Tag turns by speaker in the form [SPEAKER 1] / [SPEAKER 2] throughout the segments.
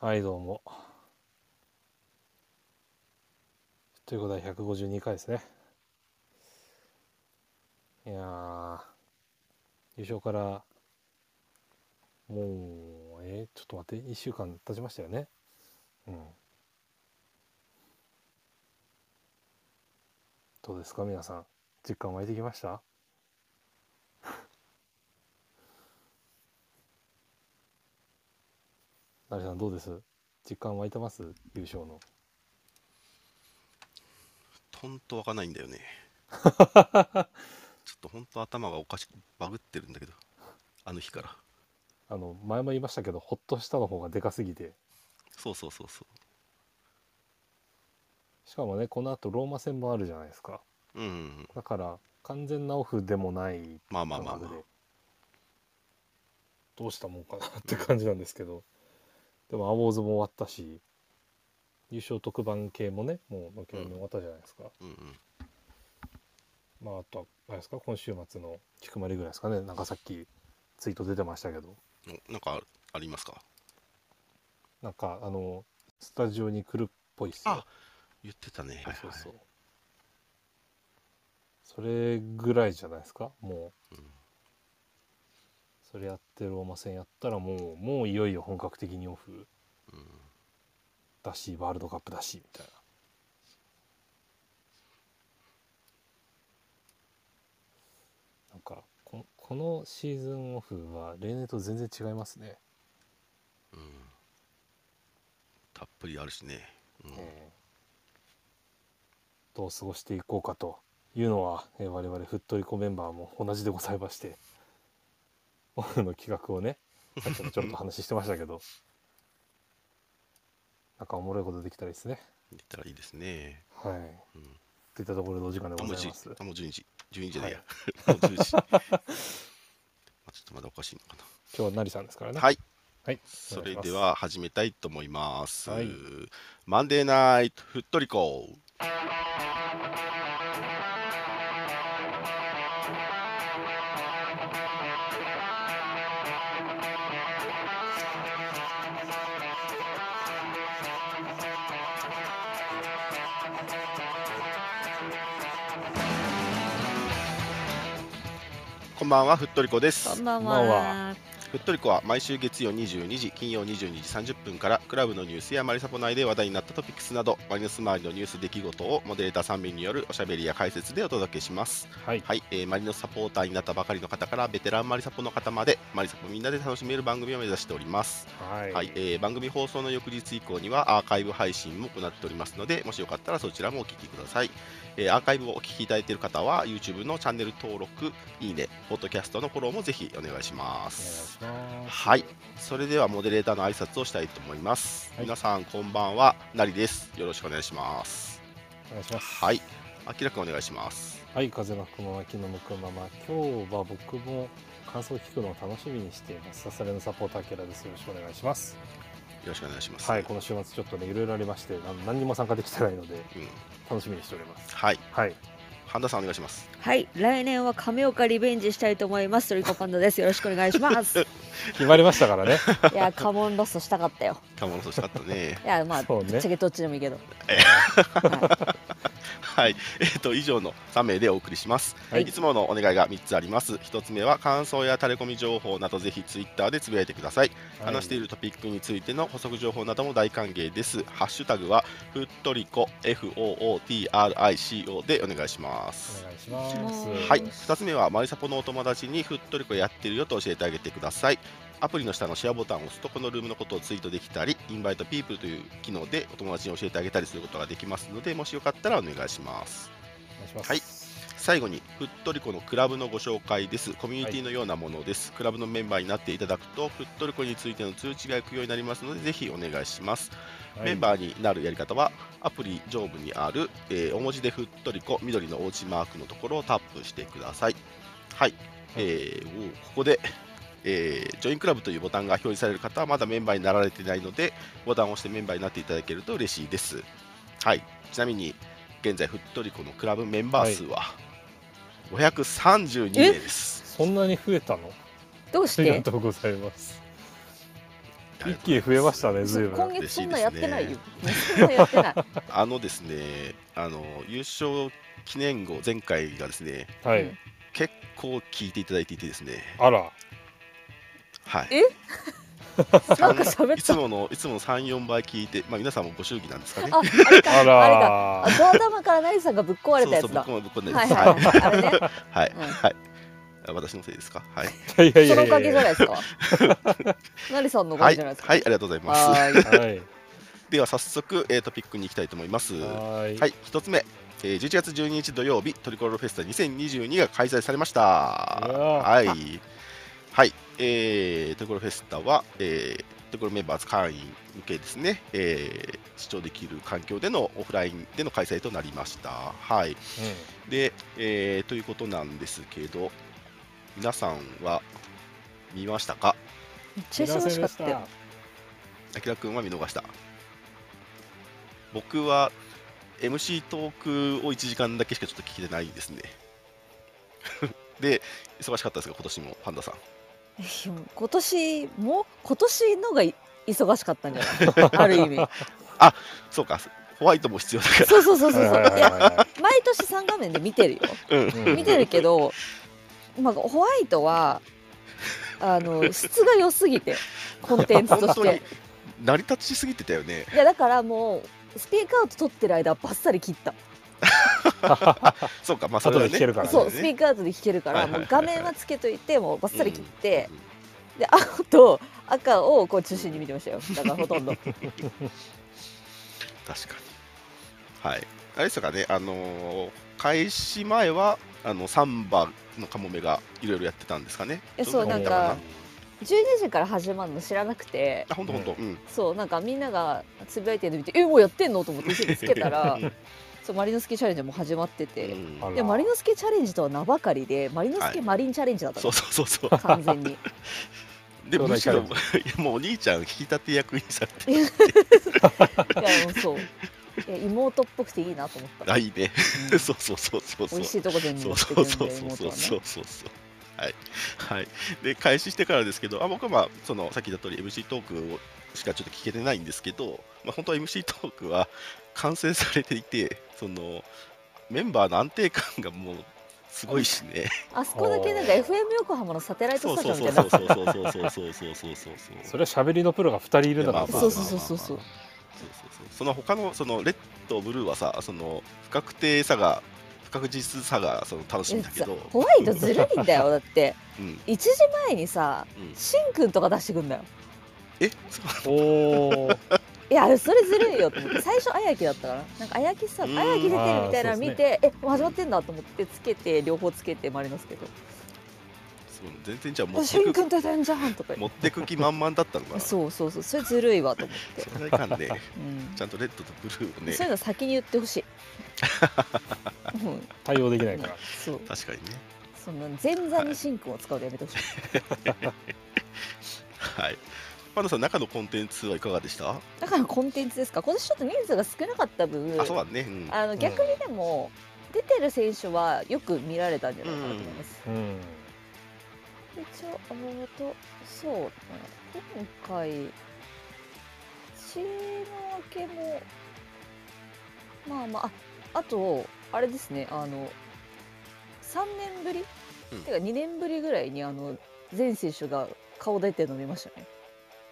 [SPEAKER 1] はいどうもということは152回ですねいやー優勝からもうえー、ちょっと待って1週間経ちましたよねうんどうですか皆さん実感湧いてきました成さんどうです実感湧いてます優勝の
[SPEAKER 2] ほんとわかんないんだ よね。ちょっとほんと頭がおかしくバグってるんだけど、あの日から。
[SPEAKER 1] あの前も言いましたけどほっとしたの方がでかすぎて
[SPEAKER 2] そうそうそうそ
[SPEAKER 1] しかもねこの後ローマ戦もあるじゃないですか
[SPEAKER 2] う。うんうんうん。
[SPEAKER 1] だから完全なオフでもない
[SPEAKER 2] まあまあ
[SPEAKER 1] 感
[SPEAKER 2] まあ
[SPEAKER 1] 覚
[SPEAKER 2] ま
[SPEAKER 1] で
[SPEAKER 2] あ。
[SPEAKER 1] どうしたもんかなって感じなんですけどでも「アウォーズ」も終わったし優勝特番系もねもう軒並み終わったじゃないですか、
[SPEAKER 2] うんうん。
[SPEAKER 1] まああとはあれですか今週末の「菊まり」ぐらいですかねなんかさっきツイート出てましたけど
[SPEAKER 2] おなんかありますか
[SPEAKER 1] なんかあのスタジオに来るっぽいっすよ
[SPEAKER 2] あ言ってたね。はい
[SPEAKER 1] そうそう
[SPEAKER 2] はい
[SPEAKER 1] それぐらいじゃないですかもう、
[SPEAKER 2] うん
[SPEAKER 1] それやってローマ戦やったらもうもういよいよ本格的にオフ
[SPEAKER 2] うん
[SPEAKER 1] だしワールドカップだしみたいななんかここのシーズンオフは例年と全然違いますね、
[SPEAKER 2] うん。たっぷりあるしね。うん。
[SPEAKER 1] えーどう過ごしていこうかというのは、えー我々ふっとりこメンバーも同じでございましてオフの企画をねさっきもちょっと話してましたけどなんかおもろいことできたらいいですね
[SPEAKER 2] 言ったらいいですね。
[SPEAKER 1] はい
[SPEAKER 2] うん。
[SPEAKER 1] といったところでお時間で
[SPEAKER 2] あ、
[SPEAKER 1] ご
[SPEAKER 2] もう
[SPEAKER 1] ざい
[SPEAKER 2] じ
[SPEAKER 1] ます
[SPEAKER 2] あ、もう12時。12時じゃないや。
[SPEAKER 1] は
[SPEAKER 2] もう10時。ま あちょっとまだおかしいのかな。
[SPEAKER 1] 今日はなりさんですからね
[SPEAKER 2] はい。
[SPEAKER 1] はいお
[SPEAKER 2] そ
[SPEAKER 1] 願い
[SPEAKER 2] れ
[SPEAKER 1] します
[SPEAKER 2] では始めたいと思います。
[SPEAKER 1] はい
[SPEAKER 2] マンデーナイトふっとりこ。こんばんは、ふっとりこです。
[SPEAKER 3] こんばん
[SPEAKER 1] こんば
[SPEAKER 3] は。
[SPEAKER 2] ふっとりこは毎週月曜22時、金曜22時30分からクラブのニュースやマリサポ内で話題になったトピックスなどマリノス周りのニュース出来事をモデレーター3名によるおしゃべりや解説でお届けします、
[SPEAKER 1] はい
[SPEAKER 2] はいえーマリノスサポーターになったばかりの方からベテランマリサポの方までマリサポみんなで楽しめる番組を目指しております、
[SPEAKER 1] はい
[SPEAKER 2] はいえー番組放送の翌日以降にはアーカイブ配信も行っておりますのでもしよかったらそちらもお聞きください、えーアーカイブをお聞きいただいている方は YouTube のチャンネル登録いいねポッドキャストのフォローもぜひお願いしま
[SPEAKER 1] お願いし
[SPEAKER 2] す
[SPEAKER 1] ます
[SPEAKER 2] はい、それではモデレーターの挨拶をしたいと思います。
[SPEAKER 1] はい
[SPEAKER 2] 皆さんこんばんは、なりです。よろしくお願いします。
[SPEAKER 1] お願いします
[SPEAKER 2] はい、あきらくんお願いします。
[SPEAKER 1] はい、風の吹くまま、気の向くまま、今日は僕も感想を聞くのを楽しみにしています。さされのサポーターキャラです。よろしくお願いします。
[SPEAKER 2] よろしくお願いします。
[SPEAKER 1] はい、この週末ちょっとね、いろいろありまして、なん何にも参加できてないので、
[SPEAKER 2] うん、
[SPEAKER 1] 楽しみにしております。
[SPEAKER 2] はい、
[SPEAKER 1] はい、
[SPEAKER 2] 半田さんお願いします。
[SPEAKER 3] はい、来年は亀岡リベンジしたいと思います。トリコパンダです。よろしくお願いし ます。い
[SPEAKER 1] 決まりましたからね。
[SPEAKER 3] や、カモンロストしたかったよ。。
[SPEAKER 2] たまらしかったね
[SPEAKER 3] いや、まあ、
[SPEAKER 1] そうね
[SPEAKER 3] ぶっちゃけどっちでもいいけど。
[SPEAKER 2] はい、えっ、と以上の3名でお送りします。
[SPEAKER 1] はい
[SPEAKER 2] い、つものお願いが3つあります。1つ目は感想やタレコミ情報などぜひ Twitter でつぶやいてください。 話してい
[SPEAKER 1] る。
[SPEAKER 2] るトピックについての補足情報なども大歓迎です。ハッシュタグはふっとりこ FOOTRICO でお願いしま
[SPEAKER 1] お。
[SPEAKER 2] す
[SPEAKER 1] 願いします。
[SPEAKER 2] はい、2つ目はマリサポのお友達にふっとりこやってるよと教えてあげてください。アプリの下のシェアボタンを押すとこのルームのことをツイートできたり、インバイトピープルという機能でお友達に教えてあげたりすることができますので、もしよかったらお願いします。
[SPEAKER 1] お願いします。
[SPEAKER 2] はい最後にふっとりこのクラブのご紹介ですコミュニティのようなものです、クラブのメンバーになっていただくとふっとりこについての通知が行くようになりますのでぜひお願いします、メン
[SPEAKER 1] ー。
[SPEAKER 2] バーになるやり方はアプリ上部にある、えー、大文字でふっとりこ緑のおうちマークのところをタップしてくださいはい、えー、おーここでえージョインクラブというボタンが表示される方はまだメンバーになられてないのでボタンを押してメンバーになっていただけると嬉しいですはいちなみに現在ふっとりこのクラブメンバー数は532名です、
[SPEAKER 1] そんなに増えたの。
[SPEAKER 3] どうし
[SPEAKER 1] ありが
[SPEAKER 3] て。
[SPEAKER 1] とうございます。
[SPEAKER 2] あり
[SPEAKER 1] 一
[SPEAKER 2] がと
[SPEAKER 1] 気に増
[SPEAKER 2] うございます
[SPEAKER 1] えましたね随
[SPEAKER 4] 今
[SPEAKER 1] 分
[SPEAKER 4] 月そんなやってないよ、
[SPEAKER 2] 嬉
[SPEAKER 4] そんなやってない
[SPEAKER 2] あのですね、あの優勝記念後、前回がですね、
[SPEAKER 1] は
[SPEAKER 4] う
[SPEAKER 1] い
[SPEAKER 4] ん
[SPEAKER 2] 結構聞いていただいていてですね、
[SPEAKER 1] あら
[SPEAKER 2] はい。
[SPEAKER 4] えなんか喋った
[SPEAKER 2] いつものいつもの3、4倍聞いて、まあ皆さんもご祝儀なんですかね。
[SPEAKER 4] ああれか
[SPEAKER 1] あ
[SPEAKER 4] あれか
[SPEAKER 1] ら
[SPEAKER 4] あドア玉からナイさんがぶっ壊れたや
[SPEAKER 2] そう
[SPEAKER 4] つ
[SPEAKER 2] そう
[SPEAKER 4] だ
[SPEAKER 2] 僕も僕もね
[SPEAKER 4] はい
[SPEAKER 2] はい
[SPEAKER 4] はいはいあれね
[SPEAKER 2] はい
[SPEAKER 4] うん
[SPEAKER 2] はい。あ私のせいですか。はい。
[SPEAKER 1] いやい
[SPEAKER 4] そ
[SPEAKER 1] や
[SPEAKER 4] の
[SPEAKER 1] い
[SPEAKER 4] お
[SPEAKER 1] や
[SPEAKER 4] か
[SPEAKER 1] い
[SPEAKER 4] げじゃ
[SPEAKER 1] や
[SPEAKER 4] ないですか ナリさんのおか
[SPEAKER 2] は
[SPEAKER 4] げ
[SPEAKER 2] い、
[SPEAKER 4] じゃ
[SPEAKER 2] はい
[SPEAKER 4] ないです、か
[SPEAKER 2] ありがとうございます。
[SPEAKER 4] はーい
[SPEAKER 1] はい
[SPEAKER 2] では早速、えートピックに行きたいと思います。は
[SPEAKER 1] はい
[SPEAKER 2] い、一つ目、えー、11月12日土曜日、トリコロールフェスタ2022が開催されました。
[SPEAKER 1] わ
[SPEAKER 2] はい、はい、えー、トリコロールフェスタは、えー、トリコロールメンバーズ会員向けですね、えー視聴できる環境でのオフラインでの開催となりました。はい、で、えーということなんですけど、皆さんは見ましたか
[SPEAKER 4] めっちゃ忙しかったよ
[SPEAKER 2] あきらくんは見逃した僕は MC トークを1時間だけしかちょっと聞いてないですね で忙しかったですが今年もパンダさん
[SPEAKER 4] いや今年も今年のがい忙しかったんじゃない ある 意味
[SPEAKER 2] そうかホワイトも必要だか
[SPEAKER 4] そうそうそうそうそういや
[SPEAKER 1] は
[SPEAKER 4] 毎年3画面で見てるよ
[SPEAKER 2] らうん
[SPEAKER 1] い
[SPEAKER 4] 見てるけど、まあ、ホワイトはあの質が良すぎてコンテンツと
[SPEAKER 2] 本
[SPEAKER 4] し
[SPEAKER 2] 当に
[SPEAKER 4] て
[SPEAKER 2] 成り立ちしすぎてたよね
[SPEAKER 4] いやだからもうスピーカーアウト取ってる間はバッサリ切った、
[SPEAKER 2] そうかまあそれは
[SPEAKER 1] 後で聞けるからね
[SPEAKER 4] そうスピーカーアウトで弾けるか
[SPEAKER 2] はい
[SPEAKER 4] ら
[SPEAKER 2] はい
[SPEAKER 4] も
[SPEAKER 2] は
[SPEAKER 4] う
[SPEAKER 2] いはい
[SPEAKER 4] 画面はつけといてもうバッサリ切って、
[SPEAKER 2] うん
[SPEAKER 4] で青と赤をこう中心に見てましたよだからほと んど
[SPEAKER 2] 確かにはいあれですかねあのー開始前はあのサンバのカモメがいろいろやってたんですかね
[SPEAKER 4] えそう
[SPEAKER 1] なんか
[SPEAKER 4] 12時から始まるの知らなくて
[SPEAKER 2] あ本当本当うん
[SPEAKER 4] そうなんかみんながつぶやいてるの見て「えもうやってんの?」と思って急につけ たらそうマリノスキーチャレンジも始まってて。
[SPEAKER 2] うん
[SPEAKER 1] あら
[SPEAKER 4] でマリノスケチャレンジとは名ばかりでマリノスケマリンチャレンジだった
[SPEAKER 2] そ
[SPEAKER 4] の、
[SPEAKER 2] うそうそうそう
[SPEAKER 4] 完全に
[SPEAKER 2] で
[SPEAKER 1] 兄弟
[SPEAKER 2] むしろ
[SPEAKER 1] チ
[SPEAKER 2] いやもうお兄ちゃん引き立て役にされて
[SPEAKER 4] いやもうそういや妹っぽくていいなと思った
[SPEAKER 2] あいいねそうそうそうそうそ
[SPEAKER 4] 美
[SPEAKER 2] う
[SPEAKER 4] 味しいとこ全部
[SPEAKER 2] そう
[SPEAKER 4] 持って
[SPEAKER 2] そ
[SPEAKER 4] く
[SPEAKER 2] うんそう
[SPEAKER 4] で
[SPEAKER 2] そう
[SPEAKER 4] 妹
[SPEAKER 2] そう
[SPEAKER 4] は
[SPEAKER 2] そうそ
[SPEAKER 4] ね
[SPEAKER 2] うそうはい、はい、で開始してからですけどあ僕はまあそのさっき言った通り MC トークをしかちょっと聞けてないんですけど、まあ、本当は MC トークは完成されていてそのメンバーの安定感がもうすごいしね
[SPEAKER 4] あそこだけなんか
[SPEAKER 1] あー
[SPEAKER 4] FM 横浜のサテライ
[SPEAKER 2] そ
[SPEAKER 4] ト
[SPEAKER 2] う
[SPEAKER 4] スタジ
[SPEAKER 2] そ
[SPEAKER 4] オ
[SPEAKER 2] うそ
[SPEAKER 4] みた
[SPEAKER 2] う
[SPEAKER 4] いな
[SPEAKER 2] そうそうそうそうそうそうそうそうそう
[SPEAKER 1] それは喋りのプロが二人いるんだから
[SPEAKER 2] いやまあ
[SPEAKER 4] そうそうそうそうそう
[SPEAKER 2] そうそうそうその他のそのレッドブルーはさその不確定さが不確実さがその楽しいんだけど
[SPEAKER 4] えさホワイトずるいんだよだって
[SPEAKER 2] うんうん
[SPEAKER 4] 1時前にさしんくんとか出してくんだよ
[SPEAKER 2] え そう
[SPEAKER 1] おー
[SPEAKER 4] いやそれずるいよと思って最初あやきだったからなんかあやきさあ
[SPEAKER 2] うん
[SPEAKER 4] やき出てるみたいな
[SPEAKER 1] あーそうです
[SPEAKER 4] の
[SPEAKER 1] ね
[SPEAKER 4] 見て、えもう始まってんだと思ってつけて両方つけてマリノスケと
[SPEAKER 2] そう全然じゃあ
[SPEAKER 4] 「
[SPEAKER 2] 持
[SPEAKER 4] あ
[SPEAKER 2] っ
[SPEAKER 4] しん
[SPEAKER 2] て
[SPEAKER 4] くん
[SPEAKER 2] く
[SPEAKER 4] とやったんじゃん」とか言って
[SPEAKER 2] 持ってく気満々だったのかなそ
[SPEAKER 4] そうそうそうそれずるいわと思 って、
[SPEAKER 2] れはいかんね
[SPEAKER 4] うん
[SPEAKER 2] ちゃんとレッドとブルーをね
[SPEAKER 4] そういうの先に言って ほしい、うん、
[SPEAKER 1] 対応できないから
[SPEAKER 4] そう
[SPEAKER 2] 確かにね
[SPEAKER 4] その前座にシンクを使うのやめてほしい、
[SPEAKER 2] はいパンダさん中のコンテンツはいかがでした
[SPEAKER 4] だからコンテンツですか今年ちょっと人数が少なかった分
[SPEAKER 2] あそうだねうん
[SPEAKER 4] あの逆にでも、出てる選手はよく見られたんじゃないかなと思います、
[SPEAKER 1] うん
[SPEAKER 4] 一応あのとそうね今回チーム分けもまあまあああとあれですねあの3年ぶり、
[SPEAKER 2] うん
[SPEAKER 4] てか2年ぶりぐらいにあの全選手が顔出てるの見ましたね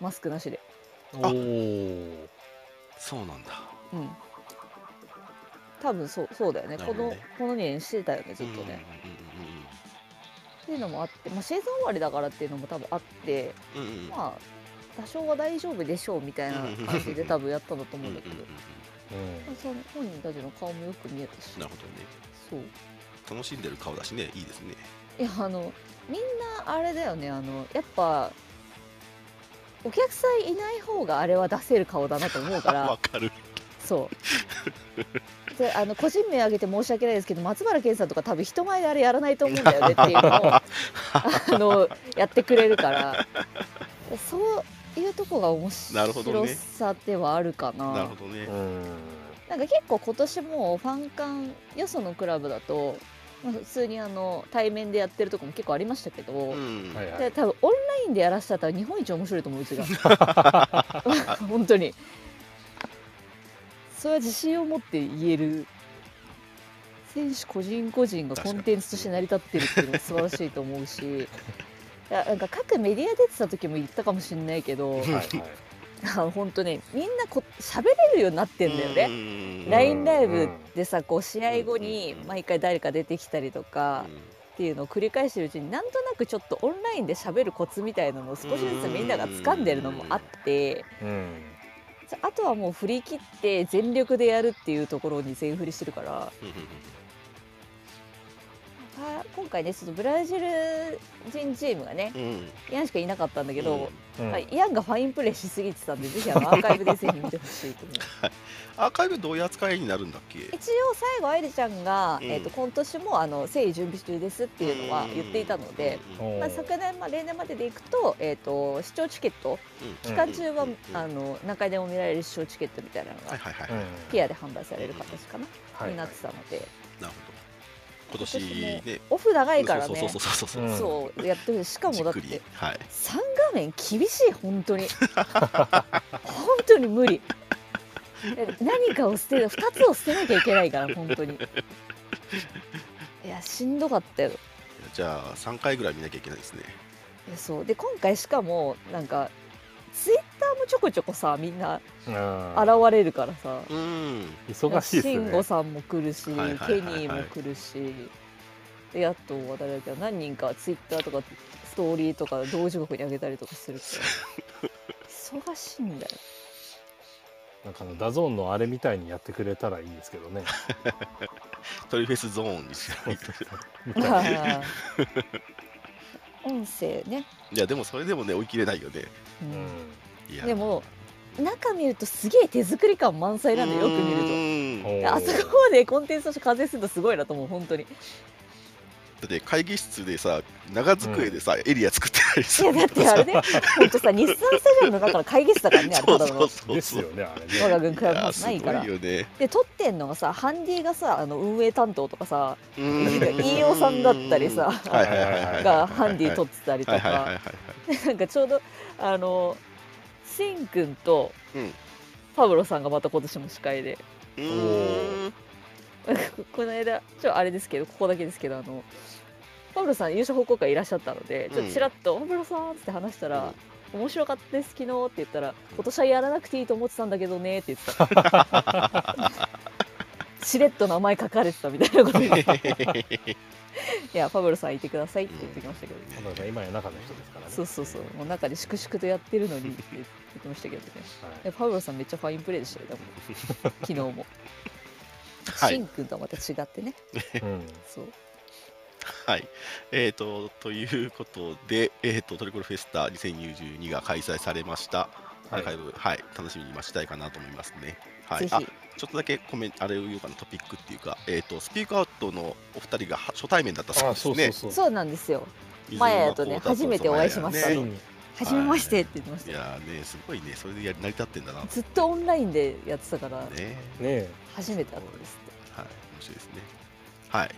[SPEAKER 4] マスクなしで、
[SPEAKER 1] おー
[SPEAKER 2] そうなんだ
[SPEAKER 4] うん、多分そうそうだよね
[SPEAKER 2] なる
[SPEAKER 4] こ
[SPEAKER 2] ほど
[SPEAKER 4] の
[SPEAKER 2] ね
[SPEAKER 4] この2年してたよねず
[SPEAKER 2] う
[SPEAKER 4] っ
[SPEAKER 2] んうん
[SPEAKER 4] と
[SPEAKER 2] うん
[SPEAKER 4] ね、っていうのもあって、まあ、シーズン終わりだからっていうのも多分あって
[SPEAKER 2] うんうんうんうんうん
[SPEAKER 4] まあ多少は大丈夫でしょうみたいな感じで多分やったんだと思うんだけど、まあその本人たちの顔もよく見えたし
[SPEAKER 2] なるほどね
[SPEAKER 4] そう
[SPEAKER 2] 楽しんでる顔だしねいいですね
[SPEAKER 4] いやあのみんなあれだよねあのやっぱお客さんいない方があれは出せる顔だなと思う か
[SPEAKER 2] わ
[SPEAKER 4] ら
[SPEAKER 2] かる
[SPEAKER 4] そうであの個人名挙げて申し訳ないですけど松原健さんとか多分人前であれやらないと思うんだよねっていうのをあ のやってくれるからそういうとこが面
[SPEAKER 2] なるほど
[SPEAKER 4] 白
[SPEAKER 2] ね
[SPEAKER 4] さではあるかな
[SPEAKER 2] なるほどね
[SPEAKER 1] うん
[SPEAKER 4] なんか結構今年もうファン間よそのクラブだとまあ、普通にあの対面でやってるとこも結構ありましたけど、
[SPEAKER 2] うん
[SPEAKER 1] はいは
[SPEAKER 4] で
[SPEAKER 1] い。
[SPEAKER 4] 多分オンラインでやらせたら日本一面白いと思ううちが 本当にそれは自信を持って言える選手個人個人がコンテンツとして成り立ってるっていうのが素晴らしいと思うしいやなんか各メディア出てた時も言ったかもしれない け
[SPEAKER 1] は
[SPEAKER 4] ど
[SPEAKER 1] いはい。
[SPEAKER 4] あの本当ねみんなこ喋れるようになってんだよね。
[SPEAKER 2] ね
[SPEAKER 4] LINE ライブでさこう試合後に
[SPEAKER 2] うん
[SPEAKER 4] 毎回誰か出てきたりとかっていうのを繰り返してるうちになんとなくちょっとオンラインで喋るコツみたいなのを少しずつみんなが掴んでるのもあって
[SPEAKER 1] うん。
[SPEAKER 4] あとはもう振り切って全力でやるっていうところに全振りしてるからあ今回ねちょっとブラジル人チームがねヤンしかいなかったんだけど、
[SPEAKER 1] うん
[SPEAKER 4] まあヤンがファインプレーしすぎてたんでぜひあのアーカイブでぜひ見てほしいと思います。
[SPEAKER 2] アーカイブどういう扱いになるんだっけ
[SPEAKER 4] 一応最後愛梨ちゃんが、
[SPEAKER 2] うん
[SPEAKER 4] えー、と今年もあの誠意準備中ですっていうのは言っていたので、
[SPEAKER 1] おー
[SPEAKER 4] まあ、昨年、まあ、例年まででいくと,、えー、と視聴チケット期間中は、あ
[SPEAKER 2] の
[SPEAKER 4] の何回でも見られる視聴チケットみたいなの
[SPEAKER 2] はい
[SPEAKER 4] が
[SPEAKER 2] はいはい
[SPEAKER 1] うん
[SPEAKER 4] ピアで販売される形かな、
[SPEAKER 1] はい
[SPEAKER 4] になってたので
[SPEAKER 2] なるほど今年ね
[SPEAKER 4] オフ長いから
[SPEAKER 2] そう
[SPEAKER 4] ね
[SPEAKER 2] そうそうそうそう
[SPEAKER 1] うん
[SPEAKER 4] そうやってるしかも
[SPEAKER 2] じっ
[SPEAKER 4] だっ
[SPEAKER 2] くり
[SPEAKER 4] て
[SPEAKER 2] はい
[SPEAKER 4] 3画面厳しい本当に本当に無理何かを捨てる2つを捨てなきゃいけないから本当にいやしんどかったよ
[SPEAKER 2] じゃあ三回ぐらい見なきゃいけないですね
[SPEAKER 4] いやそうで今回しかもなんかツイッターもちょこちょこさみんな
[SPEAKER 1] うん
[SPEAKER 4] 現れるからさ
[SPEAKER 2] うん
[SPEAKER 1] 忙しいですよ
[SPEAKER 4] 慎
[SPEAKER 1] ね
[SPEAKER 4] 吾。さんも来るし、
[SPEAKER 2] はいはいはいはい
[SPEAKER 4] ケニーも来るしであとは誰だっけ何人かツイッターとかストーリーとか同時刻に上げたりとかするから 忙しいんだよ
[SPEAKER 1] なんかあのダゾーンのあれみたいにやってくれたらいいんですけどね。
[SPEAKER 2] トリフェスゾーンにし ないと
[SPEAKER 1] み たいな
[SPEAKER 4] まあ音声ね、
[SPEAKER 2] いやでもそれでもね追い切れないよね
[SPEAKER 4] う
[SPEAKER 1] うん
[SPEAKER 4] ん
[SPEAKER 2] いや
[SPEAKER 4] でも中見るとすげえ手作り感満載なんでよく見ると。
[SPEAKER 2] る
[SPEAKER 1] お
[SPEAKER 4] で
[SPEAKER 1] ー
[SPEAKER 4] あそこまでコンテンツとして完成するのすごいなと思う本当に
[SPEAKER 2] だって会議室でさ長机でさ、エリア作ってたり
[SPEAKER 4] い
[SPEAKER 2] す
[SPEAKER 4] や
[SPEAKER 2] る
[SPEAKER 4] だってあれね本当さ日産スタジアムの中から会議室だからねあれ
[SPEAKER 2] そ
[SPEAKER 4] た
[SPEAKER 2] うそう
[SPEAKER 4] だの
[SPEAKER 2] そうそう
[SPEAKER 1] ですよねあれ
[SPEAKER 4] 我
[SPEAKER 1] ね。
[SPEAKER 4] が軍クラブハウスないから
[SPEAKER 2] やすごいよね
[SPEAKER 4] で撮ってんのがさハンディがさあの運営担当とかさ
[SPEAKER 2] う
[SPEAKER 4] 飯尾さんだったりさ
[SPEAKER 2] はいはいはいはい
[SPEAKER 4] がハンディ撮ってたりと
[SPEAKER 2] はいはいはいはい
[SPEAKER 4] かなんかちょうどあのシンくんと
[SPEAKER 2] うん
[SPEAKER 4] パブロさんがまた今年も司会で
[SPEAKER 2] うーん
[SPEAKER 4] この間ちょあれですけどここだけですけどあのパブロさん優勝報告会いらっしゃったのでちょっとちらっと「パブロさん」っつって話したら「面白かったです昨日」って言ったら「今年はやらなくていいと思ってたんだけどね」って言ってた しれっと名前書かれてたみたいなこと言っていやパブロさんいてくださいって言ってきましたけど、
[SPEAKER 1] だから今や中の人ですからね。
[SPEAKER 4] そうそうそうもう中で粛々とやってるの にって言ってましたけどねいやパブロさんめっちゃファインプレーでしたよ多分 昨日も、
[SPEAKER 2] はい
[SPEAKER 4] シンくんとはまた違ってね
[SPEAKER 1] はい。うん。
[SPEAKER 4] そう
[SPEAKER 2] はいえー、とということで、えー、とトリコルフェスタ2022が開催されましたアーカイブ、はい楽しみに待ちたいかなと思いますね、はい、
[SPEAKER 4] ぜ
[SPEAKER 2] あ
[SPEAKER 4] ひ
[SPEAKER 2] ちょっとだけコメントあれを言うかなトピックっていうか、えー、とスピークアウトのお二人が初対面だったそう
[SPEAKER 1] あ
[SPEAKER 2] です
[SPEAKER 1] そう
[SPEAKER 2] ね
[SPEAKER 1] そうそう。
[SPEAKER 4] そうなんですよ
[SPEAKER 2] 水沼
[SPEAKER 4] マヤとね
[SPEAKER 2] 孝太
[SPEAKER 4] 初めてお会いしまし
[SPEAKER 2] そ
[SPEAKER 4] た
[SPEAKER 2] う
[SPEAKER 1] 二
[SPEAKER 2] マヤ
[SPEAKER 1] 人
[SPEAKER 2] ね
[SPEAKER 1] に
[SPEAKER 4] 初めましてって言ってまし
[SPEAKER 2] い
[SPEAKER 4] たよ
[SPEAKER 2] やーねすごいねそれでやり成り立ってんだな
[SPEAKER 4] ずっとオンラインでやってたから
[SPEAKER 2] ね
[SPEAKER 1] ね
[SPEAKER 4] 初めて会ったんですって
[SPEAKER 2] はい面白いですねはい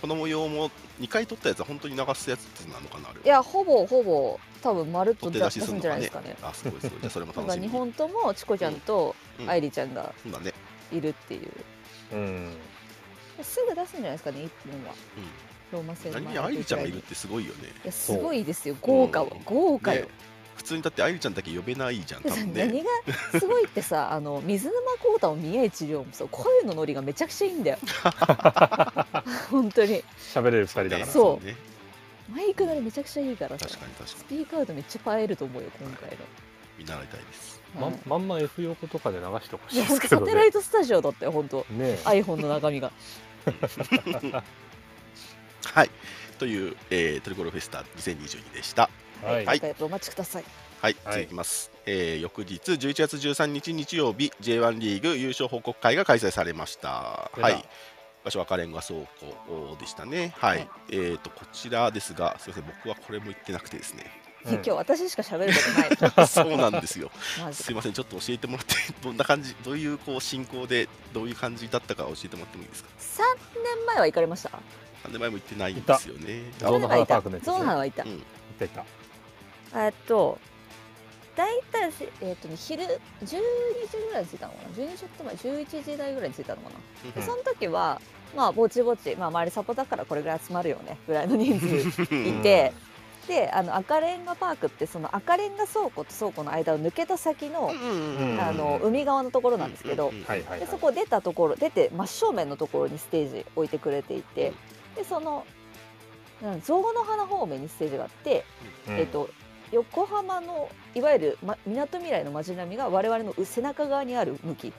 [SPEAKER 2] この模様も2回撮ったやつは本当に流すやつなのかなあれはい
[SPEAKER 4] やほぼほぼ多分まるっと
[SPEAKER 2] 取
[SPEAKER 4] 出
[SPEAKER 2] って出し
[SPEAKER 4] す
[SPEAKER 2] する
[SPEAKER 4] ん
[SPEAKER 2] の
[SPEAKER 4] じゃ
[SPEAKER 2] か
[SPEAKER 4] ないで
[SPEAKER 2] ね
[SPEAKER 4] すかね
[SPEAKER 2] あすごいすごいじゃあそれも
[SPEAKER 4] なん
[SPEAKER 2] 楽
[SPEAKER 4] か
[SPEAKER 2] しみに
[SPEAKER 4] 日本ともチコちゃんと
[SPEAKER 2] うん
[SPEAKER 4] 愛梨ちゃんが
[SPEAKER 2] そうだね
[SPEAKER 4] いるっていう、
[SPEAKER 1] え。うん。
[SPEAKER 4] すぐ出すんじゃないですかね一分は
[SPEAKER 2] う
[SPEAKER 4] ローマ戦
[SPEAKER 2] ん
[SPEAKER 4] の
[SPEAKER 2] 何
[SPEAKER 4] 前
[SPEAKER 2] に
[SPEAKER 4] の
[SPEAKER 2] 愛
[SPEAKER 4] 時
[SPEAKER 2] 理ちゃんがい
[SPEAKER 4] ぐ
[SPEAKER 2] るっ
[SPEAKER 4] らに
[SPEAKER 2] てすごいよね
[SPEAKER 4] いやすごいですよ
[SPEAKER 2] う
[SPEAKER 4] 豪華は
[SPEAKER 2] うん
[SPEAKER 4] 豪華よ
[SPEAKER 2] ね、普通にだって愛理ちゃんだけ呼べないじゃん多分
[SPEAKER 4] 何
[SPEAKER 2] ね
[SPEAKER 4] がすごいっ てさあの水沼孝太も宮市亮もさ声のノリがめちゃくちゃいい んだよ本当に
[SPEAKER 1] 喋れる二人だか
[SPEAKER 2] ね
[SPEAKER 1] ら。
[SPEAKER 4] そう
[SPEAKER 2] ね
[SPEAKER 4] マイクノリめちゃくちゃいいからさ
[SPEAKER 2] 確かに確か
[SPEAKER 4] スピーカードめっちゃ映えると思うよ今回
[SPEAKER 2] に見習いたいです
[SPEAKER 4] の、
[SPEAKER 1] ま
[SPEAKER 4] うん
[SPEAKER 1] んまんま F 横とかで流してほ
[SPEAKER 4] い
[SPEAKER 1] しい
[SPEAKER 4] や
[SPEAKER 1] で
[SPEAKER 4] ほん
[SPEAKER 1] す
[SPEAKER 4] と
[SPEAKER 1] け
[SPEAKER 4] サ
[SPEAKER 1] ど
[SPEAKER 4] テライ
[SPEAKER 1] ね。
[SPEAKER 4] トスタジオだったよ本当
[SPEAKER 1] ねえ。
[SPEAKER 4] iPhone の中身が
[SPEAKER 2] はいという、えートリコロフェスタ2022でした
[SPEAKER 1] はい
[SPEAKER 2] はい
[SPEAKER 4] 今回お待ちください
[SPEAKER 2] はい、
[SPEAKER 1] はい
[SPEAKER 2] 続きます、えー翌日11月13日日曜日 J1 リーグ優勝報告会が開催されました
[SPEAKER 1] 出た
[SPEAKER 2] はい場所は赤レンガ倉庫でしたねはい、
[SPEAKER 4] はい
[SPEAKER 2] えーとこちらですがすみません僕はこれも言ってなくてですね
[SPEAKER 1] うん
[SPEAKER 4] 今日私しか喋ることない
[SPEAKER 2] そうなんですよ
[SPEAKER 4] マジ
[SPEAKER 2] す
[SPEAKER 4] で
[SPEAKER 2] いませんちょっと教えてもらって どんな感じどういうこう進行でどういう感じだったか教えてもらってもいいですか
[SPEAKER 4] 3年前は行かれました
[SPEAKER 2] 何年前も行ってないんですよね。
[SPEAKER 1] た
[SPEAKER 2] あ
[SPEAKER 1] ゾウの花パー
[SPEAKER 4] た。
[SPEAKER 1] ク
[SPEAKER 4] ゾ
[SPEAKER 1] のやつ
[SPEAKER 4] ウの花はいた
[SPEAKER 2] うん。
[SPEAKER 1] 行った行った
[SPEAKER 4] えっと、大体せ、えっとね、昼12時ぐらいに着いたのかな12時ちょっと前11時台ぐらいに着いたのかな、
[SPEAKER 1] う
[SPEAKER 4] で
[SPEAKER 1] ん
[SPEAKER 4] その時はまあぼちぼち、まあ、周りサポだからこれぐらい集まるよねぐらいの人数いて、であの赤レンガパークってその赤レンガ倉庫と倉庫の間を抜けた先の,、
[SPEAKER 1] うん
[SPEAKER 4] あの海側のところなんですけど、
[SPEAKER 2] うんうんうん
[SPEAKER 1] はいはい、は
[SPEAKER 4] で
[SPEAKER 1] い、
[SPEAKER 4] そこ出たところ出て真正面のところにステージ置いてくれていてでそのうん象の花方面にステージがあって、
[SPEAKER 1] うん、
[SPEAKER 4] えっと横浜のいわゆるみなとみらいの街並みが我々のう背中側にある向き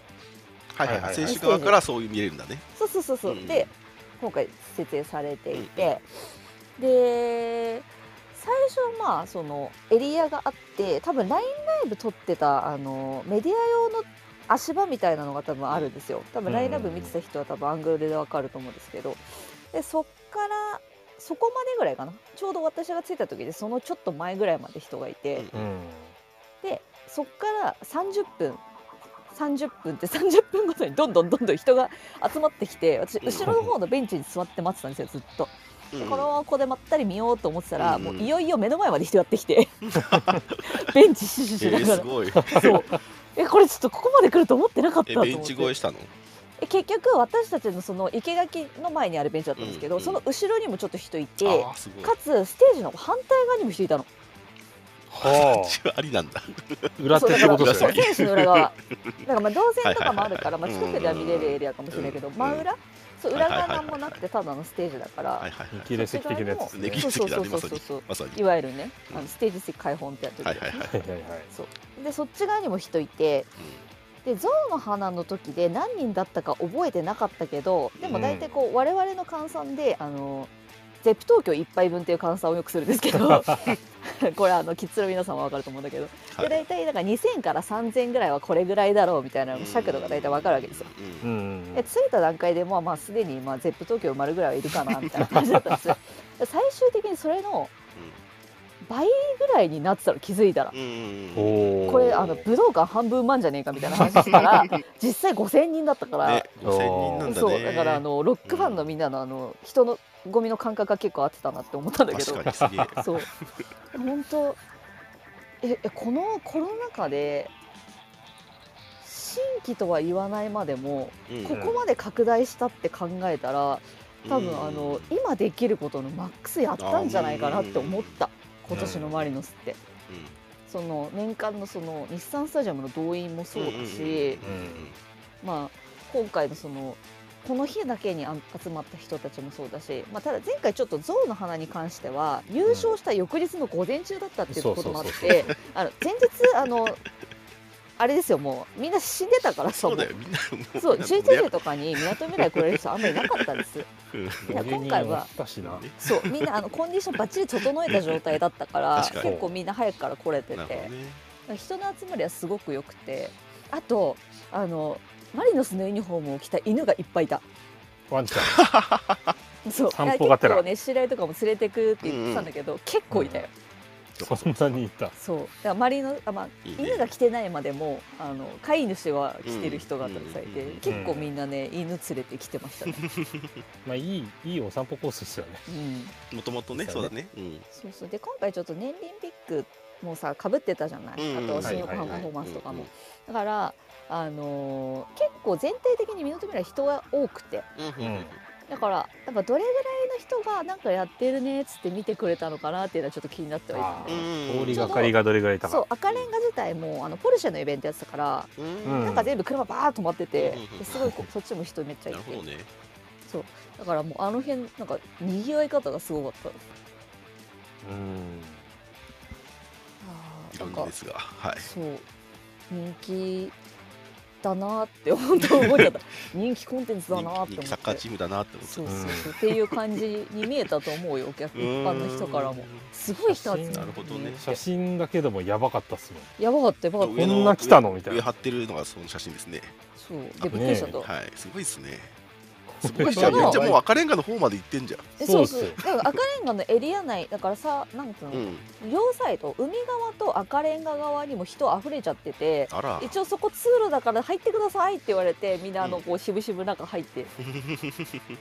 [SPEAKER 2] はいはいはい。
[SPEAKER 1] 選
[SPEAKER 2] 選
[SPEAKER 1] 手
[SPEAKER 2] 手側からそういう見えるんだね。
[SPEAKER 4] そうそうそうそう、
[SPEAKER 2] うん
[SPEAKER 4] で今回設営されていて、で最初まあそのエリアがあって多分 LINE ライブ撮ってたあのメディア用の足場みたいなのが多分あるんですよ多分 LINE ライブ見てた人は多分アングルでわかると思うんですけどでそっからそこまでぐらいかなちょうど私が着いた時でそのちょっと前ぐらいまで人がいて、
[SPEAKER 2] うん
[SPEAKER 1] うん
[SPEAKER 4] でそっから30分30分って30分ごとにどんどんどんどん人が集まってきて私
[SPEAKER 2] うん
[SPEAKER 4] 後ろの方のベンチに座って待ってたんですよずっと
[SPEAKER 2] うん
[SPEAKER 4] でこの子でまったり見ようと思ってたら、
[SPEAKER 2] うん
[SPEAKER 4] もういよいよ目の前まで人やってきてベンチシュシュ
[SPEAKER 2] え
[SPEAKER 4] シュしな
[SPEAKER 2] ー、す
[SPEAKER 4] がら、
[SPEAKER 2] ごい。
[SPEAKER 4] そうえこれちょっとここまで来ると思ってなかった
[SPEAKER 2] え、
[SPEAKER 4] と思っ
[SPEAKER 2] ベ
[SPEAKER 4] て
[SPEAKER 2] ンチ越えしたの
[SPEAKER 4] え結局私たちのその生垣の前にあるベンチだったんですけど、
[SPEAKER 2] うん
[SPEAKER 4] その後ろにもちょっと人いて
[SPEAKER 2] ああ、すごい。
[SPEAKER 4] かつステージの反対側にも人いたの
[SPEAKER 1] は
[SPEAKER 2] 形 はありなんだ。
[SPEAKER 1] 裏手ってことです
[SPEAKER 4] そ
[SPEAKER 1] よ
[SPEAKER 4] う
[SPEAKER 1] ね
[SPEAKER 4] 選手 の裏側。なんかまあ動線とかもあるから、
[SPEAKER 2] は
[SPEAKER 4] ま
[SPEAKER 2] い
[SPEAKER 4] あ
[SPEAKER 2] はいはい
[SPEAKER 4] 近くでは見れるエリアかもしれないけど、
[SPEAKER 2] うん
[SPEAKER 4] 真裏、そう
[SPEAKER 2] はいは
[SPEAKER 4] 裏
[SPEAKER 2] いはいはい
[SPEAKER 4] 側なんもなくてただのステージだか
[SPEAKER 2] は
[SPEAKER 4] ら
[SPEAKER 2] い、はい
[SPEAKER 1] 見切れ席的なやつ
[SPEAKER 2] はい。歴
[SPEAKER 1] です
[SPEAKER 2] 史的だね、まさ
[SPEAKER 4] そう
[SPEAKER 2] に
[SPEAKER 4] そうそうそうそう。
[SPEAKER 2] まさに。
[SPEAKER 4] いわゆるね、あ
[SPEAKER 2] うん
[SPEAKER 4] のステージ席開放ってやってる
[SPEAKER 2] は
[SPEAKER 4] や
[SPEAKER 2] い
[SPEAKER 4] つ
[SPEAKER 2] はいはい。
[SPEAKER 1] ねはいはいはい
[SPEAKER 4] でそっち側にも人いて、で象の花の時で何人だったか覚えてなかったけど、でも大体こう我々の換算であの。ゼップ東京一杯分っていう換算をよくするんですけ どこれあのキッズの皆さんは分かると思うんだけど、
[SPEAKER 2] は
[SPEAKER 4] で
[SPEAKER 2] い
[SPEAKER 4] 大体だから2000から3000ぐらいはこれぐらいだろうみたいな
[SPEAKER 2] うん
[SPEAKER 4] 尺度が大体分かるわけですよ。
[SPEAKER 2] うん
[SPEAKER 1] うんうん
[SPEAKER 4] で着いた段階でもうまあすでにまあ ZEP 東京埋まるぐらいはいるかなみたいな感じだったんです よで最終的にそれの倍ぐらいになってたの気づいたら
[SPEAKER 2] うんうんうんうん
[SPEAKER 1] おー
[SPEAKER 4] これあの武道館半分満じゃねえかみたいな話した ら実際5000人だったから、
[SPEAKER 2] ね、5000人なんだね。
[SPEAKER 4] そうだからあのロックファンのみんなのあの人のゴミの感覚が結構合ってたなって思ったんだけど
[SPEAKER 2] 確かにすげえ。
[SPEAKER 4] そう本当ええこのコロナ禍で新規とは言わないまでも
[SPEAKER 2] うん
[SPEAKER 4] ここまで拡大したって考えたら多分あの今できることのマックスやったんじゃないかなって思った今年のマリノスってその年間のその日産スタジアムの動員もそうだしまあ今回のそのこの日だけにあ集まった人たちもそうだし、まあ、ただ前回ちょっと象の花に関しては優勝した翌日の午前中だったっていうこともあっ
[SPEAKER 1] そうそう
[SPEAKER 4] てあの前日あのあれですよもうみんな死んでたからさ
[SPEAKER 2] そうだ
[SPEAKER 4] も
[SPEAKER 2] よ、みんなも
[SPEAKER 4] うそう11時
[SPEAKER 2] と
[SPEAKER 4] とかにみなとみらい来れる人あんまりいなかったんですいや今回は
[SPEAKER 1] おったしな
[SPEAKER 4] そうみんなあのコンディションばっちり整えた状態だったから
[SPEAKER 2] 確かに
[SPEAKER 4] 結構みんな早くから来れて
[SPEAKER 2] なるほど
[SPEAKER 4] て、
[SPEAKER 2] ね。
[SPEAKER 4] 人の集まりはすごく良くてあとあのマリノスのユニフォームを着た犬がいっぱいいた
[SPEAKER 1] ワンちゃん
[SPEAKER 4] そう
[SPEAKER 1] 散歩がてら
[SPEAKER 4] 結構ね知り合いとかも連れてくって言ってたんだけど、結構いたよ、
[SPEAKER 1] そんなにいた
[SPEAKER 4] そうだからマリノあ、まあ、
[SPEAKER 2] いいね
[SPEAKER 4] 犬が来てないまでもあの飼い主は来てる人がたくさんいて、
[SPEAKER 2] うん
[SPEAKER 4] 結構みんなね犬連れてきてまし たね、
[SPEAKER 1] まあいいいいお散歩コースですよね
[SPEAKER 4] うん
[SPEAKER 2] もともとね、そうだね。うん
[SPEAKER 4] そうそうで今回ちょっと年輪ピックもさかぶってたじゃない、
[SPEAKER 2] うん
[SPEAKER 4] あと
[SPEAKER 1] はい
[SPEAKER 4] 新横浜パ
[SPEAKER 1] はい
[SPEAKER 4] フォーマンスとかも、。
[SPEAKER 2] う
[SPEAKER 4] だから、あのー結構全体的に港未来人が多くて
[SPEAKER 2] んうんうんうん
[SPEAKER 4] だからやっぱどれぐらいの人がなんかやってるねっつって見てくれたのかなっていうのはちょっと気になってはいたん
[SPEAKER 1] あ
[SPEAKER 4] だよね
[SPEAKER 1] ー
[SPEAKER 2] うん
[SPEAKER 1] 通りがかりがどれぐらいいた
[SPEAKER 4] そう
[SPEAKER 1] か
[SPEAKER 4] 赤レンガ自体もあのポルシェのイベントやってたから、
[SPEAKER 2] うん
[SPEAKER 4] なんか全部車バーッと止まってて
[SPEAKER 2] うん
[SPEAKER 4] ですごいこうそっちも人めっちゃい
[SPEAKER 2] なる
[SPEAKER 4] て、
[SPEAKER 2] ほどね。
[SPEAKER 4] だからもうあの辺なんか賑わい方がすごかった
[SPEAKER 1] うん
[SPEAKER 4] あ
[SPEAKER 2] い
[SPEAKER 4] ーな
[SPEAKER 2] ろ
[SPEAKER 4] ん
[SPEAKER 2] ん
[SPEAKER 4] か
[SPEAKER 2] なですが、はい。
[SPEAKER 4] そう人気だなって本当思 っちゃった人気コンテンツだなって
[SPEAKER 2] 人
[SPEAKER 4] 思
[SPEAKER 2] 気
[SPEAKER 4] って
[SPEAKER 2] サッカーチームだなって思って
[SPEAKER 4] そ
[SPEAKER 2] た
[SPEAKER 4] うそうそうっていう感じに見えたと思うよお客一般の人からもすごい人集まって
[SPEAKER 1] なる
[SPEAKER 2] ほどね
[SPEAKER 1] 写真だけでもやばかったっすもん
[SPEAKER 4] やばかったやばかっ
[SPEAKER 1] 上
[SPEAKER 4] た
[SPEAKER 1] のこんな来たのみたいな
[SPEAKER 2] 上貼ってるのがその写真ですね。
[SPEAKER 4] そうでびっくりしちゃった、
[SPEAKER 2] はい、すごいですね。すごいじゃん。
[SPEAKER 4] そ
[SPEAKER 2] め
[SPEAKER 4] の
[SPEAKER 2] っちゃもう赤レンガの方まで行ってんじゃ
[SPEAKER 4] え
[SPEAKER 1] そ
[SPEAKER 4] そうう
[SPEAKER 1] っす
[SPEAKER 4] そうだから赤レンガのエリア内だからさなんつうの、
[SPEAKER 2] ん。うん。
[SPEAKER 4] 両サイド海側と赤レンガ側にも人溢れちゃってて
[SPEAKER 2] あら。
[SPEAKER 4] 一応そこ通路だから入ってくださいって言われてみんなあの
[SPEAKER 2] うん
[SPEAKER 4] こう渋々中 入って、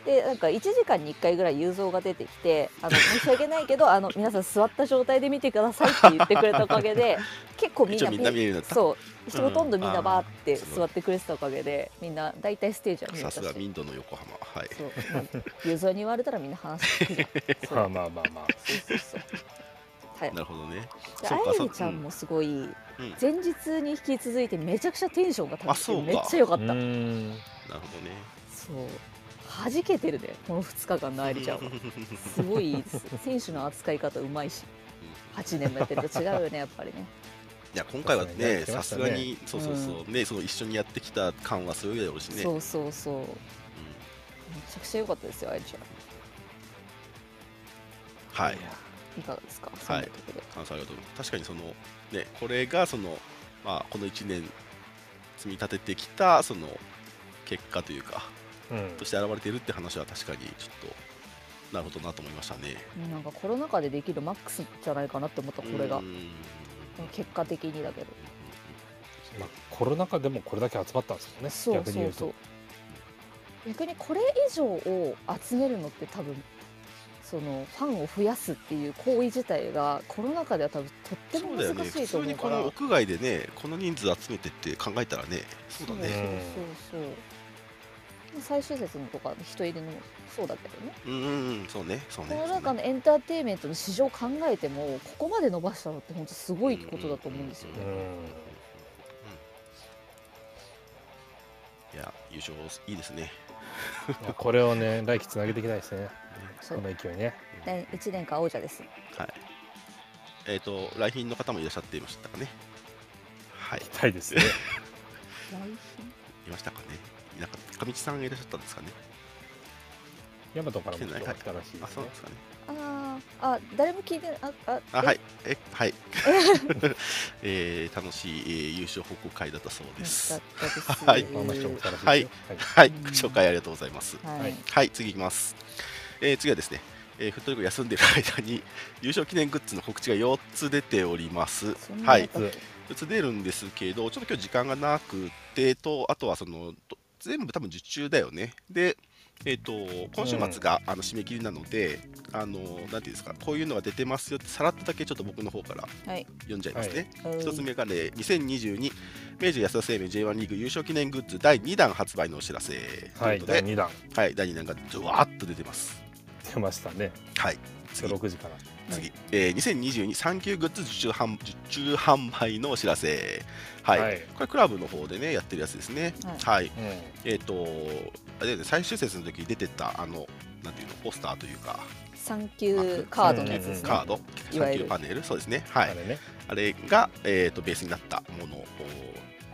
[SPEAKER 4] でなんか1時間に1回ぐらい雄三が出てきてあの申し訳ないけどあの皆さん座った状態で見てくださいって言ってくれたおかげ で結構みん
[SPEAKER 2] 一
[SPEAKER 4] な
[SPEAKER 2] 応みんな見えるようになっ
[SPEAKER 4] そう
[SPEAKER 2] うん
[SPEAKER 4] ほとんどみんなバーっ
[SPEAKER 2] あ
[SPEAKER 4] て
[SPEAKER 2] ー
[SPEAKER 4] 座ってくれてたおかげでみんな大体ステージは
[SPEAKER 2] た。
[SPEAKER 4] 見え
[SPEAKER 2] さ
[SPEAKER 4] たし
[SPEAKER 2] すがミンドの横浜。はい。
[SPEAKER 4] そうまあ雄三に言われたらみんな話して くるじ
[SPEAKER 1] ま
[SPEAKER 4] ゃ
[SPEAKER 1] あ
[SPEAKER 4] ん
[SPEAKER 1] まあまあまあ
[SPEAKER 4] そうそうそうそうはい
[SPEAKER 2] なるほどね。
[SPEAKER 4] で
[SPEAKER 2] そうか
[SPEAKER 4] あや
[SPEAKER 2] そう
[SPEAKER 4] みちゃんもすごい、
[SPEAKER 2] うん
[SPEAKER 4] 前日に引き続いてめちゃくちゃテンションが
[SPEAKER 2] あ
[SPEAKER 4] 高く
[SPEAKER 2] そうか
[SPEAKER 4] てめっちゃ良か
[SPEAKER 1] う
[SPEAKER 4] ったそう
[SPEAKER 1] ーん
[SPEAKER 2] なるほどね。
[SPEAKER 4] 弾けてるねこの2日間のありちゃんはすごいいいです選手の扱い方うまいし8年もやってると違うよ ねやっぱりね
[SPEAKER 2] いや今回は
[SPEAKER 1] そうです
[SPEAKER 2] ね、
[SPEAKER 1] ね
[SPEAKER 2] さすがに、そうそうそう、ね、その一緒にやってきた感はすごいだろうしね。
[SPEAKER 4] そうそうそうめ
[SPEAKER 2] うん
[SPEAKER 4] ちゃくちゃ良かったですよあやみちゃん
[SPEAKER 2] はい。
[SPEAKER 4] いかがですか
[SPEAKER 2] はい
[SPEAKER 4] そんなとこ
[SPEAKER 2] 感想ありがとうございます確かにその、ね、これがその、まあ、この1年積み立ててきたその結果というか
[SPEAKER 1] うん
[SPEAKER 2] として現れているって話は確かにちょっとなるほどなと思いましたね。
[SPEAKER 4] でなんかコロナ禍でできるマックスじゃないかなって思ったこれが
[SPEAKER 2] うーん
[SPEAKER 4] 結果的にだけど
[SPEAKER 1] まあ、コロナ禍でもこれだけ集まったんですもんね
[SPEAKER 4] そう
[SPEAKER 1] 逆に
[SPEAKER 4] そ
[SPEAKER 1] 言
[SPEAKER 4] う
[SPEAKER 1] う
[SPEAKER 4] そう
[SPEAKER 1] と
[SPEAKER 4] 逆にこれ以上を集めるのって多分そのファンを増やすっていう行為自体がコロナ禍では多分とって
[SPEAKER 2] そ
[SPEAKER 4] も
[SPEAKER 2] うだよね
[SPEAKER 4] 難し
[SPEAKER 2] 普
[SPEAKER 4] いと
[SPEAKER 2] 通
[SPEAKER 4] 思
[SPEAKER 2] に
[SPEAKER 4] うか
[SPEAKER 2] こ
[SPEAKER 4] ら
[SPEAKER 2] の屋外でねこの人数集めてって考えたらねそうだね
[SPEAKER 4] そうそうそうまあ最終節のとか人入りのもそうだけどね
[SPEAKER 2] うんうんうんそうねそう
[SPEAKER 4] こ
[SPEAKER 2] ね
[SPEAKER 4] の
[SPEAKER 2] そう
[SPEAKER 4] 中
[SPEAKER 2] ね
[SPEAKER 4] のエンターテインメントの市場を考えてもここまで伸ばしたのって本当すごいことだと思うんですよ
[SPEAKER 1] う
[SPEAKER 4] ね
[SPEAKER 1] ん
[SPEAKER 2] いや優勝いいですね。
[SPEAKER 1] いやこれをね来季つなげていきたいですね
[SPEAKER 4] そ
[SPEAKER 1] こ
[SPEAKER 4] う
[SPEAKER 1] の勢いね
[SPEAKER 4] ね1年間王者です
[SPEAKER 2] はい。えっ、と、来賓の方もいらっしゃっていましたかね。はい、
[SPEAKER 1] たい ですね
[SPEAKER 4] 来
[SPEAKER 2] いましたかね。いなかった。上地さんがいらっしゃったんですかね。
[SPEAKER 1] ヤマトからも来たらしいで
[SPEAKER 2] あ、
[SPEAKER 1] す
[SPEAKER 2] そう
[SPEAKER 1] ね
[SPEAKER 2] ですかね。
[SPEAKER 4] あーあ誰も聞いてないああ
[SPEAKER 2] あ、
[SPEAKER 4] え
[SPEAKER 2] はい。え、 はい。えー楽しい、えー優勝報告会だったそうで
[SPEAKER 4] だっ
[SPEAKER 2] す。
[SPEAKER 4] たで す
[SPEAKER 2] は
[SPEAKER 1] まああの人も来たらしいですよ
[SPEAKER 2] は
[SPEAKER 1] は
[SPEAKER 2] い
[SPEAKER 1] い
[SPEAKER 2] はい、
[SPEAKER 4] うん
[SPEAKER 2] ご紹介ありがとうございます。
[SPEAKER 4] はい、
[SPEAKER 1] はい
[SPEAKER 2] はい、次いきます。えー次はですね、えー、フットリコ休んでる間に優勝記念グッズの告知が4つ出ております
[SPEAKER 4] そん。な
[SPEAKER 2] は
[SPEAKER 4] や
[SPEAKER 2] い
[SPEAKER 4] つ、
[SPEAKER 1] はい
[SPEAKER 2] 打つ出るんですけど、ちょっと今日時間がなくてと、あとはそのと全部多分受注だよね。で、えっ、と今週末が、あの締め切りなので、あのなんていうんですか、こういうのが出てますよってさらっとだけちょっと僕の方から
[SPEAKER 4] はい
[SPEAKER 2] 読んじゃいますね。
[SPEAKER 4] うん
[SPEAKER 2] 一つ目がね、2022明治安田生命 J1 リーグ優勝記念グッズ第2弾発売のお知らせ
[SPEAKER 1] はい
[SPEAKER 2] ということ
[SPEAKER 1] 第
[SPEAKER 2] で、
[SPEAKER 1] 2弾
[SPEAKER 2] はい、第2弾がドワーッと出てます。
[SPEAKER 1] 出ましたね
[SPEAKER 2] はい、次
[SPEAKER 1] 6時から
[SPEAKER 2] 次、えー、2022サンキューグッズ受注販受注販売のお知らせ、はい
[SPEAKER 1] はい
[SPEAKER 2] これクラブの方でねやってるやつですね、
[SPEAKER 4] は
[SPEAKER 2] は
[SPEAKER 4] い
[SPEAKER 2] い
[SPEAKER 1] うん
[SPEAKER 2] えっ、とあれだよね最終節の時に出てたあのなんていうのポスターというか
[SPEAKER 4] サンキューカードのやつですね。
[SPEAKER 2] カード、
[SPEAKER 4] い
[SPEAKER 2] サ
[SPEAKER 4] わ
[SPEAKER 2] ン
[SPEAKER 4] ゆる
[SPEAKER 2] キューパネルそうですねは
[SPEAKER 1] あ
[SPEAKER 2] い
[SPEAKER 1] れね
[SPEAKER 2] あれが、えー、とベースになったもの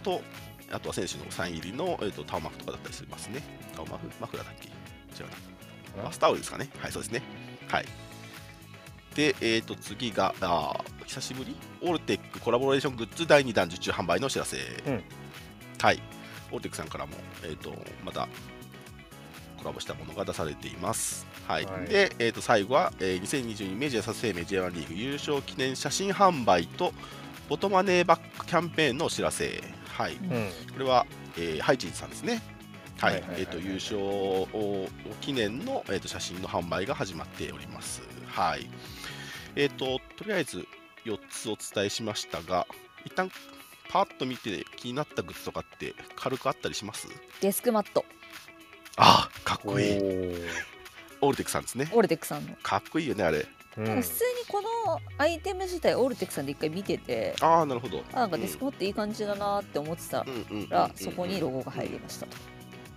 [SPEAKER 2] とあとは選手のサイン入りの、えー、とタオマフとかだったりしますねタオマフマフラーだっけ違うなバスタオルですかね。はい、そうですね。はい。で、えっ、と、次が、あー久しぶりオルテックコラボレーショングッズ第2弾受注販売のお知らせ。
[SPEAKER 1] うん
[SPEAKER 2] はい。オルテックさんからも、えっ、と、また、コラボしたものが出されています。はい。
[SPEAKER 1] はい
[SPEAKER 2] で、えっ、と、最後は、えー、2022明治安田生命 J1 リーグ優勝記念写真販売と、ボトマネーバックキャンペーンのお知らせ。はい。
[SPEAKER 1] うん
[SPEAKER 2] これは、えーハイジンさんですね。はい
[SPEAKER 1] はいはいはいはい、
[SPEAKER 2] えっ、と優勝を記念のえっ、と写真の販売が始まっております。はい。えっ、ととりあえず4つお伝えしましたが、一旦パッと見て気になったグッズとかって軽くあったりします？
[SPEAKER 4] デスクマット、
[SPEAKER 2] ああ、かっ
[SPEAKER 1] お
[SPEAKER 2] こいい。
[SPEAKER 1] ー
[SPEAKER 2] オルテックさんですね。
[SPEAKER 4] オルテックさんの。
[SPEAKER 2] かっこいいよねあれ。
[SPEAKER 1] う
[SPEAKER 4] なん
[SPEAKER 1] ん
[SPEAKER 4] か普通にこのアイテム自体オルテックさんで一回見てて、
[SPEAKER 2] ああ、なるほど。
[SPEAKER 4] あなんかデスクマットいい感じだなって思ってた
[SPEAKER 2] うんうんうんうん
[SPEAKER 4] ら、そこにロゴが入りましたと。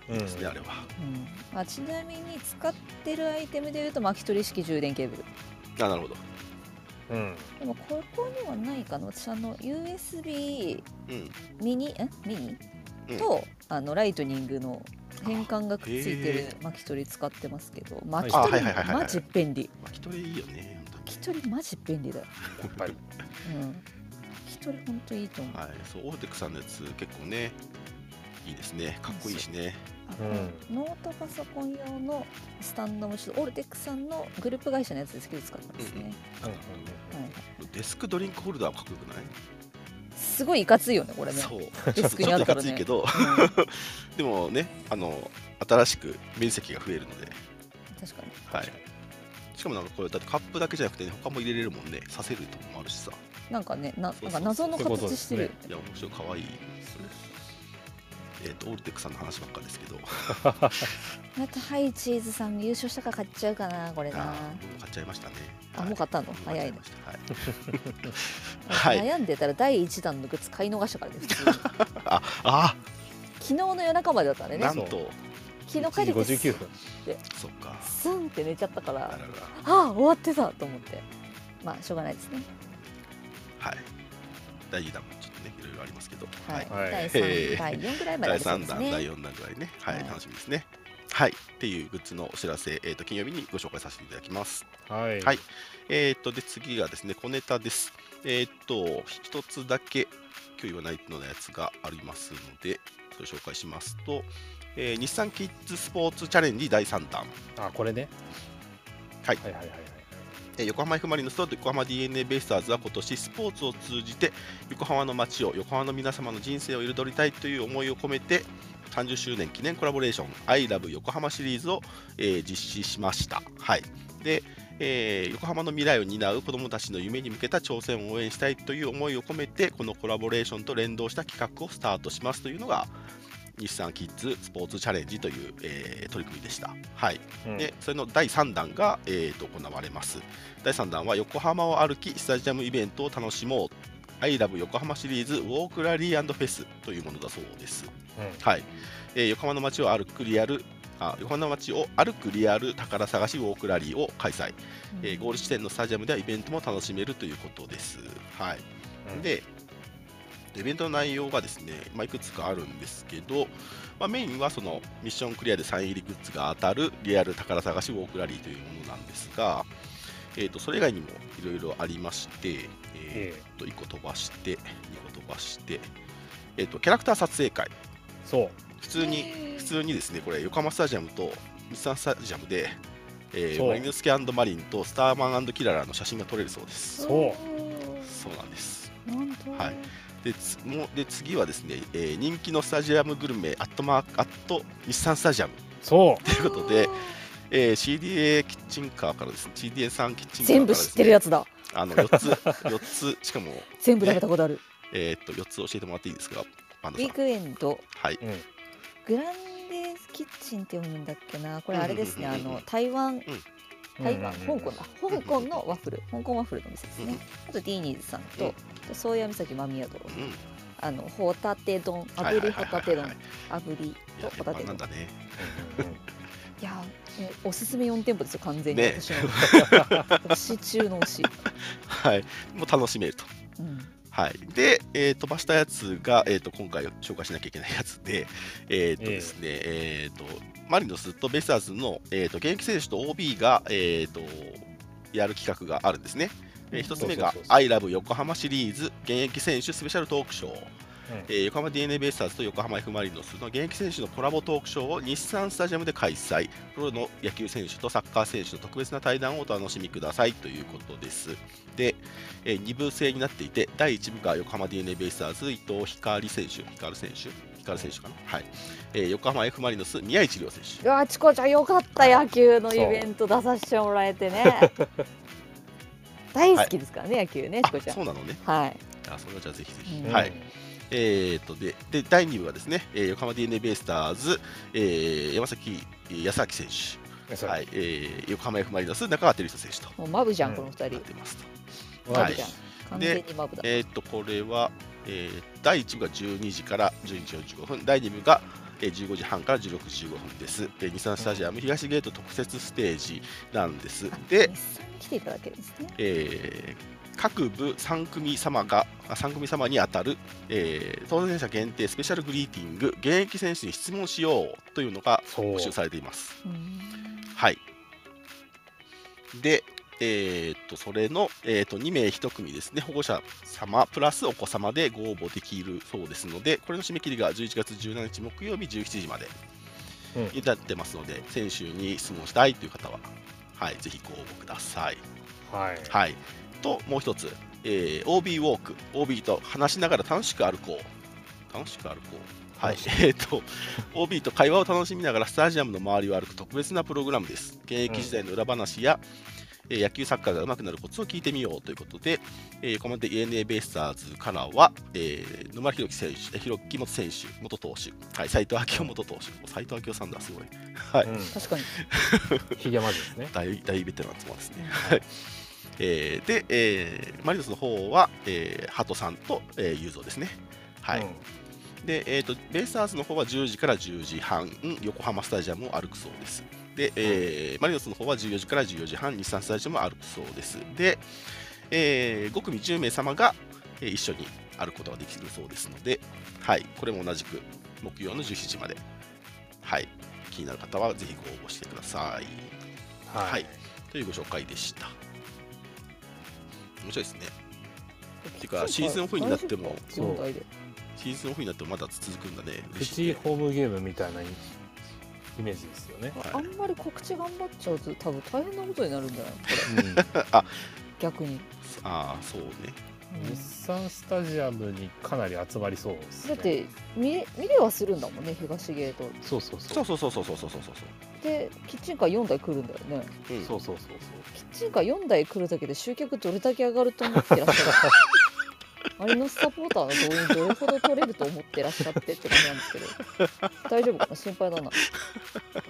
[SPEAKER 1] うん
[SPEAKER 2] ですねあれは。
[SPEAKER 4] うんまあ、ちなみに使ってるアイテムでいうと巻き取り式充電ケーブル
[SPEAKER 2] あなるほど。
[SPEAKER 1] うん
[SPEAKER 4] でもここにはないかな私あの USB
[SPEAKER 2] うん。
[SPEAKER 4] ミニえミニ、
[SPEAKER 2] うん
[SPEAKER 4] とあのライトニングの変換がくっついて
[SPEAKER 2] へ
[SPEAKER 4] る巻き取り使ってますけど
[SPEAKER 1] い
[SPEAKER 4] 巻き
[SPEAKER 1] あ
[SPEAKER 4] 取
[SPEAKER 2] はい
[SPEAKER 4] り
[SPEAKER 2] はいはいはいはい
[SPEAKER 4] マジ便利
[SPEAKER 2] 巻き取りいいよね。本
[SPEAKER 4] 巻き取りマジ便利だよ
[SPEAKER 1] やっぱり
[SPEAKER 4] うん、一人本当いいと思う、
[SPEAKER 2] 当にはい。そうオルテックさんのやつ結構ね。いいいですねかっこいいしね
[SPEAKER 4] あ
[SPEAKER 1] うん
[SPEAKER 4] これノートパソコン用のスタンドもちょっとオルテックさんのグループ会社のやつですけど使ったんですね、
[SPEAKER 1] うんうん
[SPEAKER 4] はい、
[SPEAKER 2] デスクドリンクホルダーもかっこよくない
[SPEAKER 4] すごいいかついよねこれね
[SPEAKER 2] そう
[SPEAKER 4] デスクにあ
[SPEAKER 2] ちょっといか
[SPEAKER 4] るから
[SPEAKER 2] ついけ
[SPEAKER 4] ね
[SPEAKER 2] ど
[SPEAKER 4] うん確か
[SPEAKER 2] でもねあの新しく面積が増えるので、
[SPEAKER 4] に
[SPEAKER 2] はい、しかもなんかこれだってカップだけじゃなくて、ね、他も入れれるもんね刺せるとこもあるしさ
[SPEAKER 4] なんかねな
[SPEAKER 2] そうそ
[SPEAKER 4] な
[SPEAKER 2] うん
[SPEAKER 4] か謎
[SPEAKER 1] そ
[SPEAKER 4] の
[SPEAKER 1] ういうことで
[SPEAKER 4] 形し
[SPEAKER 1] す
[SPEAKER 4] てる
[SPEAKER 1] ね
[SPEAKER 4] よね
[SPEAKER 2] いや面白い可愛いですねえっ、とオールテックさんの話ばっかりですけど
[SPEAKER 4] あとハイチーズさんが優勝したから買っちゃうかなこれな
[SPEAKER 2] あー僕も買っちゃいましたね
[SPEAKER 4] あもう買ったの
[SPEAKER 2] はい
[SPEAKER 4] 早いね
[SPEAKER 2] もう買っちゃいましたはい はい
[SPEAKER 4] 悩んでたら第1弾のグッズ買い逃したからね普 通に昨
[SPEAKER 2] ああ
[SPEAKER 4] 日の夜中までだったんで
[SPEAKER 2] ー
[SPEAKER 4] ね
[SPEAKER 2] なん
[SPEAKER 1] そう
[SPEAKER 2] と
[SPEAKER 4] 昨日帰って
[SPEAKER 1] 1時
[SPEAKER 4] きて
[SPEAKER 1] 59分
[SPEAKER 2] そっか
[SPEAKER 4] スンって寝ちゃったか
[SPEAKER 2] あ
[SPEAKER 4] ら
[SPEAKER 2] らら
[SPEAKER 4] ああ終わってたと思ってまあしょうがないですね
[SPEAKER 2] はい第2弾もちょっとねいろいろありますけど
[SPEAKER 4] はい、
[SPEAKER 1] はい
[SPEAKER 4] 第
[SPEAKER 2] え
[SPEAKER 4] 3
[SPEAKER 2] ー
[SPEAKER 4] 第4ぐらいま
[SPEAKER 2] 第
[SPEAKER 4] でです
[SPEAKER 2] 3弾、
[SPEAKER 4] ね
[SPEAKER 2] 第4弾ぐらいね、はい、
[SPEAKER 4] はい
[SPEAKER 2] 楽しみですね。はい、っていうグッズのお知らせ、えー、と金曜日にご紹介させていただきます。
[SPEAKER 1] はい
[SPEAKER 2] はいえー、とで次がですね、小ネタです。えー、と一つだけ今日言わないのやつがありますので、それ紹介しますと、えー日産キッズスポーツチャレンジ第3弾、
[SPEAKER 1] あこれね
[SPEAKER 2] はい
[SPEAKER 1] はいはいはいはい
[SPEAKER 2] えー横浜 F ・マリノスと横浜 d n a ベイスターズは今年スポーツを通じて横浜の街を横浜の皆様の人生を彩りたいという思いを込めて30周年記念コラボレーション「ILOVE 横浜」シリーズを、えー実施しました。はいでえー横浜の未来を担う子どもたちの夢に向けた挑戦を応援したいという思いを込めてこのコラボレーションと連動した企画をスタートしますというのが日産キッズスポーツチャレンジという、えー取り組みでした。はい
[SPEAKER 1] うん
[SPEAKER 2] でそれの第3弾が、えーと行われます第3弾は横浜を歩きスタジアムイベントを楽しもう I love 横浜シリーズウォークラリーフェスというものだそうです、
[SPEAKER 1] うん
[SPEAKER 2] はいえー横浜の街を歩くリアルあ横浜の街を歩くリアル宝探しウォークラリーを開催、えーゴール地点のスタジアムではイベントも楽しめるということです、はい、
[SPEAKER 1] うん
[SPEAKER 2] で、イベントの内容がですね、まあ、いくつかあるんですけど、まあ、メインはそのミッションクリアでサイン入りグッズが当たるリアル宝探しウォークラリーというものなんですが、えー、とそれ以外にもいろいろありまして、え
[SPEAKER 1] ええ
[SPEAKER 2] ーと1個飛ばして、2個飛ばして、えー、とキャラクター撮影会、
[SPEAKER 1] そう
[SPEAKER 2] 普通に普通にですねこれ横浜スタジアムと日産スタジアムで、え
[SPEAKER 1] そ
[SPEAKER 2] ー、
[SPEAKER 1] う
[SPEAKER 2] マリノスケマリンとスターマンキララの写真が撮れるそうです。
[SPEAKER 1] そう
[SPEAKER 2] そうなんです
[SPEAKER 4] なんと
[SPEAKER 2] はいでつもうで次はですね、えー人気のスタジアムグルメアットマークアット日産スタジアム
[SPEAKER 1] そ
[SPEAKER 2] ということで、えー CDA キッチンカーからですね CDA さんキッチンカーから
[SPEAKER 4] 全部知ってるや
[SPEAKER 2] つ
[SPEAKER 4] つだ
[SPEAKER 2] あの4つ 四つしかも、
[SPEAKER 4] 全部食べたことある
[SPEAKER 2] えーっと4つ教えてもらっていいですかパン
[SPEAKER 4] ウ
[SPEAKER 2] ダさ
[SPEAKER 4] ィ
[SPEAKER 2] ん
[SPEAKER 4] ークエンド
[SPEAKER 2] はい、
[SPEAKER 1] う、うん、
[SPEAKER 4] グランデキッチンって読むんだっけなこれあれですね
[SPEAKER 2] うんう
[SPEAKER 4] あ
[SPEAKER 2] んうんうん
[SPEAKER 4] の台湾台湾
[SPEAKER 1] うん
[SPEAKER 4] 香港だ香港のワッフル香港ワッフルの店です
[SPEAKER 2] うんう
[SPEAKER 4] ね
[SPEAKER 2] ん
[SPEAKER 4] あとディーニーズさん
[SPEAKER 2] う
[SPEAKER 4] と
[SPEAKER 2] ん
[SPEAKER 4] あと宗谷岬間宮堂
[SPEAKER 2] うん
[SPEAKER 4] あのホタテ丼
[SPEAKER 2] はい
[SPEAKER 4] 炙
[SPEAKER 2] はい
[SPEAKER 4] り
[SPEAKER 2] は
[SPEAKER 4] ホ
[SPEAKER 2] いはい
[SPEAKER 4] タテ
[SPEAKER 2] は
[SPEAKER 4] 丼
[SPEAKER 2] い
[SPEAKER 4] 炙り
[SPEAKER 2] い
[SPEAKER 4] と
[SPEAKER 2] や
[SPEAKER 4] ホ
[SPEAKER 2] や
[SPEAKER 4] タ
[SPEAKER 2] っぱ
[SPEAKER 4] テ
[SPEAKER 2] な
[SPEAKER 4] 丼
[SPEAKER 2] んだね
[SPEAKER 1] うんうんうん
[SPEAKER 4] いやーもうおすすめ4店舗ですよ完全に
[SPEAKER 2] ね
[SPEAKER 4] 私の推し中の推し
[SPEAKER 2] はいもう楽しめると
[SPEAKER 4] うん
[SPEAKER 2] はい、で、えー飛ばしたやつが、えー、と今回紹介しなきゃいけないやつで、えーと
[SPEAKER 1] ええ
[SPEAKER 2] ですねえーとマリノスとベイスターズの、えー、と現役選手と OB が、えー、とやる企画があるんですね。えー一つ目が
[SPEAKER 1] そうそうそう
[SPEAKER 2] 「
[SPEAKER 1] そう
[SPEAKER 2] ILOVE 横浜」シリーズ現役選手スペシャルトークショー、えー横浜 d n a ベイスターズと横浜 F ・マリノスの現役選手のコラボトークショーを日産スタジアムで開催プロの野球選手とサッカー選手の特別な対談をお楽しみくださいということですで、え2部制になっていて第1部が横浜 d n a ベイスターズ伊藤光選手光選手光選手かな、はいえー横浜 F ・マリノス宮市亮選手
[SPEAKER 4] うわチコちゃんよかった野球のイ
[SPEAKER 1] そう
[SPEAKER 4] ベント出させてもらえてね大好きですからね、野球ねチコち
[SPEAKER 2] あ
[SPEAKER 4] ゃん
[SPEAKER 2] そうなのね
[SPEAKER 4] はい
[SPEAKER 2] あそれはじゃあぜひぜ
[SPEAKER 1] う
[SPEAKER 2] ひ、
[SPEAKER 1] ん
[SPEAKER 2] はいえー、とでで第2部はですね、えー横浜 d n a ベイスターズ、えー山崎康明選手
[SPEAKER 1] そう
[SPEAKER 2] はいえー横浜 F ・マリノス中川照久選手と
[SPEAKER 4] もうマブじゃん、
[SPEAKER 1] うん
[SPEAKER 4] この二
[SPEAKER 2] な
[SPEAKER 4] 人
[SPEAKER 2] ってますと。
[SPEAKER 1] マ
[SPEAKER 4] マ
[SPEAKER 1] ブ
[SPEAKER 4] ブ
[SPEAKER 1] じ
[SPEAKER 4] じ
[SPEAKER 1] ゃ
[SPEAKER 4] ゃ
[SPEAKER 1] ん
[SPEAKER 4] ん
[SPEAKER 2] い
[SPEAKER 4] 完全にマブだ
[SPEAKER 2] えーっとこれは、えー第1部が12時から12時45分、第2部が、えー15時半から16時15分です。えー、日産スタジアム東ゲート特設ステージなんです。で
[SPEAKER 4] 日、産に来ていただけるんですね
[SPEAKER 2] えー各部3組様があ3組様に当たる、えー当選者限定スペシャルグリーティング現役選手に質問しようというのが
[SPEAKER 1] そう
[SPEAKER 2] 募集されています。
[SPEAKER 4] うん
[SPEAKER 2] はい。で、えーっとそれの、えーっと2名1組ですね、保護者様プラスお子様でご応募できるそうですので、これの締め切りが11月17日木曜日17時まで
[SPEAKER 1] うん
[SPEAKER 2] になってますので、先週に質問したいという方は、はい、ぜひご応募ください。
[SPEAKER 1] はい。
[SPEAKER 2] はい、と、もう一つ、えー OB ウォーク、OB と話しながら楽しく歩こう。楽しく歩こう。はい
[SPEAKER 1] 楽しく、
[SPEAKER 2] えっと OB と会話を楽しみながらスタジアムの周りを歩く特別なプログラムです。現役時代の裏話や、えー野球サッカーが上手くなるコツを聞いてみようということで、えーコメント ENA ベイスターズからは、えー沼田宏樹選手、えー宏樹元選手、元投手、はい、斉藤昭夫元投手、斉藤昭夫さんだ、すごい。はい、
[SPEAKER 1] うん。
[SPEAKER 4] 確かに。
[SPEAKER 1] ひげまじですね。
[SPEAKER 2] 大大ベテランってもんですね。はいえーで、えーマリノスの方は、えー、ハトさんと、えー、ユーゾーですね。はい
[SPEAKER 1] うん
[SPEAKER 2] でえー、とベイスターズの方は10時から10時半、うん横浜スタジアムを歩くそうです。で、えーマリノスの方は14時から14時半、日産スタジアムを歩くそうです。で、え5組10名様が、えー一緒に歩くことができるそうですので、はい、これも同じく木曜の17時まで、はい、気になる方はぜひご応募してください。
[SPEAKER 1] は
[SPEAKER 2] はいい。というご紹介でした面白いですねてかシーズンオフになっても
[SPEAKER 1] そう
[SPEAKER 4] 状態で。
[SPEAKER 2] シーズンオフになってもまだ続くんだね
[SPEAKER 1] プ
[SPEAKER 2] 嬉しい
[SPEAKER 1] チ
[SPEAKER 2] ね
[SPEAKER 1] ホームゲームみたいなイメージですよね。
[SPEAKER 2] はい
[SPEAKER 4] あんまり告知頑張っちゃうと多分大変なことになるんじゃないのこ
[SPEAKER 1] う
[SPEAKER 4] れ
[SPEAKER 1] ん
[SPEAKER 4] 逆に。
[SPEAKER 2] ああそうね
[SPEAKER 1] 日産スタジアムにかなり集まりそうです、
[SPEAKER 4] だ
[SPEAKER 1] ね、
[SPEAKER 4] って見れ見れはするんだもんね東ゲート
[SPEAKER 1] そうそう
[SPEAKER 2] そ
[SPEAKER 1] そう
[SPEAKER 2] うそうそうそうそうそうそうそ
[SPEAKER 4] でキッチンカー4台来るんだよね
[SPEAKER 2] う、うん、
[SPEAKER 1] そうそうそうそう
[SPEAKER 4] キッチンカー4台来るだけで集客どれだけ上がると思ってらっ しゃるマリノスサポーターの動員どれほど取れると思ってらっしゃってって感じなんですけど大丈夫かな心配だな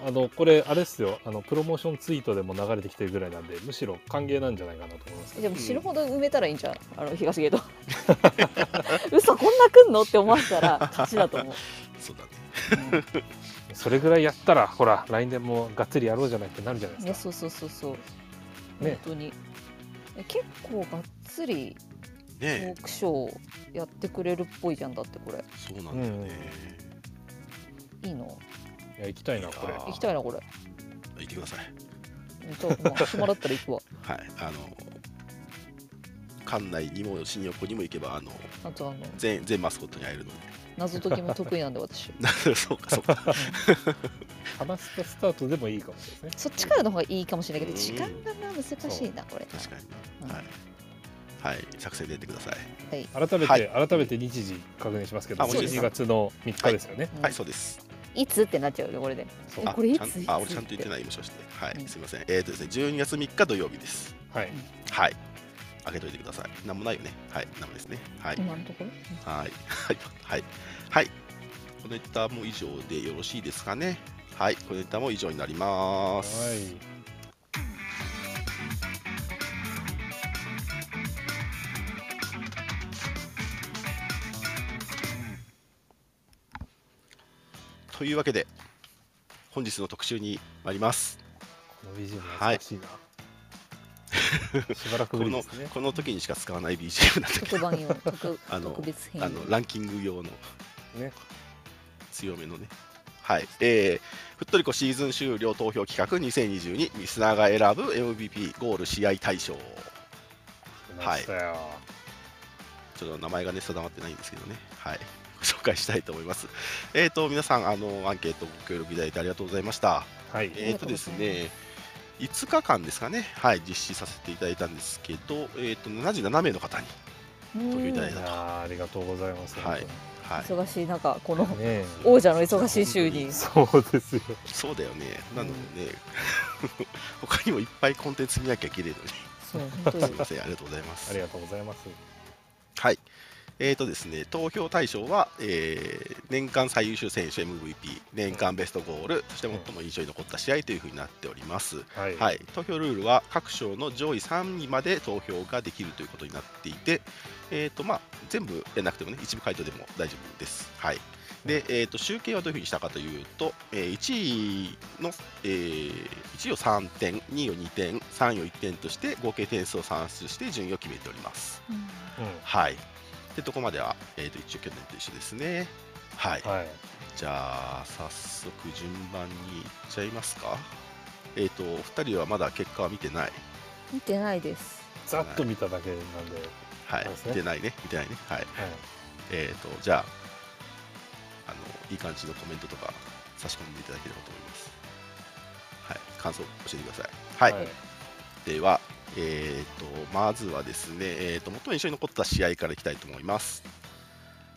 [SPEAKER 1] あのこれあれですよあのプロモーションツイートでも流れてきてるぐらいなんでむしろ歓迎なんじゃないかなと思いますけど
[SPEAKER 4] でも死ぬほど埋めたらいいんじゃんあの東 ゲート嘘こんな来んのって思わせたら勝ちだと思う、
[SPEAKER 2] そうだね
[SPEAKER 1] それぐらいやったらほら来年もがっつりやろうじゃないってなるじゃない
[SPEAKER 4] うん、い
[SPEAKER 1] で
[SPEAKER 4] や
[SPEAKER 1] すか
[SPEAKER 4] そうそうそうそう、
[SPEAKER 1] ね
[SPEAKER 4] 本当にえ結構がっつりト
[SPEAKER 2] ねえ
[SPEAKER 4] ークショーやってくれるっぽいじゃんだってこれ
[SPEAKER 2] そうなんだよね、
[SPEAKER 4] いいの
[SPEAKER 1] いや行きたいなこれ
[SPEAKER 2] あー
[SPEAKER 4] 行きたいなこれ
[SPEAKER 2] 行ってください
[SPEAKER 4] じゃあ まあ暇だったら行くわ
[SPEAKER 2] はいあの館内にも新横にも行けばあの
[SPEAKER 4] あとあの
[SPEAKER 2] 全全マスコットに会えるの
[SPEAKER 4] 謎解きも得意なんで私
[SPEAKER 2] でそうかそうか
[SPEAKER 1] 話したスタートでもいいかもしれないですね
[SPEAKER 4] そっちからの方がいいかもしれないけ
[SPEAKER 2] う
[SPEAKER 4] ど
[SPEAKER 2] ん
[SPEAKER 4] 時間がな難しいなこれ
[SPEAKER 2] 確か
[SPEAKER 4] うん
[SPEAKER 2] にはいはい作戦でやってください
[SPEAKER 1] 改めて、
[SPEAKER 2] はい
[SPEAKER 1] 改めて日時確認しますけど
[SPEAKER 2] あも
[SPEAKER 4] ちろん
[SPEAKER 1] 1月の3日ですよね、
[SPEAKER 4] うん
[SPEAKER 2] はいそうです
[SPEAKER 4] いつってなっちゃうよこれで
[SPEAKER 1] そう
[SPEAKER 4] え
[SPEAKER 2] あ
[SPEAKER 4] これい
[SPEAKER 2] ちゃん
[SPEAKER 4] ついつ
[SPEAKER 2] あ、俺ちゃんと言ってない、もしかして。はい、すみません。えっ、とですね、12月3日土曜日です。
[SPEAKER 1] はい
[SPEAKER 2] はい。開けといてください。なんもないよね。はい、なんもですね。はい。
[SPEAKER 4] 今のところ
[SPEAKER 2] はい。 はい。はい。はい。このネタも以上でよろしいですかね。はい。このネタも以上になりま
[SPEAKER 1] は
[SPEAKER 2] す。
[SPEAKER 1] い
[SPEAKER 2] というわけで、本日の特集に参ります。
[SPEAKER 1] この BGM 懐かしいな、しばらく
[SPEAKER 2] こ
[SPEAKER 1] ぶり
[SPEAKER 2] の
[SPEAKER 1] ですね
[SPEAKER 2] この時にしか使わない BGM なんだけ
[SPEAKER 4] 特 番用特
[SPEAKER 2] あの
[SPEAKER 4] 特別編
[SPEAKER 2] ど、あのランキング用の
[SPEAKER 1] ね
[SPEAKER 2] 強めのね。はい。えー、ふっとりこシーズン終了投票企画2022リスナーが選ぶ MVP ゴール試合大賞。
[SPEAKER 1] 来ましたよ、
[SPEAKER 2] ちょっと名前がね定まってないんですけどね。はい。 ご紹介したいと思います。えーと皆さんあのアンケートご協力いただいてありがとうございました。
[SPEAKER 1] はい
[SPEAKER 2] えーとですね。5日間ですかね、はい、実施させていただいたんですけど、えー、と77名の方に、
[SPEAKER 4] うん
[SPEAKER 2] 時々
[SPEAKER 1] いやーありがとうございます。
[SPEAKER 2] はいはい、
[SPEAKER 4] 忙しい中この
[SPEAKER 1] 本当にね
[SPEAKER 4] 王者の忙しい週に
[SPEAKER 1] えそうですよ。
[SPEAKER 2] そうだよね、なのでね、 他にもいっぱいコンテンツ見なきゃいけないのに、
[SPEAKER 4] そう本当に
[SPEAKER 2] すみません、ありがとうございます
[SPEAKER 1] あり。がとうございます。
[SPEAKER 2] はい。えーとですね、投票対象は、えー年間最優秀選手 MVP、年間ベストゴール、そして最も印象に残った試合というふうになっております。
[SPEAKER 1] はい。
[SPEAKER 2] はい、投票ルールは各賞の上位3位まで投票ができるということになっていて、えーとまあ、全部やんなくてもね、一部回答でも大丈夫です。はいでえー、と集計はどういうふうにしたかというと、えー1位の、えー1位を3点、2位を2点、3位を1点として、合計点数を算出して順位を決めております。
[SPEAKER 1] うん
[SPEAKER 2] はい。で、とこまでは、えー、と一応去年と一緒ですね。はい。
[SPEAKER 1] はい。
[SPEAKER 2] じゃあ、早速順番にいっちゃいますか。えっ、と、お二人はまだ結果は見てない。
[SPEAKER 4] 見てないです
[SPEAKER 1] ざっと見ただけなんで、
[SPEAKER 2] はい
[SPEAKER 1] そうですね
[SPEAKER 2] 見てないね見てないねはい
[SPEAKER 1] はい、
[SPEAKER 2] えー、とじゃああのいい感じのコメントとか差し込んでいただければと思いますはい感想教えてくださいはい、
[SPEAKER 1] はい
[SPEAKER 2] ではえー、とまずはですね、えー、と最も印象に残った試合からいきたいと思います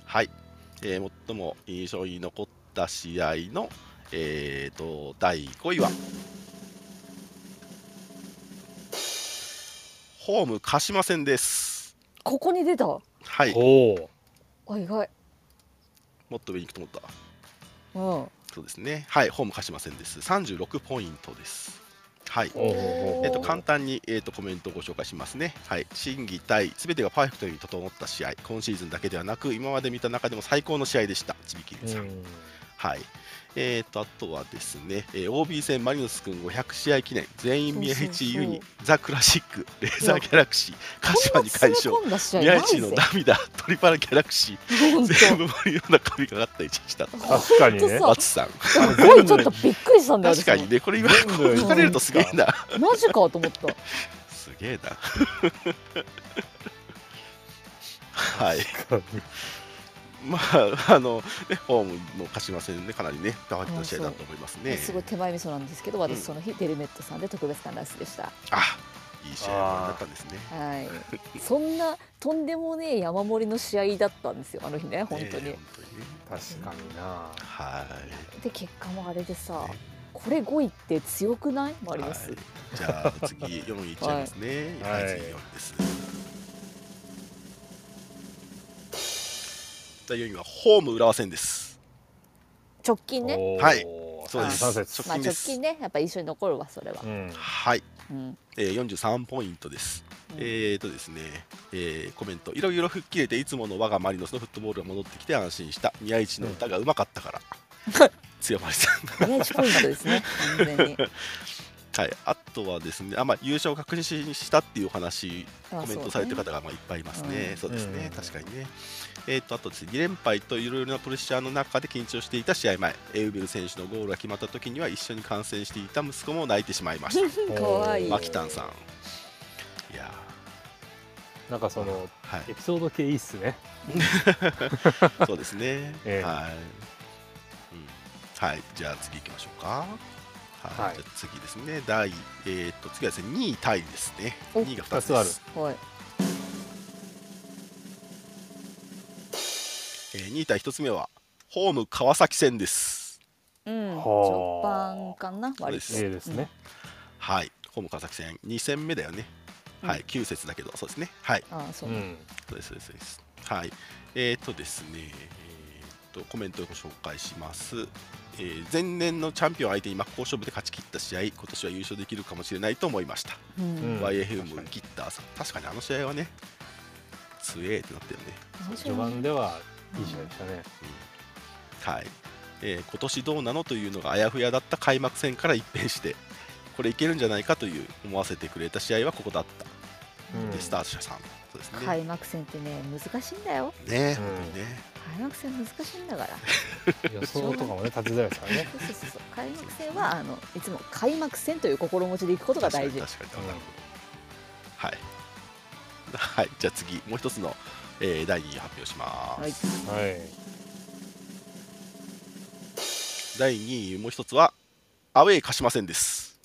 [SPEAKER 2] はい、えー最も印象に残った試合のえー、と第5位はホーム鹿島戦です
[SPEAKER 4] ここに出たあ
[SPEAKER 2] はい
[SPEAKER 1] おお
[SPEAKER 4] 意外
[SPEAKER 2] もっと上に行くと思った
[SPEAKER 4] うん
[SPEAKER 2] そうですね。はい、ホーム勝ちませんです。36ポイントです。はい。
[SPEAKER 1] おお
[SPEAKER 2] えっと、簡単に、えっと、コメントをご紹介しますね。はい。審議対すべてがパーフェクトに整った試合。今シーズンだけではなく、今まで見た中でも最高の試合でした。ちびきりんさん。 はい。えっと、あとはですね、えー OB 戦マリノス君500試合記念、全員宮市ユ
[SPEAKER 4] そう
[SPEAKER 2] ニ
[SPEAKER 4] そう、
[SPEAKER 2] ザ・クラシック、レーザー・ギャラクシー、鹿島に快勝
[SPEAKER 4] こ。んな詰め
[SPEAKER 2] 宮
[SPEAKER 4] 込んだ
[SPEAKER 2] 市
[SPEAKER 4] 試合
[SPEAKER 2] の
[SPEAKER 4] ないぜ
[SPEAKER 2] 涙、トリパラ・ギャラクシ
[SPEAKER 4] ほ
[SPEAKER 2] ー、
[SPEAKER 4] んと
[SPEAKER 2] 全部マリノの中身がかった一日だった。
[SPEAKER 1] 確かにね
[SPEAKER 4] ほんと
[SPEAKER 2] 松さん。
[SPEAKER 4] さすごいちょっとびっくりしたんだよ
[SPEAKER 2] 確かにね、これ今、こ
[SPEAKER 1] 全
[SPEAKER 2] う
[SPEAKER 1] 部
[SPEAKER 2] 聞かれるとすげえな。
[SPEAKER 4] 私もマジかと思った
[SPEAKER 2] すげえな。 はい。まあ、あの、ね、ホームの鹿島戦でかなりね、パワーフの試合だと思いますね。
[SPEAKER 4] すごい手前味噌なんですけど私その日デルメットさんで特別感ラスでした
[SPEAKER 2] あ、いい試合だったんですね。
[SPEAKER 4] はい、そんなとんでもねえ山盛りの試合だったんですよあの日ね本当
[SPEAKER 2] ね本
[SPEAKER 4] に、
[SPEAKER 2] 当にね
[SPEAKER 1] 確かにな
[SPEAKER 2] はい。
[SPEAKER 4] で結果もあれでさ
[SPEAKER 2] ね
[SPEAKER 4] これ5位って強くないマリノス、
[SPEAKER 2] はいじゃあ、次、4位いっちゃいます ね。
[SPEAKER 1] は
[SPEAKER 2] はいい、次、4位です。第4位は、ホーム浦和戦です。
[SPEAKER 4] 直近ね
[SPEAKER 2] はい
[SPEAKER 1] そうです3節
[SPEAKER 4] まあ
[SPEAKER 2] 直近
[SPEAKER 4] 直
[SPEAKER 2] です
[SPEAKER 4] 近ねやっぱ一緒に残るわそれは
[SPEAKER 1] う、ん
[SPEAKER 2] はい。
[SPEAKER 4] うん
[SPEAKER 2] えー、43ポイントです。
[SPEAKER 4] うん
[SPEAKER 2] えーとですね、えーコメント、いろいろ吹っ切れて、いつもの我がマリノスのフットボールが戻ってきて安心した、宮市の歌がうまかったから、強まりさん。
[SPEAKER 4] 宮市ポイン トですね完全に
[SPEAKER 2] はい、あとはですね、あまあ、優勝を確認したっていうお話、
[SPEAKER 4] あ
[SPEAKER 2] コメン
[SPEAKER 4] そう
[SPEAKER 2] ト
[SPEAKER 4] ね
[SPEAKER 2] されてる方がまあいっぱいいますね、
[SPEAKER 4] うん
[SPEAKER 2] そうですね、
[SPEAKER 1] うん
[SPEAKER 2] 確かにね。えー、とあとですね、2連敗といろいろなプレッシャーの中で緊張していた試合前、エウベル選手のゴールが決まった時には、一緒に観戦していた息子も泣いてしまいまし
[SPEAKER 4] かわい
[SPEAKER 2] た、
[SPEAKER 4] い
[SPEAKER 2] マキタンさん。いや
[SPEAKER 1] なんか
[SPEAKER 2] ー
[SPEAKER 1] その、
[SPEAKER 2] はい、
[SPEAKER 1] エピソード系いいっすね
[SPEAKER 2] そうですね。
[SPEAKER 1] ええ
[SPEAKER 2] はい、うん。はい、じゃあ次行きましょうか。はい、
[SPEAKER 1] はい
[SPEAKER 2] じゃあ次ですね。第えーっと次はですね2位タイですね。
[SPEAKER 4] お
[SPEAKER 2] 2位が2
[SPEAKER 1] 二
[SPEAKER 2] つ
[SPEAKER 1] つあ
[SPEAKER 2] で
[SPEAKER 1] る
[SPEAKER 2] す。
[SPEAKER 4] はい
[SPEAKER 2] えー、2位タイ1つ目はホーム川崎戦です。
[SPEAKER 4] うん
[SPEAKER 1] はあ
[SPEAKER 4] 序盤かな割と
[SPEAKER 2] そう
[SPEAKER 1] いいですね、
[SPEAKER 2] はい、ホーム川崎戦2戦目だよね。は
[SPEAKER 4] う
[SPEAKER 2] い、9節だけどそうですね。はい、
[SPEAKER 4] うんあそうう、ね
[SPEAKER 1] ん
[SPEAKER 2] そうですそうですそうです。はい、えー、っとですね。えーっとコメントをご紹介します、えー前年のチャンピオン相手に真っ向勝負で勝ち切った試合今年は優勝できるかもしれないと思いました
[SPEAKER 4] うん
[SPEAKER 1] うん
[SPEAKER 2] YFM ギッターさん確かにあの試合はね強えってなったよね、
[SPEAKER 4] 面白
[SPEAKER 1] 序
[SPEAKER 4] い
[SPEAKER 1] 盤ではいい試合でしたね、
[SPEAKER 2] うんはい、えー今年どうなのというのがあやふやだった開幕戦から一変してこれいけるんじゃないかという思わせてくれた試合はここだった、
[SPEAKER 1] うん
[SPEAKER 2] でスターシャさんそうですね,、
[SPEAKER 4] 開幕戦ってね難しいんだよ
[SPEAKER 2] ね
[SPEAKER 1] うん
[SPEAKER 2] 本当にね
[SPEAKER 4] 開幕戦難しい んだから
[SPEAKER 1] 予想とかもね立てづらいですからね
[SPEAKER 4] そうそうそうそう開幕戦はあのいつも開幕戦という心持ちでいくことが大事
[SPEAKER 2] 確かに確かになるほどはい、はい、じゃあ次もう一つの、えー第2位発表します、
[SPEAKER 4] はい
[SPEAKER 1] はい
[SPEAKER 2] 第2位もう一つはアウェイ鹿島戦です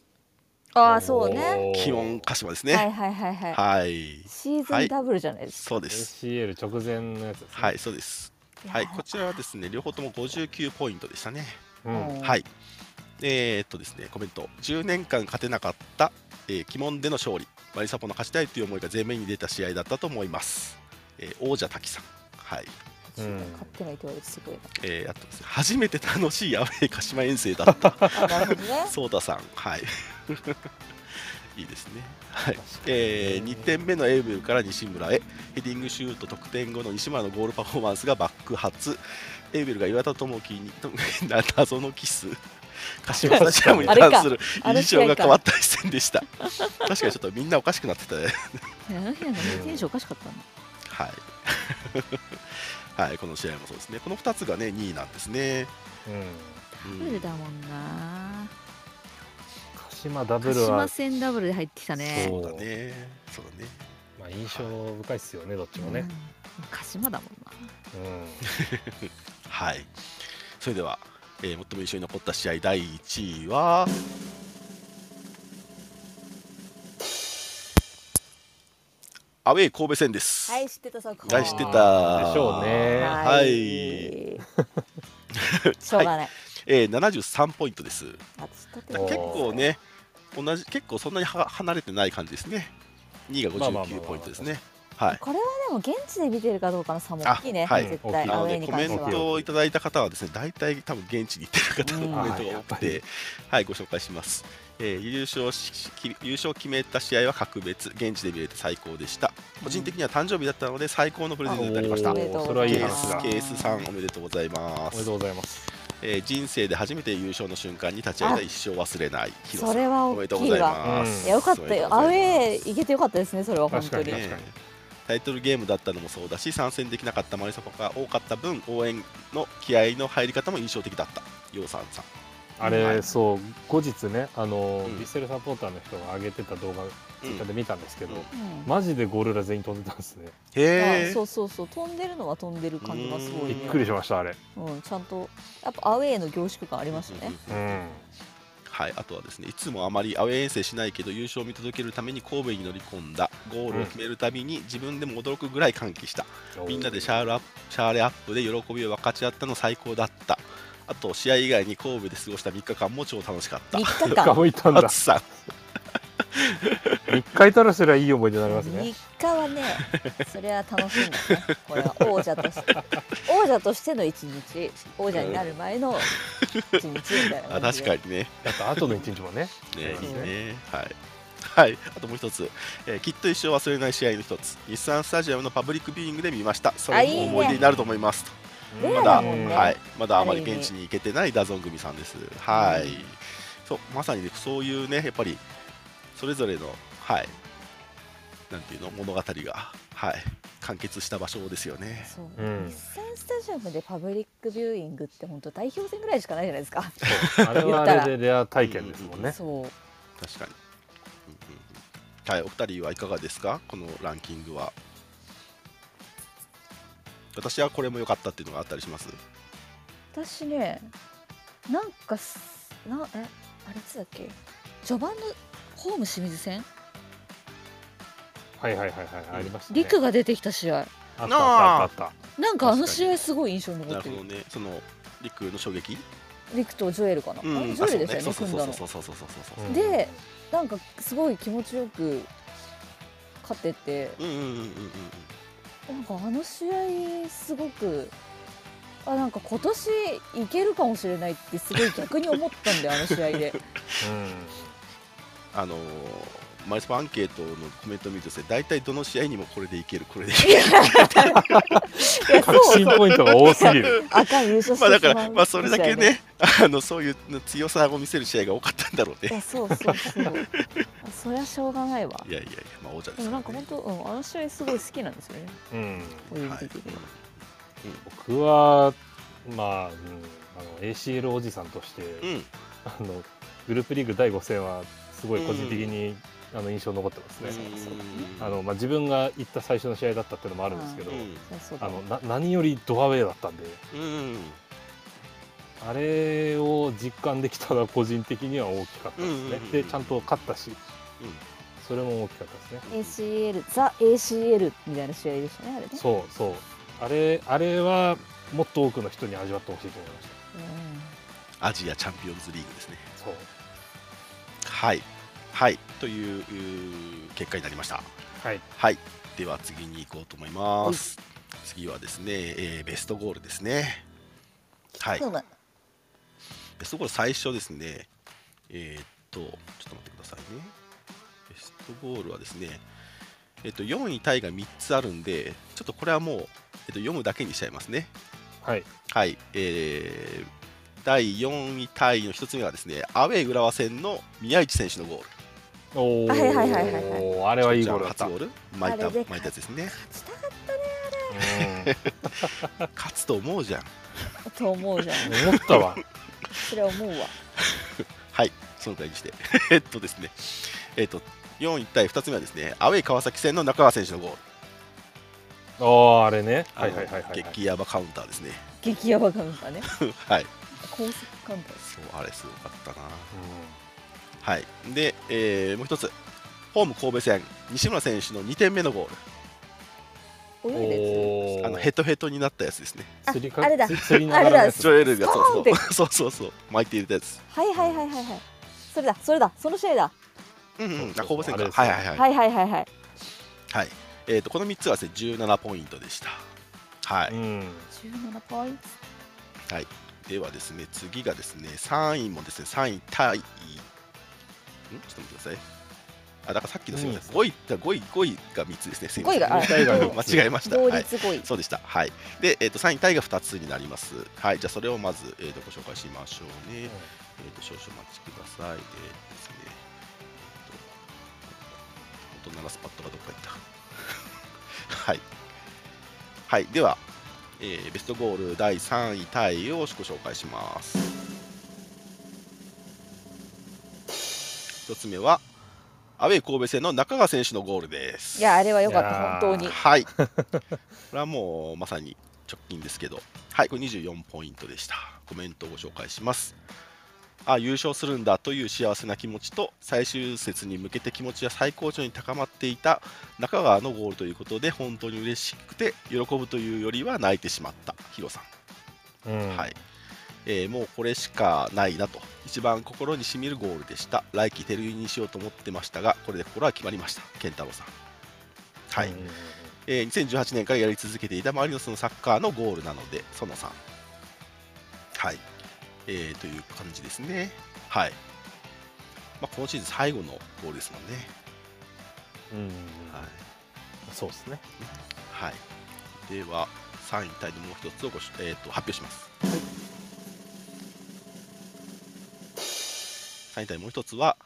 [SPEAKER 4] ああそうね
[SPEAKER 1] おー
[SPEAKER 2] 気温鹿島ですね、
[SPEAKER 4] はいはいはいはい
[SPEAKER 2] はい、
[SPEAKER 4] シーズンダブルじゃないです
[SPEAKER 2] そうです。
[SPEAKER 1] ACL 直前のやつですね
[SPEAKER 2] はい、そうです。
[SPEAKER 4] か
[SPEAKER 2] はい、
[SPEAKER 4] や
[SPEAKER 2] こちらはですね、両方とも59ポイントでしたね。
[SPEAKER 1] う
[SPEAKER 4] うん
[SPEAKER 1] ん
[SPEAKER 2] はい。えー、っとですね、コメント、10年間勝てなかった、えー、鬼門での勝利、マリサポの勝ちたいという思いが前面に出た試合だったと思います。えー王者滝さん。はい、
[SPEAKER 4] こっちが
[SPEAKER 1] うん
[SPEAKER 4] 勝ってないって言われてすごい
[SPEAKER 2] えー、あとですね、初めて楽しいアウェイ鹿島遠征だった。
[SPEAKER 4] な。あなる ほどね。
[SPEAKER 2] ソータさん、はい。 いいですね。はい
[SPEAKER 1] 確か。に
[SPEAKER 2] えー、2点目のエーブルから西村へ、ヘディングシュート得点後の西村のゴールパフォーマンスが爆発、エーブルが岩田智樹にと 謎のキス、柏原ジャムに関する
[SPEAKER 4] あれか
[SPEAKER 2] 印象が変わった一戦でした。確かにちょっとみんなおかしくなってたね。
[SPEAKER 4] あの日は何テンションおかしかったの。
[SPEAKER 2] はい。はい、この試合もそうですね。この2つがね、2位なんですね。
[SPEAKER 1] うん
[SPEAKER 2] うん
[SPEAKER 4] フルだもんな。
[SPEAKER 1] 鹿島ダブ
[SPEAKER 3] 鹿
[SPEAKER 1] ルは
[SPEAKER 3] 島、戦ダブルで入ってきたね
[SPEAKER 1] そ
[SPEAKER 2] そううだね。そうだね。
[SPEAKER 1] まあ、印象深いっすよねどっちも
[SPEAKER 3] う
[SPEAKER 1] ね
[SPEAKER 3] ん、鹿島だもんな
[SPEAKER 1] うん
[SPEAKER 2] はい。それでは、えー、最も印象に残った試合第1位は、アウェイ神戸戦です。
[SPEAKER 4] はい、知ってたそこ。
[SPEAKER 2] はい知ってた
[SPEAKER 1] でしょうね
[SPEAKER 2] は
[SPEAKER 4] はいい。しょうがない。
[SPEAKER 2] えー、73ポイントです。
[SPEAKER 4] あ知っとった
[SPEAKER 2] だ結構ね、同じ結構そんなには離れてない感じですね。2位が
[SPEAKER 1] まあまあまあ
[SPEAKER 2] 59ポイントですね。はい。
[SPEAKER 4] これはでも現地で見てるかどうかの差も大きいね、
[SPEAKER 2] あはい
[SPEAKER 4] 絶対
[SPEAKER 1] 大きい
[SPEAKER 2] な
[SPEAKER 4] アウ
[SPEAKER 2] の
[SPEAKER 4] ェイ
[SPEAKER 2] で
[SPEAKER 4] に
[SPEAKER 2] コメ
[SPEAKER 4] 関
[SPEAKER 2] ン
[SPEAKER 4] しては。
[SPEAKER 2] トをいただいた方はですね大体多分現地に行ってる方のコメントが多く
[SPEAKER 1] うんはい
[SPEAKER 2] て、はい、ご紹介します、えー優勝しき優勝を決めた試合は格別現地で見れて最高でした個人的には誕生日だったので最高のプレゼントになりました
[SPEAKER 1] お
[SPEAKER 2] ケ
[SPEAKER 1] ー
[SPEAKER 4] おめでとう
[SPEAKER 1] そ
[SPEAKER 4] ご
[SPEAKER 1] れは
[SPEAKER 4] ざ
[SPEAKER 1] いいい
[SPEAKER 2] ー
[SPEAKER 4] ま
[SPEAKER 1] 話
[SPEAKER 4] す
[SPEAKER 2] ス
[SPEAKER 1] だ
[SPEAKER 2] ケースさんおめでとうございま
[SPEAKER 1] おめですと、うございます
[SPEAKER 2] えー人生で初めて優勝の瞬間に立ち会えた一生忘れないヒロさん
[SPEAKER 4] それは
[SPEAKER 2] おめ
[SPEAKER 4] 大
[SPEAKER 2] でとう
[SPEAKER 4] き
[SPEAKER 2] ござ
[SPEAKER 4] い
[SPEAKER 2] い
[SPEAKER 4] わ。
[SPEAKER 2] ま
[SPEAKER 1] うん
[SPEAKER 2] す
[SPEAKER 4] いやよかったよ、アウェイ
[SPEAKER 2] イ
[SPEAKER 4] 行けてよかったですね、それは本当
[SPEAKER 1] 確
[SPEAKER 4] に。
[SPEAKER 1] かに
[SPEAKER 4] う
[SPEAKER 1] ね
[SPEAKER 2] ねタイトルゲームだったのもそうだし参戦できなかったマリサポが多かった分応援の気合の入り方も印象的だったヨウさんさん
[SPEAKER 1] あ
[SPEAKER 4] は
[SPEAKER 1] れ
[SPEAKER 4] い
[SPEAKER 1] そう後日ねあの、
[SPEAKER 2] うん
[SPEAKER 1] ビッセルサポーターの人が上げてた動画ツイッターで見たんですけど、
[SPEAKER 2] うん
[SPEAKER 4] ん
[SPEAKER 1] マジでゴール裏全員飛んでたんですね
[SPEAKER 2] へ
[SPEAKER 4] あ
[SPEAKER 2] え
[SPEAKER 4] そうそうそう、飛んでるのは飛んでる感じがすご
[SPEAKER 2] うん
[SPEAKER 4] い
[SPEAKER 1] びっ
[SPEAKER 4] ね。
[SPEAKER 1] くりしましたあれ
[SPEAKER 4] うん、ちゃんと、やっぱアウェイの凝縮感ありましたね。
[SPEAKER 1] うん
[SPEAKER 2] はい、あとはですねいつもあまりアウェー遠征しないけど優勝を見届けるために神戸に乗り込んだゴールを決めるたびに自分でも驚くぐらい歓喜した、みんなでシャールアップシャーレアップで喜びを分かち合ったの最高だったあと試合以外に神戸で過ごした3日間も超楽しかった
[SPEAKER 4] 3日
[SPEAKER 1] 3日
[SPEAKER 4] 間。
[SPEAKER 1] もいたんだ
[SPEAKER 2] あつさん
[SPEAKER 1] 3日いたらすらいい思い出になりますね
[SPEAKER 4] 3日 はね、それは楽しいんだね。これは王者として、王者としての一日、王者になる前の一日みたいな
[SPEAKER 2] あ
[SPEAKER 4] 感
[SPEAKER 2] 確
[SPEAKER 4] じで。
[SPEAKER 2] かにね
[SPEAKER 1] あと後の一日もね
[SPEAKER 2] ね、い
[SPEAKER 1] そう
[SPEAKER 2] い
[SPEAKER 1] ですね
[SPEAKER 2] ね。はい。はい、あともう一つ、えーきっと一生忘れない試合の一つ、日産スタジアムのパブリックビューイングで見ました、それも思い出になると思いますと、
[SPEAKER 4] レ
[SPEAKER 2] ま
[SPEAKER 4] ア
[SPEAKER 2] だ、
[SPEAKER 4] だもんね
[SPEAKER 2] はい、まだあまり
[SPEAKER 4] ある意味
[SPEAKER 2] 現地に行けてないダゾン組さんです。はい、
[SPEAKER 4] うん
[SPEAKER 2] そうまさに、ね、そういうね、やっぱりそれぞれの、はい、なんていうの、物語が、はい、完結した場所ですよね。
[SPEAKER 4] そ
[SPEAKER 1] う
[SPEAKER 4] う
[SPEAKER 1] ん
[SPEAKER 4] 日産スタジアムでパブリックビューイングって本当代表戦ぐらいしかないじゃないですか。
[SPEAKER 1] あれはあれでレア体験ですもんね
[SPEAKER 4] そう。
[SPEAKER 2] 確かに、うんうんうんはい、お二人はいかがですかこのランキングは私はこれも良かったっていうのがあったりします
[SPEAKER 4] 私ね、なんかすなえあれいつだっけ？序盤のホーム清水戦、
[SPEAKER 1] はいはいはいはいありましたね
[SPEAKER 4] 陸が出てきた試合。
[SPEAKER 1] あったあったあった
[SPEAKER 4] なんかあの試合すごい印象に
[SPEAKER 2] な
[SPEAKER 4] 残
[SPEAKER 2] る
[SPEAKER 4] って
[SPEAKER 2] ほど
[SPEAKER 4] る。
[SPEAKER 2] ねその陸の衝撃
[SPEAKER 4] 陸とジョエルかな。あれジョエルでした
[SPEAKER 2] あ
[SPEAKER 4] よね
[SPEAKER 2] そう
[SPEAKER 4] 組
[SPEAKER 2] ね
[SPEAKER 4] んだ
[SPEAKER 2] そう
[SPEAKER 4] の。
[SPEAKER 2] そうそうそうそうそうそううん
[SPEAKER 4] でなんかすごい気持ちよく勝てて、
[SPEAKER 2] うんうんうんうんうん
[SPEAKER 4] なんかあの試合すごく。あなんか今年いけるかもしれないってすごい逆に思ったんだよあの試合 で
[SPEAKER 2] あのーマリスポアンケートのコメントを見るとですね大体どの試合にもこれでいけるこれでいける
[SPEAKER 4] いやいや
[SPEAKER 1] うん確
[SPEAKER 4] そう
[SPEAKER 1] 信ポイントが多すぎる
[SPEAKER 4] 赤優勝してし
[SPEAKER 2] ま
[SPEAKER 4] ま
[SPEAKER 2] あ
[SPEAKER 4] う
[SPEAKER 2] だから、まあ、それだけ
[SPEAKER 4] 試合
[SPEAKER 2] ねあのそういう強さを見せる試合が多かったんだろう
[SPEAKER 4] い
[SPEAKER 2] ね
[SPEAKER 4] やそうそうそうあそりゃしょうがないわ
[SPEAKER 2] いやいやいや、まあ、王者で
[SPEAKER 4] ですも
[SPEAKER 2] か
[SPEAKER 4] な
[SPEAKER 2] ら、
[SPEAKER 4] んか
[SPEAKER 2] ね
[SPEAKER 4] 本、当、うん、あの試合すごい好きなんですよね
[SPEAKER 1] うん
[SPEAKER 4] 個人
[SPEAKER 2] はい
[SPEAKER 4] 的には、
[SPEAKER 1] 僕はまあうんあの ACL おじさんとして
[SPEAKER 2] うん
[SPEAKER 1] あのグループリーグ第5戦はすごい個人的に、あの印象に残ってますね。
[SPEAKER 2] うん
[SPEAKER 1] あのまあ、自分が行った最初の試合だったっていうのもあるんですけど、
[SPEAKER 2] う
[SPEAKER 4] そうそうだ
[SPEAKER 1] あのな何よりドアウェイだったんで
[SPEAKER 2] んうん
[SPEAKER 1] あれを実感できたのは個人的には大きかったですね、
[SPEAKER 2] うんうんうん
[SPEAKER 1] でちゃんと勝ったし、それも大きかったですね
[SPEAKER 4] ACL ザ ACL みたいな試合でしたねあれね
[SPEAKER 1] そうそうあれあれはもっと多くの人に味わってほしいと思いまし
[SPEAKER 4] うん
[SPEAKER 2] アジアチャンピオンズリーグですね。
[SPEAKER 1] たそう
[SPEAKER 2] はい、はい、といううー結果になりました。
[SPEAKER 1] はい
[SPEAKER 2] はい、では次に行こうと思います。次はですね、えーベストゴールですね。はい、
[SPEAKER 4] そうだ
[SPEAKER 2] ベストゴール最初ですね。えーっと、ちょっと待ってくださいね。ベストゴールはですね、えっと、4位タイが3つあるんで、ちょっとこれはもう、えっと、読むだけにしちゃいますね。
[SPEAKER 1] はい
[SPEAKER 2] はい、えー第4位タイの1つ目はですね、アウェー浦和戦の宮市選手のゴール。
[SPEAKER 1] おー
[SPEAKER 4] はいはいはいはいは
[SPEAKER 1] あれはいい
[SPEAKER 2] ち
[SPEAKER 1] ゴ
[SPEAKER 2] ょ
[SPEAKER 1] ー
[SPEAKER 2] っ
[SPEAKER 1] ルだっ
[SPEAKER 2] と初
[SPEAKER 1] た、
[SPEAKER 2] ゴール巻いた
[SPEAKER 4] あれで
[SPEAKER 2] 巻いたやつですね。
[SPEAKER 4] 勝ちたかっ
[SPEAKER 1] う
[SPEAKER 2] 勝つと思うじゃん。
[SPEAKER 4] たと思うじゃん
[SPEAKER 1] ん思ったわ
[SPEAKER 4] それは思うわ
[SPEAKER 2] はい、そのくらいにして えっとですねえっと4一対2つ目はですねアウェイ川崎戦の中川選手のゴール
[SPEAKER 1] あああれね
[SPEAKER 2] あ
[SPEAKER 1] はい
[SPEAKER 2] の
[SPEAKER 1] はいはいはい、はい、
[SPEAKER 2] 激ヤバカウンターですね
[SPEAKER 4] 激ヤバカウンターね。
[SPEAKER 2] はい
[SPEAKER 4] 高速カウンターです。
[SPEAKER 2] そうあれすごかったなはいで、えーもう一つホーム神戸戦西村選手の2点目のゴール
[SPEAKER 1] うん
[SPEAKER 4] 泳いで
[SPEAKER 1] おー
[SPEAKER 2] あのヘトヘトになったやつですね
[SPEAKER 4] あ
[SPEAKER 1] 釣りか
[SPEAKER 4] あれ だ
[SPEAKER 1] 釣釣りな
[SPEAKER 4] あ
[SPEAKER 1] が
[SPEAKER 4] れ
[SPEAKER 1] らのや
[SPEAKER 4] だ
[SPEAKER 1] つ
[SPEAKER 2] ジョエルが
[SPEAKER 4] スコ
[SPEAKER 2] そう
[SPEAKER 4] ーン
[SPEAKER 2] そうそうそうそう巻いて入れたやつ
[SPEAKER 4] はいはいはいはいはい。それだそれだその試合だ。
[SPEAKER 2] うんうんあ
[SPEAKER 1] そうそうそう
[SPEAKER 2] 神戸戦
[SPEAKER 1] あれ
[SPEAKER 2] か
[SPEAKER 1] です
[SPEAKER 2] は
[SPEAKER 1] ね
[SPEAKER 2] いはいはい、
[SPEAKER 4] はいはいはいはい。
[SPEAKER 2] はいえー、とこの3つはですね17ポイントでしたはい、
[SPEAKER 1] うん
[SPEAKER 4] 十七ポイント。
[SPEAKER 2] ではですね次がですね3位もですね3位タイんちょっと待ってくださいあだからさっきのすみません、5位だ5位5位が3つですねすみません
[SPEAKER 4] 5位があ
[SPEAKER 1] タイガーが
[SPEAKER 2] 間違えました
[SPEAKER 4] 同
[SPEAKER 2] はい
[SPEAKER 4] 率5位。
[SPEAKER 2] そうでしたはいで、えー、と3位タイが2つになりますはいじゃあそれをまず、えー、とご紹介しましょうね、えー、と少々お待ちください。えーですね。えーと、音鳴らすパッドがどっか行った。 はい。はい、では、えーベストゴール第3位タイをご紹介します。一つ目は、アウェイ神戸戦の中川選手のゴールです。
[SPEAKER 4] いやあれは良かっ
[SPEAKER 1] いや
[SPEAKER 4] た
[SPEAKER 1] ー
[SPEAKER 4] 本当に。
[SPEAKER 2] はい。これはもうまさに直近ですけど、はい、これ24ポイントでした。コメントをご紹介します。あ優勝するんだという幸せな気持ちと最終節に向けて気持ちが最高潮に高まっていた中川のゴールということで本当に嬉しくて喜ぶというよりは泣いてしまったヒロさん
[SPEAKER 1] うん、うん
[SPEAKER 2] はい、えーもうこれしかないなと一番心にしみるゴールでした来季照井にしようと思ってましたがこれで心は決まりました健太郎さんはい、
[SPEAKER 1] うん
[SPEAKER 2] えー2018年からやり続けていたマリノスのサッカーのゴールなので、その3。はい。えーという感じですね。はい。まあ、今シーズン最後のゴールですもんね。
[SPEAKER 1] うん
[SPEAKER 2] はい。
[SPEAKER 1] そうですね
[SPEAKER 2] はい、では、3位タイのもう一つをごし、えー、と発表します。3位タイもう一つは、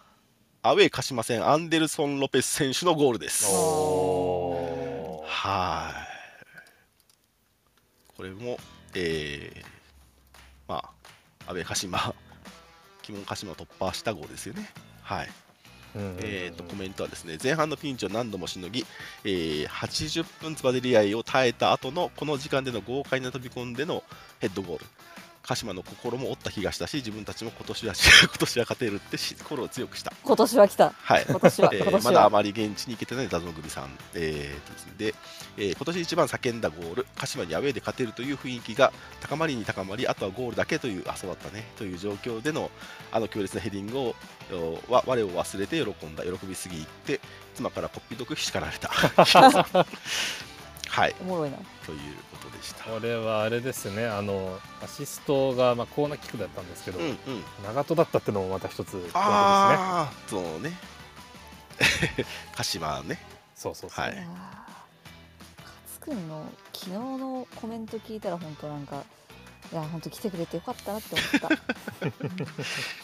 [SPEAKER 2] アウェー鹿島戦アンデルソン・ロペス選手のゴールです。
[SPEAKER 1] おおー
[SPEAKER 2] はい。これも、えー、まあ、安倍鹿島、鬼門鹿島を突破した号ですよね。はい。
[SPEAKER 1] うんうんうん
[SPEAKER 2] えー、とコメントはですね前半のピンチを何度もしのぎ、えー80分つばぜり合いを耐えた後のこの時間での豪快な飛び込んでのヘッドゴール鹿島の心も折った気がしたし自分たちも今年は 今年は勝てるって心を強くした、
[SPEAKER 4] 今年は来た。
[SPEAKER 2] はい
[SPEAKER 4] 今年は
[SPEAKER 2] え
[SPEAKER 4] 今
[SPEAKER 2] ー
[SPEAKER 4] 年
[SPEAKER 2] まだあ
[SPEAKER 4] は。
[SPEAKER 2] まり現地に行けてないダゾン組さん、えーとですねでえー今年一番叫んだゴール鹿島にアウェーで勝てるという雰囲気が高まりに高まりあとはゴールだけというあそうだったねという状況でのあの強烈なヘディングをおは我を忘れて喜んだ喜びすぎて妻からこっぴどく叱られた はい
[SPEAKER 4] おもろいな。
[SPEAKER 2] ということでした
[SPEAKER 1] これはあれですねあのアシストが、まあ、コーナーキックだったんですけど、
[SPEAKER 2] うんうん
[SPEAKER 1] 長戸だったってのもまた一つポイントですね
[SPEAKER 2] ああそうね 鹿島ね
[SPEAKER 1] そうそうそう、
[SPEAKER 2] はい
[SPEAKER 4] いやー勝君の昨日のコメント聞いたら本当なんかいや本当来てくれてよかったなって 思った、うん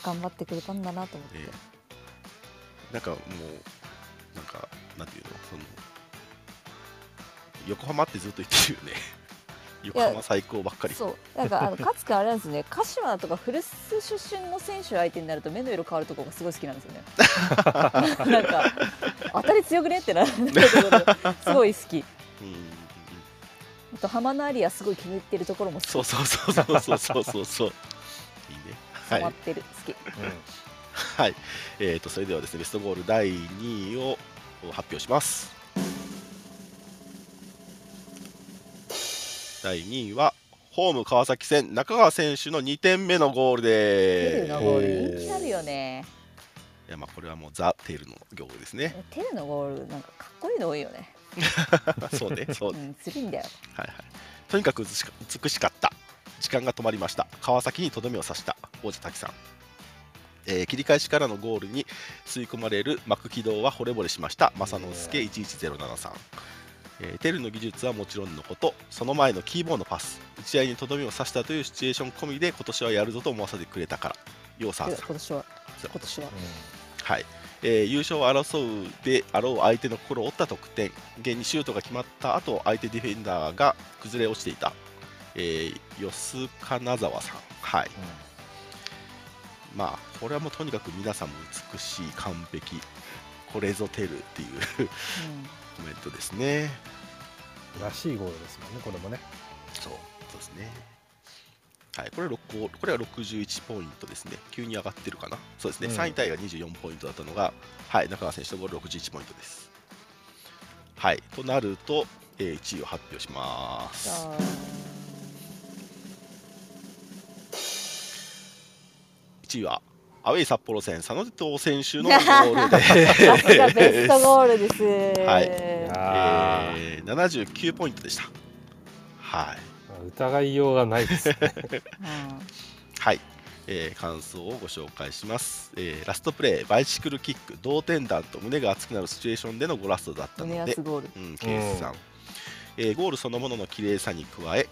[SPEAKER 4] 頑張ってくれたんだなと思って、
[SPEAKER 2] ええなんかもうなんかなんていうのその横浜ってずっと言って るよね横浜最高ばっかり
[SPEAKER 4] そうなんかあの勝君あれなんですね鹿島とか古巣出身の選手相手になると目の色変わるところがすごい好きなんですよ ねなんか当たり強くねってなるんだけどすごい好き
[SPEAKER 2] うんうんうん
[SPEAKER 4] あと浜のアリアすごい気に入ってるところも好き
[SPEAKER 2] そうそうそうそうそうそうそう そういいねは
[SPEAKER 4] 染まっ
[SPEAKER 2] い、
[SPEAKER 4] てる、好き
[SPEAKER 2] はい、えー、とそれではですねベストゴール第2位を発表します第2位はホーム川崎戦中川選手の2点目のゴール
[SPEAKER 4] テ
[SPEAKER 2] で
[SPEAKER 4] ル
[SPEAKER 2] す
[SPEAKER 4] のゴ
[SPEAKER 1] え
[SPEAKER 4] ール
[SPEAKER 1] ー
[SPEAKER 4] 人気あるよね
[SPEAKER 2] いやまあこれはもうザ・テールの行ですね。
[SPEAKER 4] テルのゴールなんかかっこいいの多いよね
[SPEAKER 2] そうね、そう
[SPEAKER 4] う
[SPEAKER 2] ね。
[SPEAKER 4] んずるいんだよ
[SPEAKER 2] はいはい。とにかく美しか美しかった。時間が止まりました。川崎にとどめを刺した王者滝さん。えー切り返しからのゴールに吸い込まれる幕起動は惚れ惚れしました正之助11073さん、えーテルの技術はもちろんのことその前のキーボーのパス打ち合いにとどめを刺したというシチュエーション込みで今年はやるぞと思わせてくれたからようさん
[SPEAKER 4] 今
[SPEAKER 2] さん
[SPEAKER 4] 年は 今年は
[SPEAKER 2] はいえー優勝を争うであろう相手の心を折った得点現にシュートが決まった後相手ディフェンダーが崩れ落ちていた、えー、吉金沢さん、はいまあこれはもうとにかく皆さんも美しい完璧これぞテルっていう コメントですね
[SPEAKER 1] らしいゴールですもんねこれもね
[SPEAKER 2] そうそうですねはいこれ六個これは61ポイントですね急に上がってるかなそうですね、
[SPEAKER 1] うん
[SPEAKER 2] 3位タイが24ポイントだったのがはい中川選手のゴール61ポイントですはいとなると、え1位を発表しま
[SPEAKER 4] じゃ
[SPEAKER 2] す
[SPEAKER 4] あ
[SPEAKER 2] 1位はアウェイ札幌戦佐野哲夫選手のゴールで
[SPEAKER 4] さすがベストゴールです。
[SPEAKER 2] はい
[SPEAKER 1] いやー
[SPEAKER 2] えー、79ポイントでした。はい。
[SPEAKER 1] 疑いようがないですね
[SPEAKER 4] うん
[SPEAKER 2] はい。えー感想をご紹介します、えーラストプレー、バイシクルキック、同点弾と胸が熱くなるシチュエーションでのゴラストだったの
[SPEAKER 4] 胸
[SPEAKER 2] で
[SPEAKER 4] 安、ゴ ール。
[SPEAKER 2] うん、ケースさん、えーゴールそのものの綺麗さに加え、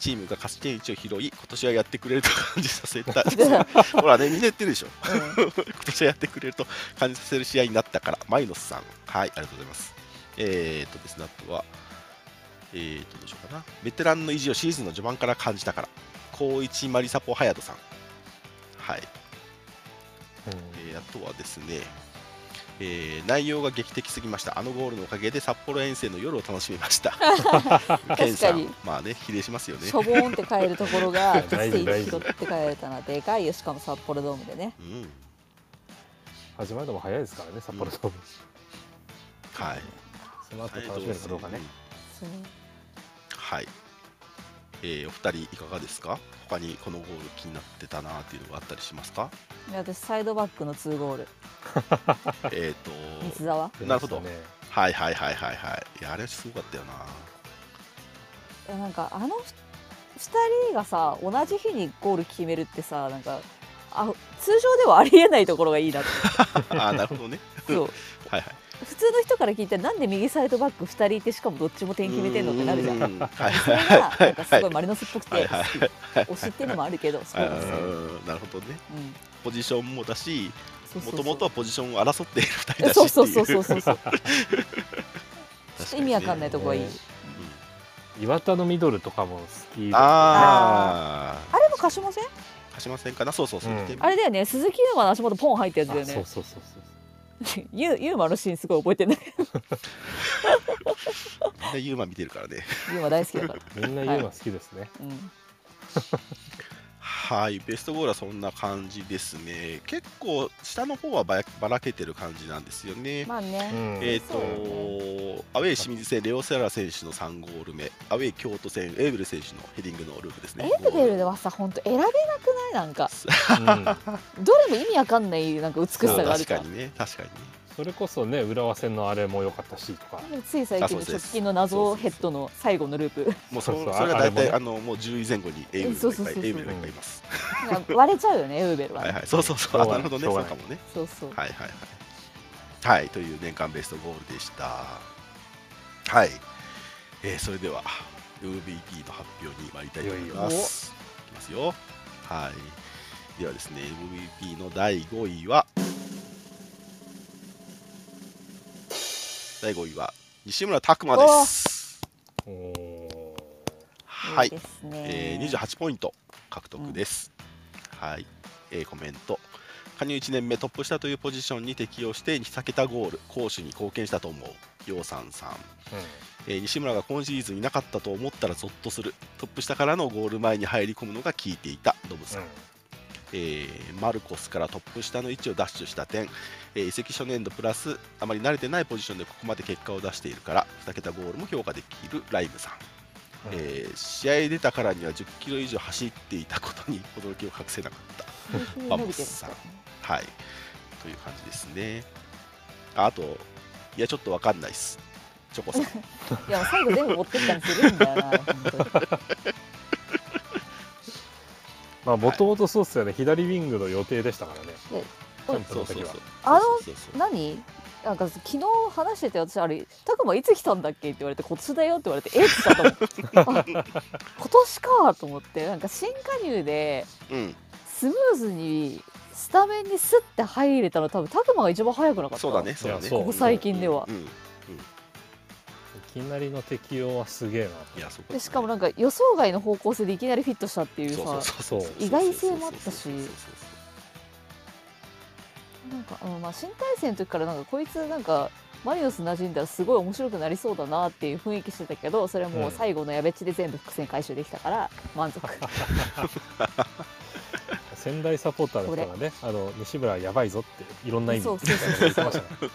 [SPEAKER 2] チームが勝ち点1を拾い、今年はやってくれると感じさせた、ほらね、みんな言ってるでしょ、今年はやってくれると感じさせる試合になったから、マイノスさん、はい、ありがとうございます。えー、っとですね、あとは、えー、っと、どうしようかな、ベテランの意地をシーズンの序盤から感じたから、高一マリサポ隼人さん、はい、えーあとはですね、えー内容が劇的すぎました、あのゴールのおかげで札幌遠征の夜を楽しみま した。ケンさん
[SPEAKER 4] 確かに、
[SPEAKER 2] まあね、比例しますよ
[SPEAKER 4] うん
[SPEAKER 2] ね
[SPEAKER 4] し。ょぼーんって帰るところが、一
[SPEAKER 1] 大事
[SPEAKER 4] 斉に
[SPEAKER 1] 大事
[SPEAKER 4] 拾って帰れたのはでかいよ、しかも札幌ドームでね。
[SPEAKER 2] うん
[SPEAKER 1] 始まるのも早いですからね札幌ドーム、
[SPEAKER 2] はい、
[SPEAKER 1] その後楽しめるかどうかね、
[SPEAKER 4] そう
[SPEAKER 2] はい、えーお二人いかがですか他にこのゴール気になってたなっていうのがあったりしますか
[SPEAKER 4] いや私、サイドバックの2ゴール、
[SPEAKER 2] えっ
[SPEAKER 4] 三
[SPEAKER 2] と
[SPEAKER 4] 沢。
[SPEAKER 1] 出
[SPEAKER 2] な
[SPEAKER 1] ま
[SPEAKER 2] るほ
[SPEAKER 1] した
[SPEAKER 2] ど
[SPEAKER 1] ね
[SPEAKER 2] はいはいはいはいはいいやあれすごかったよない
[SPEAKER 4] やなんかあのふ二人がさ同じ日にゴール決めるってさなんかあ通常ではありえないところがいいなって
[SPEAKER 2] あーなるほどね
[SPEAKER 4] そう
[SPEAKER 2] はいはい
[SPEAKER 4] 普通の人から聞いたらなんで右サイドバック二人いてしかもどっちも点決めてんのってなるじゃ
[SPEAKER 2] う
[SPEAKER 4] ん
[SPEAKER 2] ーはい
[SPEAKER 4] そ
[SPEAKER 2] は
[SPEAKER 4] れ
[SPEAKER 2] い
[SPEAKER 4] が
[SPEAKER 2] は
[SPEAKER 4] ないんかすごいマリノスっぽく
[SPEAKER 2] はい
[SPEAKER 4] て
[SPEAKER 2] はい
[SPEAKER 4] 推しっていうのもあるけどそう
[SPEAKER 2] あ
[SPEAKER 4] ですね
[SPEAKER 2] ーなるほどね
[SPEAKER 4] うん
[SPEAKER 2] ポジションもだし
[SPEAKER 4] そう
[SPEAKER 2] も
[SPEAKER 4] そう
[SPEAKER 2] と
[SPEAKER 4] そ
[SPEAKER 2] も
[SPEAKER 4] う
[SPEAKER 2] とはポジションを争っている二人だしってい
[SPEAKER 4] そうそうそうそうそうそうちょっと意味わかんないとこがいい、
[SPEAKER 1] ね
[SPEAKER 2] うん
[SPEAKER 1] 岩田のミドルとかも好きです
[SPEAKER 2] あ
[SPEAKER 4] あれも貸しません
[SPEAKER 2] あ貸しませんかなそうそうそう、
[SPEAKER 1] うん
[SPEAKER 2] でも
[SPEAKER 4] あれだよね鈴木優馬の足元ポン入ったやつだよ
[SPEAKER 1] あそう
[SPEAKER 4] ね
[SPEAKER 1] そうそうそう
[SPEAKER 4] ゆ優馬のシーンすごい覚えてない
[SPEAKER 2] みんなユーマ見てるからね
[SPEAKER 4] 優馬大好きだから
[SPEAKER 1] みんな言うのは好きですね、
[SPEAKER 4] うん
[SPEAKER 2] はい、ベストゴールはそんな感じですね。結構下の方はばやばらけてる感じなんですよね。
[SPEAKER 4] まあね、
[SPEAKER 1] うん
[SPEAKER 2] えっ、
[SPEAKER 4] そうだ
[SPEAKER 2] と、アウェイ清水戦、レオセララ選手の3ゴール目、アウェイ京都戦、エーブル選手のヘディングのループですね。
[SPEAKER 4] エブデル
[SPEAKER 2] ゴー
[SPEAKER 4] はさ本当選べなくないなんか
[SPEAKER 1] うん
[SPEAKER 4] どれも意味わかんないなんか美し
[SPEAKER 2] ル
[SPEAKER 4] さがあ
[SPEAKER 2] 確
[SPEAKER 4] るか
[SPEAKER 2] からにね、確かにね。
[SPEAKER 1] それこそね浦和戦のあれも良かったしとか
[SPEAKER 4] でもつい最近
[SPEAKER 2] あそう
[SPEAKER 4] の
[SPEAKER 2] で
[SPEAKER 4] 直
[SPEAKER 2] す
[SPEAKER 4] 近の謎ヘッドの最後のループ
[SPEAKER 2] もうそ
[SPEAKER 1] そうそう
[SPEAKER 2] それが大体あ,、
[SPEAKER 1] あれもね
[SPEAKER 2] のもう10位前後にエーブルがいっぱい、エーブルがいっぱいいます。
[SPEAKER 4] なんか割れちゃうよねエウベルは、
[SPEAKER 2] はい
[SPEAKER 4] ね
[SPEAKER 2] はい、そうそうそう、あなるほどね、そうかもね。
[SPEAKER 4] そうそう
[SPEAKER 2] はいはいはい。はい、という年間ベストゴールでした。はい。えーそれでは MVP の発表に参りたいと思います。いきますよ。はい。ではですね、MVP の第5位は、第5位は西村拓磨です。
[SPEAKER 1] おー
[SPEAKER 2] はいい
[SPEAKER 4] い。ですね、
[SPEAKER 2] えー、28ポイント獲得です。はい、えーコメント。加入1年目トップ下というポジションに適応して2桁ゴール攻守に貢献したと思うようさんさん、えー西村が今シーズンいなかったと思ったらゾッとするトップ下からのゴール前に入り込むのが効いていたノブさん、えーマルコスからトップ下の位置を奪取した点、えー移籍初年度プラスあまり慣れてないポジションでここまで結果を出しているから2桁ゴールも評価できるライムさん
[SPEAKER 1] うんうん
[SPEAKER 2] えー試合出たからには1 0キロ以上走っていたことに 驚きを隠せなかっ
[SPEAKER 4] うん伸びてるからね
[SPEAKER 2] た、はい、という感じですね。ああと、いや、ちょっとわかんないっす、チョ コさん。
[SPEAKER 4] いや最後全部持ってったりするんだよな本当に
[SPEAKER 1] まあもともとそうっすよね左ウィングの予定でしたからね
[SPEAKER 4] で
[SPEAKER 1] キャンプの時は
[SPEAKER 4] あの
[SPEAKER 2] そうそうそう
[SPEAKER 4] 何なんか昨日話してて私あれ「たくまいつ来たんだっけ?」って言われて「今年だよ」って言われて「えっ?」て言ったと思うあ今年かと思ってなんか新加入で
[SPEAKER 2] うん、
[SPEAKER 4] スムーズにスタメンにスッて入れたの多分たくまが一番早くなかった
[SPEAKER 2] そうだね、そうだ
[SPEAKER 1] い
[SPEAKER 2] ね。
[SPEAKER 1] やそうこ
[SPEAKER 4] こ最近では
[SPEAKER 2] うんうん
[SPEAKER 1] いきなりの適応はすげえ
[SPEAKER 2] いやそうだね
[SPEAKER 4] でしかもなんか予想外の方向性でいきなりフィットしたっていう
[SPEAKER 2] そ
[SPEAKER 4] さ
[SPEAKER 2] うそうそうそう
[SPEAKER 4] 意外性もあったし
[SPEAKER 2] そうそうそうそう
[SPEAKER 4] なんか、うんまあ、新体制の時からなんかこいつなんかマリオス馴染んだらすごい面白くなりそうだなっていう雰囲気してたけどそれはもう最後のやべっちで全部伏線回収できたから満足
[SPEAKER 1] 仙台サポーターの人がねあの西村はやばいぞっていろんな意味
[SPEAKER 4] そうそうそうそう
[SPEAKER 1] 言ってましたね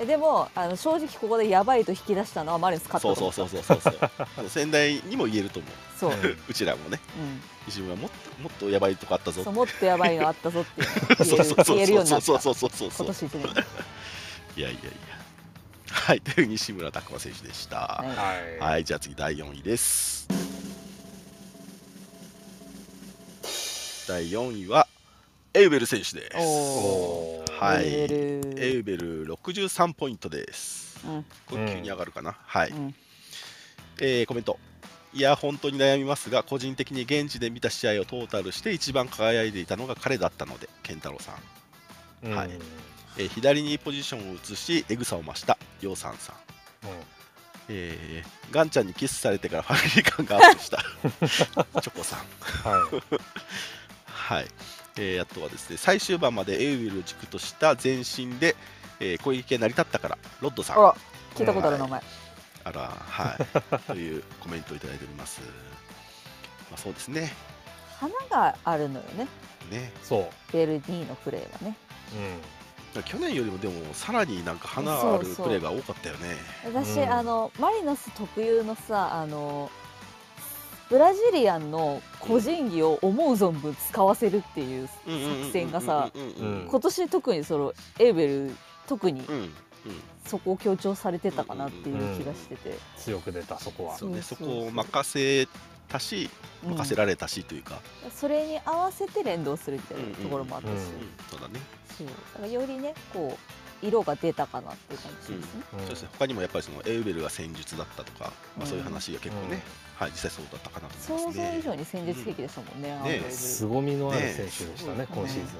[SPEAKER 4] えでもあの正直ここでやばいと引き出したのはマリオス勝
[SPEAKER 2] そ
[SPEAKER 4] っ
[SPEAKER 2] う
[SPEAKER 4] たと
[SPEAKER 2] そ
[SPEAKER 4] 思
[SPEAKER 2] うそう
[SPEAKER 4] った
[SPEAKER 2] そうそう そうあの仙台にも言えると思う
[SPEAKER 4] そ うう、
[SPEAKER 2] うちらもね
[SPEAKER 4] ん、
[SPEAKER 2] 西村もっともっとやばいとこあったぞ
[SPEAKER 4] そうもっとやばいのあったぞっていう
[SPEAKER 2] そう
[SPEAKER 4] の
[SPEAKER 2] そ
[SPEAKER 4] が
[SPEAKER 2] う
[SPEAKER 4] 言える言えるようになった
[SPEAKER 2] そうそ
[SPEAKER 4] 今
[SPEAKER 2] うそうそうそうそう
[SPEAKER 4] 年一年
[SPEAKER 2] いやいやいやはいという西村拓真選手でした、
[SPEAKER 4] はい
[SPEAKER 1] はい、
[SPEAKER 2] はい、じゃあ次第4位です。第4位はエウベル選手です。
[SPEAKER 4] お
[SPEAKER 1] おー
[SPEAKER 2] はい
[SPEAKER 4] 言える
[SPEAKER 2] エウベル63ポイントです。
[SPEAKER 4] うん
[SPEAKER 2] これ急に上がるかな。はい、
[SPEAKER 4] うん
[SPEAKER 2] えーコメント。いや本当に悩みますが個人的に現地で見た試合をトータルして一番輝いていたのが彼だったので健太郎さん、
[SPEAKER 1] うん
[SPEAKER 2] はいえー左にポジションを移しエグさを増した陽さんさんえー、ガンちゃんにキスされてからファミリー感がアップしたチョコさん
[SPEAKER 1] はい
[SPEAKER 2] はい、えーあとはですね最終盤までエウィルを軸とした前進で、えー攻撃が成り立ったからロッドさん
[SPEAKER 4] あら聞いたことある名
[SPEAKER 2] は
[SPEAKER 4] 前
[SPEAKER 2] あらはいというコメントをいただいております、まあ、そうですね
[SPEAKER 4] 花があるのよね
[SPEAKER 2] ね
[SPEAKER 1] そう、うん、
[SPEAKER 4] ベルディのプレーはね
[SPEAKER 2] 去年よりもでもさらになんか花ある
[SPEAKER 4] そうそう
[SPEAKER 2] プレーが多かったよね
[SPEAKER 4] 私、
[SPEAKER 1] うん
[SPEAKER 4] あのマリノス特有のさあのブラジリアンの個人技を思う存分使わせるっていう作戦がさ
[SPEAKER 2] うんうんうんうん
[SPEAKER 4] 今年特にそのエーベル特に
[SPEAKER 2] うんうん
[SPEAKER 4] そこを強調されてたかなっていう気がしてて、
[SPEAKER 1] 強く出たそこは
[SPEAKER 2] そうね
[SPEAKER 4] そ
[SPEAKER 2] そう
[SPEAKER 4] そう
[SPEAKER 2] こを任せたし
[SPEAKER 4] うん
[SPEAKER 2] 任せられたしというか、
[SPEAKER 4] それに合わせて連動するみたいなところもあったし、
[SPEAKER 1] うんうん
[SPEAKER 2] うんそうだね
[SPEAKER 4] そうだからよりねこう色が出たかなっていう感じですね。
[SPEAKER 1] うん
[SPEAKER 2] そうですね他にもやっぱりそのエウベルが戦術だったとか、まあ、そういう話が結構
[SPEAKER 1] う
[SPEAKER 2] ね、
[SPEAKER 1] ん
[SPEAKER 2] はい、実際そうだったかなと思い
[SPEAKER 4] 想
[SPEAKER 2] ます
[SPEAKER 4] 像以
[SPEAKER 2] ね。
[SPEAKER 4] 上に戦術的でしたもんね、あの
[SPEAKER 2] ね
[SPEAKER 4] エーベル
[SPEAKER 1] 凄みのある選手でしたね
[SPEAKER 2] ね
[SPEAKER 1] 今シーズ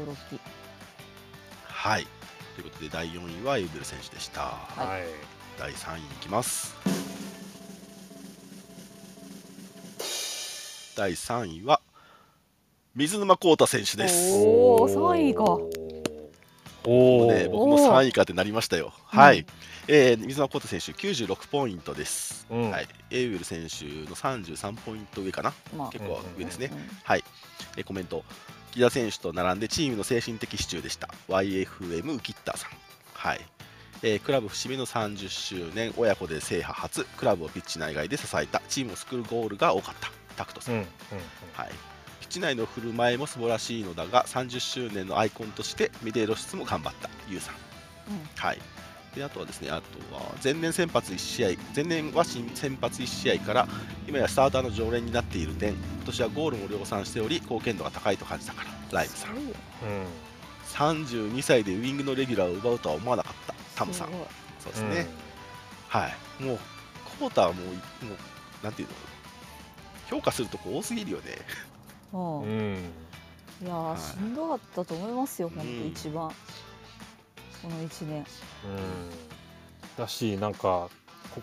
[SPEAKER 1] ン、
[SPEAKER 4] 驚き。
[SPEAKER 2] はい、ということで第4位はエウベル選手でした。
[SPEAKER 4] い
[SPEAKER 1] はい、
[SPEAKER 2] 第3位いきます。第3位は水沼宏太選手です。
[SPEAKER 4] おー3位か
[SPEAKER 1] おお、
[SPEAKER 2] ね、僕も3位かってなりましたよ。はい、えー水沼宏太選手96ポイントです。
[SPEAKER 1] うん
[SPEAKER 2] はい、エウベル選手の33ポイント上かな、
[SPEAKER 4] まあ
[SPEAKER 2] 結構上ですね。
[SPEAKER 4] うん
[SPEAKER 2] はい、えーコメント木田選手と並んでチームの精神的支柱でした YFM ウキッターさん、はいえークラブ節目の30周年親子で制覇初クラブをピッチ内外で支えたチームを救うゴールが多かったタクトさ、
[SPEAKER 1] うんんうん
[SPEAKER 2] はい、ピッチ内の振る舞いも素晴らしいのだが30周年のアイコンとしてミデー露出も頑張ったユウさんはい、であとはですねあとは前年先発1試合前年は新先発1試合から今やスターターの常連になっている点今年はゴールも量産しており貢献度が高いと感じたからライムさ
[SPEAKER 4] すごいよ
[SPEAKER 1] うん
[SPEAKER 2] ん32歳でウイングのレギュラーを奪うとは思わなかったタムさん
[SPEAKER 4] すごい
[SPEAKER 2] そうですね、はいもうコーターはもうもうなんていうの評価するとこ多すぎるよね
[SPEAKER 1] う、
[SPEAKER 4] うんん
[SPEAKER 1] うん
[SPEAKER 4] いや
[SPEAKER 2] は
[SPEAKER 4] ー
[SPEAKER 2] い
[SPEAKER 4] しんどかったと思いますよ、本
[SPEAKER 2] うん
[SPEAKER 4] 当一番この一年。
[SPEAKER 1] だしなんかこ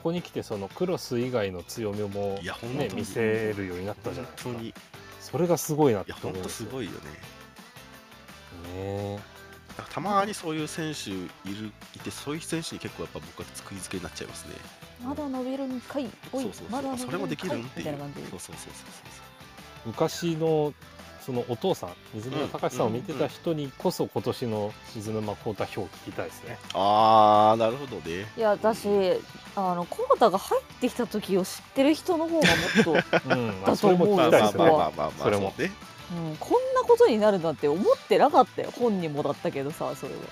[SPEAKER 1] こに来てそのクロス以外の強みも
[SPEAKER 2] いや本当
[SPEAKER 1] ね
[SPEAKER 2] に
[SPEAKER 1] 見せるようになったじゃ
[SPEAKER 2] 本
[SPEAKER 1] ないです
[SPEAKER 2] 当
[SPEAKER 1] か
[SPEAKER 2] にい
[SPEAKER 1] それがすごいなって
[SPEAKER 2] や
[SPEAKER 1] 思
[SPEAKER 2] 本
[SPEAKER 1] うん
[SPEAKER 2] 当
[SPEAKER 1] です
[SPEAKER 2] す
[SPEAKER 1] よ
[SPEAKER 2] ごいよね
[SPEAKER 1] ね
[SPEAKER 2] なんかたまにそういう選手いるいてそういう選手に結構やっぱ僕は食いつけになっちゃいますね
[SPEAKER 4] まだ伸びるんかい、おい
[SPEAKER 2] そうそうそう
[SPEAKER 4] まだ
[SPEAKER 2] あ
[SPEAKER 4] 伸
[SPEAKER 2] それも
[SPEAKER 4] びる
[SPEAKER 2] で
[SPEAKER 4] ん
[SPEAKER 2] き
[SPEAKER 4] か
[SPEAKER 2] る
[SPEAKER 4] い
[SPEAKER 2] んってい
[SPEAKER 4] みたいうな感じで
[SPEAKER 2] そうそうそうそ
[SPEAKER 1] 昔のそのお父さん水沼隆さんを見てた人にこそ今年の水沼孝太表を聞きたいです ね。
[SPEAKER 2] うそうああなるほどね
[SPEAKER 4] いや私あのコータが入ってきた時を知ってる人の方 がもっと、
[SPEAKER 1] うん、
[SPEAKER 4] だ
[SPEAKER 1] そ
[SPEAKER 4] と
[SPEAKER 1] れ
[SPEAKER 4] 思
[SPEAKER 1] も
[SPEAKER 4] う
[SPEAKER 1] 聞
[SPEAKER 2] ま
[SPEAKER 1] き
[SPEAKER 2] あ
[SPEAKER 1] たい
[SPEAKER 2] ま
[SPEAKER 1] で
[SPEAKER 2] あ
[SPEAKER 1] す
[SPEAKER 2] まあ
[SPEAKER 1] ね
[SPEAKER 2] ま。あまあまあ
[SPEAKER 1] それも
[SPEAKER 2] そうね
[SPEAKER 4] うん、こんなことになるなんて思ってなかったよ本人もだったけどさそれは。
[SPEAKER 1] う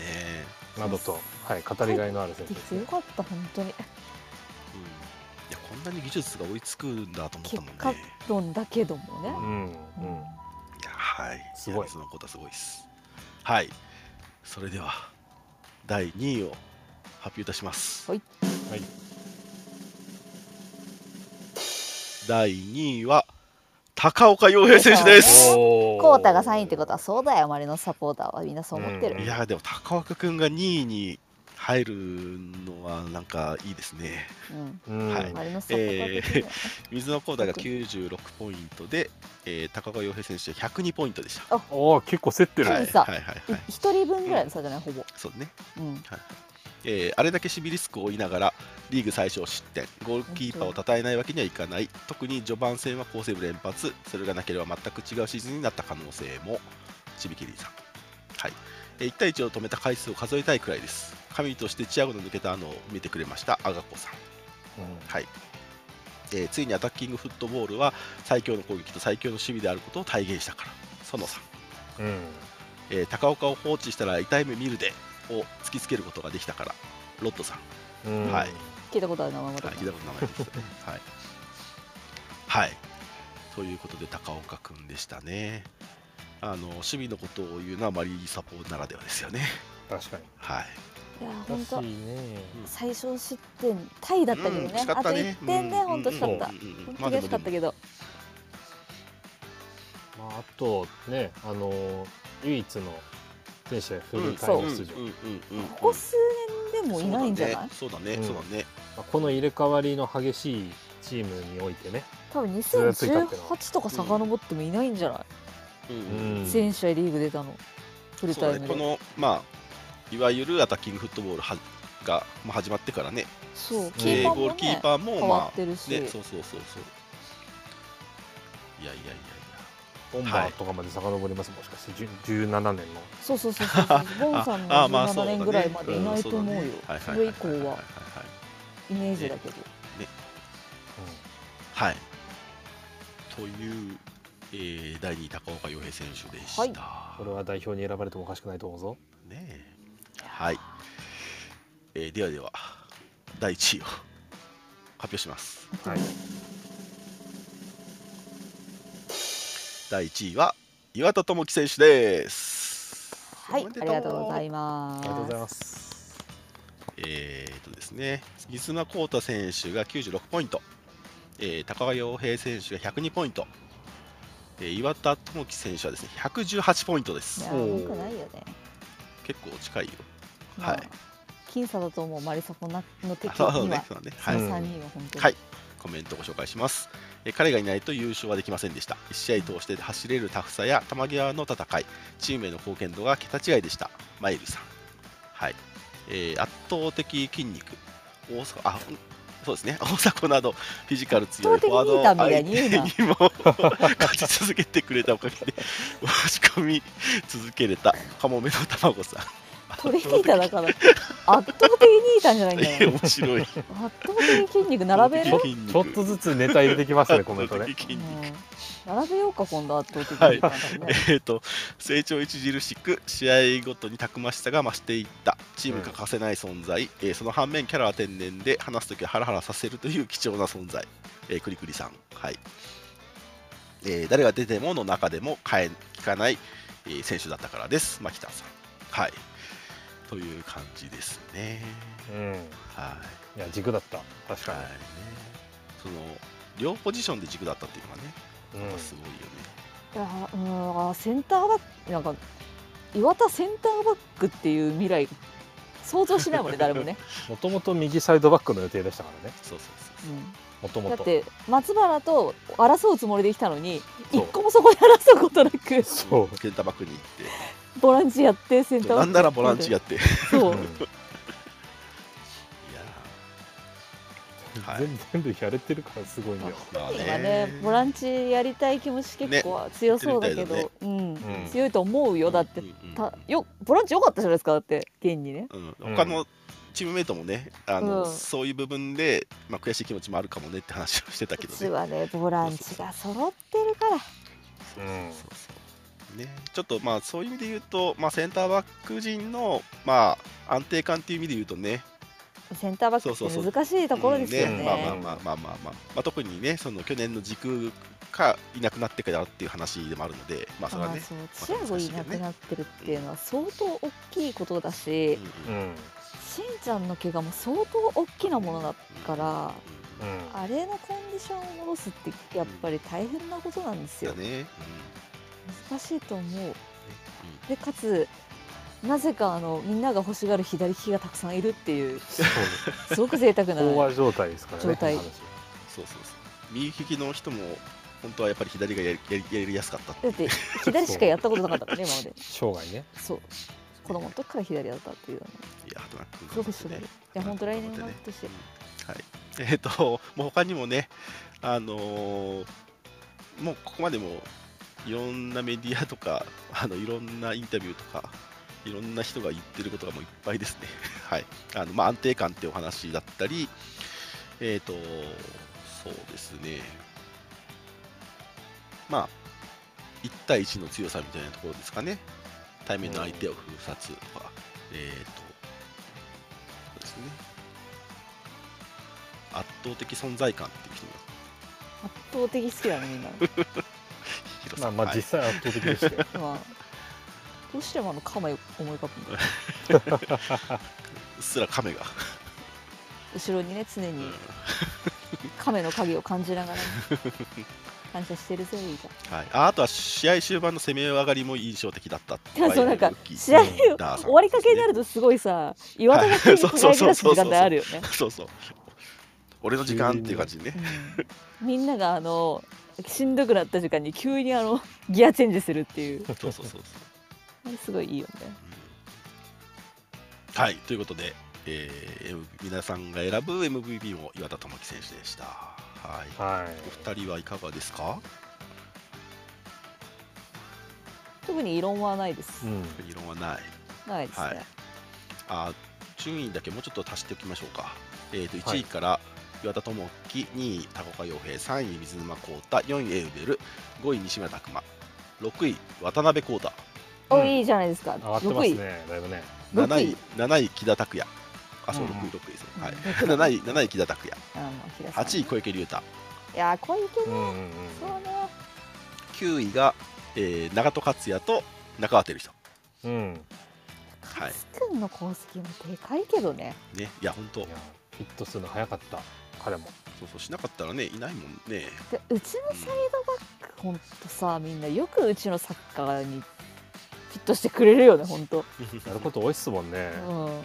[SPEAKER 2] ねえ、
[SPEAKER 1] ん、などと、はい、語りがいのある選手です
[SPEAKER 4] よ
[SPEAKER 1] ね。
[SPEAKER 4] かった本当に
[SPEAKER 2] うん、いやこんなに技術が追いつくんだと思ったもんね
[SPEAKER 4] 結果論だけどもね
[SPEAKER 1] う。ん、うん、
[SPEAKER 2] いやはい
[SPEAKER 1] すごい
[SPEAKER 2] やそのことはすごいですはいそれでは第2位を発表いたします
[SPEAKER 4] はい
[SPEAKER 1] はい
[SPEAKER 2] 第2位は高岡洋平選手です
[SPEAKER 1] コ
[SPEAKER 4] コータが3位ってことはそうだよマリノスサポーターはみんなそう思ってる
[SPEAKER 2] いやでも高岡君が2位に入るのはなんかいいですね。
[SPEAKER 4] うん。
[SPEAKER 1] うん
[SPEAKER 2] はい
[SPEAKER 4] あれのサ
[SPEAKER 2] えー
[SPEAKER 4] ッカー的には
[SPEAKER 2] 水野幸太が96ポイントで、えー高川洋平選手は102ポイントでした。
[SPEAKER 1] おお結構競ってる、
[SPEAKER 2] はい
[SPEAKER 4] 僅差
[SPEAKER 2] はいはいはい
[SPEAKER 4] い一人分ぐらいの差じゃないほぼ。
[SPEAKER 2] そうね、
[SPEAKER 4] うん。
[SPEAKER 2] えーあれだけシビリスクを負いながらリーグ最小失点ゴールキーパーを称えないわけにはいかない特に序盤戦は好セーブ連発それがなければ全く違うシーズンになった可能性もちびきりさん、はいえ1対1を止めた回数を数えたいくらいです神としてチアゴの抜けた穴を見てくれましたアガコさん
[SPEAKER 1] うん
[SPEAKER 2] はいえーついにアタッキングフットボールは最強の攻撃と最強の守備であることを体現したから園さん
[SPEAKER 1] うん
[SPEAKER 2] えー高岡を放置したら痛い目見るでを突きつけることができたからロットさん、
[SPEAKER 1] うん
[SPEAKER 2] はい
[SPEAKER 4] 聞いたことある名前も
[SPEAKER 2] はい、聞いたこと名前ですねはい、はい、ということで高岡君でしたねあの守備のことを言うのはマリーサポならではですよね
[SPEAKER 1] 確かに
[SPEAKER 2] はい
[SPEAKER 4] いや
[SPEAKER 1] ら
[SPEAKER 4] 本
[SPEAKER 1] し
[SPEAKER 4] 当
[SPEAKER 1] い。ね
[SPEAKER 4] 最小失点タイだったけど
[SPEAKER 2] うん
[SPEAKER 4] ね
[SPEAKER 2] 惜し。か
[SPEAKER 4] あ
[SPEAKER 2] っ
[SPEAKER 4] と
[SPEAKER 2] た
[SPEAKER 4] 一
[SPEAKER 2] ね
[SPEAKER 4] 点ね
[SPEAKER 2] うん
[SPEAKER 4] 本当惜しかった
[SPEAKER 2] う。んうんうん
[SPEAKER 4] 本
[SPEAKER 2] まあ
[SPEAKER 4] 当
[SPEAKER 2] でも
[SPEAKER 4] 悔しかったけど。
[SPEAKER 1] まあ、あとねあの唯一の全試合フルタイ
[SPEAKER 4] そう
[SPEAKER 1] ム
[SPEAKER 2] うん
[SPEAKER 1] 出場、
[SPEAKER 2] うんうんうんうん
[SPEAKER 4] ここ数年でもいないんじゃない？
[SPEAKER 2] そうだね
[SPEAKER 1] うん
[SPEAKER 2] そうだね
[SPEAKER 1] まあこの入れ替わりの激しいチームにおいてね、
[SPEAKER 4] 多分
[SPEAKER 1] れがついたってのは
[SPEAKER 4] 2018とか遡ってもいないんじゃない？
[SPEAKER 2] そうだねうんうん
[SPEAKER 1] うん
[SPEAKER 4] 全試合リーグ出たのフル
[SPEAKER 2] そう
[SPEAKER 4] タイ
[SPEAKER 2] ね、
[SPEAKER 4] ム
[SPEAKER 2] こ
[SPEAKER 4] で
[SPEAKER 2] の、まあ、いわゆるアタッキングフットボールはが、まあ、始まってからね、
[SPEAKER 4] そう
[SPEAKER 1] キ
[SPEAKER 4] キ
[SPEAKER 1] ー
[SPEAKER 4] ー
[SPEAKER 2] え
[SPEAKER 4] パ
[SPEAKER 2] ー
[SPEAKER 4] ー
[SPEAKER 2] ゴー
[SPEAKER 4] も
[SPEAKER 2] ルキー
[SPEAKER 4] ね
[SPEAKER 2] パーも、
[SPEAKER 4] 変わ
[SPEAKER 2] ま
[SPEAKER 4] って
[SPEAKER 2] あ、
[SPEAKER 4] る
[SPEAKER 2] ね、
[SPEAKER 4] し
[SPEAKER 2] そうそうそうそう。いやいやいやい
[SPEAKER 1] ボンバーとかまで遡ります、もしかしてじゅ17年の。
[SPEAKER 4] そうそうそうそう そうボンさん
[SPEAKER 2] や。
[SPEAKER 4] が17年ぐらいまでいないと思うよ
[SPEAKER 2] んだね
[SPEAKER 4] それ以降
[SPEAKER 2] いい
[SPEAKER 4] はいイメージだけど
[SPEAKER 2] はい。という、えー、第2位高岡洋平選手でした。
[SPEAKER 4] はい
[SPEAKER 1] これは代表に選ばれてもおかしくないと思うぞ。
[SPEAKER 2] ねえはい、えーではでは第1位を発表します
[SPEAKER 1] はい。
[SPEAKER 2] 第1位は岩田智樹選手です
[SPEAKER 4] はいありがとうござい
[SPEAKER 2] ま
[SPEAKER 1] あ
[SPEAKER 4] ま
[SPEAKER 1] りがとうござい
[SPEAKER 4] す
[SPEAKER 1] ます。
[SPEAKER 2] すえー、っとですね水間浩太選手が96ポイント、えー、高川洋平選手が102ポイント、えー岩田智樹選手はですね118ポイントで
[SPEAKER 4] い
[SPEAKER 2] す
[SPEAKER 4] やー良くないよね
[SPEAKER 2] 結構近いよ
[SPEAKER 4] ま
[SPEAKER 2] は
[SPEAKER 4] あ
[SPEAKER 2] い
[SPEAKER 4] 僅差だと思うマリサポなの敵
[SPEAKER 2] あ そうだ
[SPEAKER 4] に
[SPEAKER 2] ね
[SPEAKER 4] は
[SPEAKER 2] そうだね
[SPEAKER 4] そ
[SPEAKER 2] はい
[SPEAKER 4] の3人は本当に
[SPEAKER 2] はいコメントをご紹介しますえー彼がいないと優勝はできませんでした1試合通して走れるタフさや球際の戦いチームへの貢献度が桁違いでしたマイルさん、はいえー圧倒的筋肉大阪あうんそうですね 大迫などフィジカル強い
[SPEAKER 4] 圧
[SPEAKER 2] フォ
[SPEAKER 4] 倒
[SPEAKER 2] ワ
[SPEAKER 4] 的にいいタ
[SPEAKER 2] ード
[SPEAKER 4] みたいに言うな
[SPEAKER 2] 相手にも勝ち続けてくれたおかげで押し込み続けれたカモメの卵さん
[SPEAKER 4] トレニータだから圧倒的にいいタんじゃないんだ よ
[SPEAKER 2] 面白い
[SPEAKER 4] 圧倒的に筋肉並べる
[SPEAKER 2] 圧倒的筋肉
[SPEAKER 1] ちょっとずつネタ入れてきますね、コメン
[SPEAKER 2] 圧
[SPEAKER 1] ト
[SPEAKER 2] 倒
[SPEAKER 1] ね。
[SPEAKER 2] 的筋肉
[SPEAKER 4] うん並べようか今度圧倒的にいいタんだね
[SPEAKER 2] えー、と成長著しく試合ごとにたくましさが増していったチームが欠かせない存在、えーその反面キャラは天然で話すときはハラハラさせるという貴重な存在、えー、クリクリさん、はいえー誰が出てもの中でも変え聞かない、えー選手だったからです牧田さん、はい、という感じですね。
[SPEAKER 1] うん。
[SPEAKER 2] はい
[SPEAKER 1] いや、軸だった。確
[SPEAKER 2] はい
[SPEAKER 1] か
[SPEAKER 2] ねその両ポジションで軸だったっていうのがね、
[SPEAKER 1] に。うん
[SPEAKER 2] やっぱすごいよね。
[SPEAKER 4] いやーうーんセンターバックなんか岩田センターバックっていう未来想像しな いもんね誰もね、
[SPEAKER 1] もともと右サイドバックの予定でしたからね。
[SPEAKER 2] そうそうそう
[SPEAKER 4] う
[SPEAKER 1] もと
[SPEAKER 4] ん、
[SPEAKER 1] も
[SPEAKER 4] だっ
[SPEAKER 1] と。
[SPEAKER 4] て松原と争うつもりできたのに
[SPEAKER 1] そう
[SPEAKER 4] 一個もそこで争うことなく
[SPEAKER 1] そう。
[SPEAKER 2] センターバックに行って
[SPEAKER 4] ボランチやってセンターバッ
[SPEAKER 2] な
[SPEAKER 4] ク
[SPEAKER 2] んならボランチやって
[SPEAKER 4] そううん
[SPEAKER 2] いやはい
[SPEAKER 1] 全全部やれてるからすごいんだよ。
[SPEAKER 2] ーまあ
[SPEAKER 4] 今ねボランチやりたい気持ち結構強そうだけど、
[SPEAKER 2] ね言っ
[SPEAKER 4] うん
[SPEAKER 1] ねうん
[SPEAKER 4] 強いと思うよだって
[SPEAKER 2] うんうんうん
[SPEAKER 4] たよボランチ良かったじゃないですかだって現にね
[SPEAKER 2] うん
[SPEAKER 1] うん
[SPEAKER 2] 他のチームメイトもねあの、
[SPEAKER 4] うん
[SPEAKER 2] そういう部分で、まあ、悔しい気持ちもあるかもねって話をしてたけ
[SPEAKER 4] う
[SPEAKER 2] どね
[SPEAKER 4] ちはねボランチが揃ってるから
[SPEAKER 2] そ
[SPEAKER 1] う
[SPEAKER 2] う
[SPEAKER 1] ん
[SPEAKER 2] そうそうね、ちょっとまあそういう意味で言うと、まあ、センターバック陣の、まあ、安定感っていう意味で言うとね
[SPEAKER 4] センターバック
[SPEAKER 2] そうそう
[SPEAKER 4] っ
[SPEAKER 2] そ
[SPEAKER 4] て
[SPEAKER 2] う
[SPEAKER 4] 難しいところですよね,、
[SPEAKER 2] うんまあまあまあまあまあまあ、まあ、特にねその去年の軸かいなくなってからっていう話でもあるのでまあそれは
[SPEAKER 4] あ
[SPEAKER 2] ね
[SPEAKER 4] ー、そうチアゴいなくなってるっていうのは相当大きいことだ
[SPEAKER 2] う
[SPEAKER 4] し、
[SPEAKER 1] うんん。
[SPEAKER 4] しんちゃんの怪我も相当大きなものだから、
[SPEAKER 2] うん
[SPEAKER 1] うん。
[SPEAKER 4] あれのコンディションを戻すってやっぱり大変なことなんですよ、
[SPEAKER 2] だね、うん
[SPEAKER 4] 難しいと思う
[SPEAKER 2] うん
[SPEAKER 4] でかつなぜかあのみんなが欲しがる左利きがたくさんいるっていう
[SPEAKER 1] そうです
[SPEAKER 4] すごく 贅沢な
[SPEAKER 1] 飽和状態ですからね
[SPEAKER 4] 状態
[SPEAKER 1] この話
[SPEAKER 2] そうそうそう右利きの人も本当はやっぱり左がやりやりやりやすかったって
[SPEAKER 4] だって左しかやったことなかったもんね今まで
[SPEAKER 1] 生涯ね
[SPEAKER 4] そう子供の時から左だったっていうの
[SPEAKER 2] いや働くん
[SPEAKER 4] すごく
[SPEAKER 2] です
[SPEAKER 4] すごい
[SPEAKER 2] ね
[SPEAKER 4] いや本当来年も頑張ってほしい
[SPEAKER 2] はい、 えっ、と、もう他にもね、あのーもうここまでもいろんなメディアとか、あのいろんなインタビューとか、いろんな人が言ってることがもういっぱ いですね。はい、あのまあ安定感ってお話だったり、えっ、と、そうですね、まあ、1対1の強さみたいなところですかね。対面の相手を封殺とか、えっ、と、そうですね。圧倒的存在感っていう人も
[SPEAKER 4] 圧倒的好きだねみんな
[SPEAKER 2] 広
[SPEAKER 1] ま
[SPEAKER 2] さ
[SPEAKER 1] あまあ
[SPEAKER 2] はい
[SPEAKER 1] 実際圧倒的でしたよ
[SPEAKER 4] 今どうしてもあの鎌思い浮かぶんだ
[SPEAKER 2] うっすら亀が、
[SPEAKER 4] 後ろにね常
[SPEAKER 2] うん
[SPEAKER 4] に亀の影を感じながらね 感謝してるぜいいじ
[SPEAKER 2] はい、ああとは試合終盤の攻め上がりも印象的だった
[SPEAKER 4] い やそうなんか
[SPEAKER 2] バイエルンルッキー
[SPEAKER 4] 試合
[SPEAKER 2] うんダーさんですね
[SPEAKER 4] 終わりかけになるとすごいさ岩田が急に輝き出す時間帯あるよね、
[SPEAKER 2] そうそう俺の時間っていう感じね
[SPEAKER 4] うんみんながあのしんどくなった時間に急にあのギアチェンジするって いう
[SPEAKER 2] そうそうそうそう、
[SPEAKER 4] あれすごいいいよね
[SPEAKER 2] うんはいということで、えー M- 皆さんが選ぶ MVP も岩田智樹選手でしたはい
[SPEAKER 1] は
[SPEAKER 2] お二人はいかがですか
[SPEAKER 4] 特に異論はないです
[SPEAKER 1] い、う、ん、
[SPEAKER 2] 異論はない
[SPEAKER 4] ないですね、
[SPEAKER 2] はいあ順位だけもうちょっと足しておきましょうか、えー、と
[SPEAKER 1] は
[SPEAKER 2] 1
[SPEAKER 1] い
[SPEAKER 2] 位から岩田智樹2位高岡洋平3位水沼宏太4位エウベル5位西村拓磨6位渡辺宏太
[SPEAKER 4] お
[SPEAKER 1] うん
[SPEAKER 4] いいじゃないですか
[SPEAKER 1] 上がって
[SPEAKER 4] 6
[SPEAKER 1] ます
[SPEAKER 4] 位
[SPEAKER 1] ねだいぶね
[SPEAKER 4] 六位
[SPEAKER 2] 7位7位木田拓也あそう
[SPEAKER 1] うん
[SPEAKER 2] 6位6位ですね、はい
[SPEAKER 4] うん
[SPEAKER 2] 7位7位木田拓也
[SPEAKER 4] あの平さん
[SPEAKER 2] 8位小池龍太
[SPEAKER 4] いやー小池
[SPEAKER 1] う
[SPEAKER 4] ね、
[SPEAKER 1] んうんうん
[SPEAKER 4] そうね
[SPEAKER 2] 9位が、えー長戸克也と中川照人
[SPEAKER 1] うん
[SPEAKER 2] はい
[SPEAKER 4] 勝くんの功績もでかいけどね
[SPEAKER 2] ねいや本当
[SPEAKER 1] いやヒットするの早かった彼も
[SPEAKER 2] そうそうしなかったらねいないもんね
[SPEAKER 4] でうちのサイドバックほんとさみんなよくうちのサッカーにフィットしてくれるよねほんと
[SPEAKER 1] や ること多いっすもんね
[SPEAKER 4] うん、い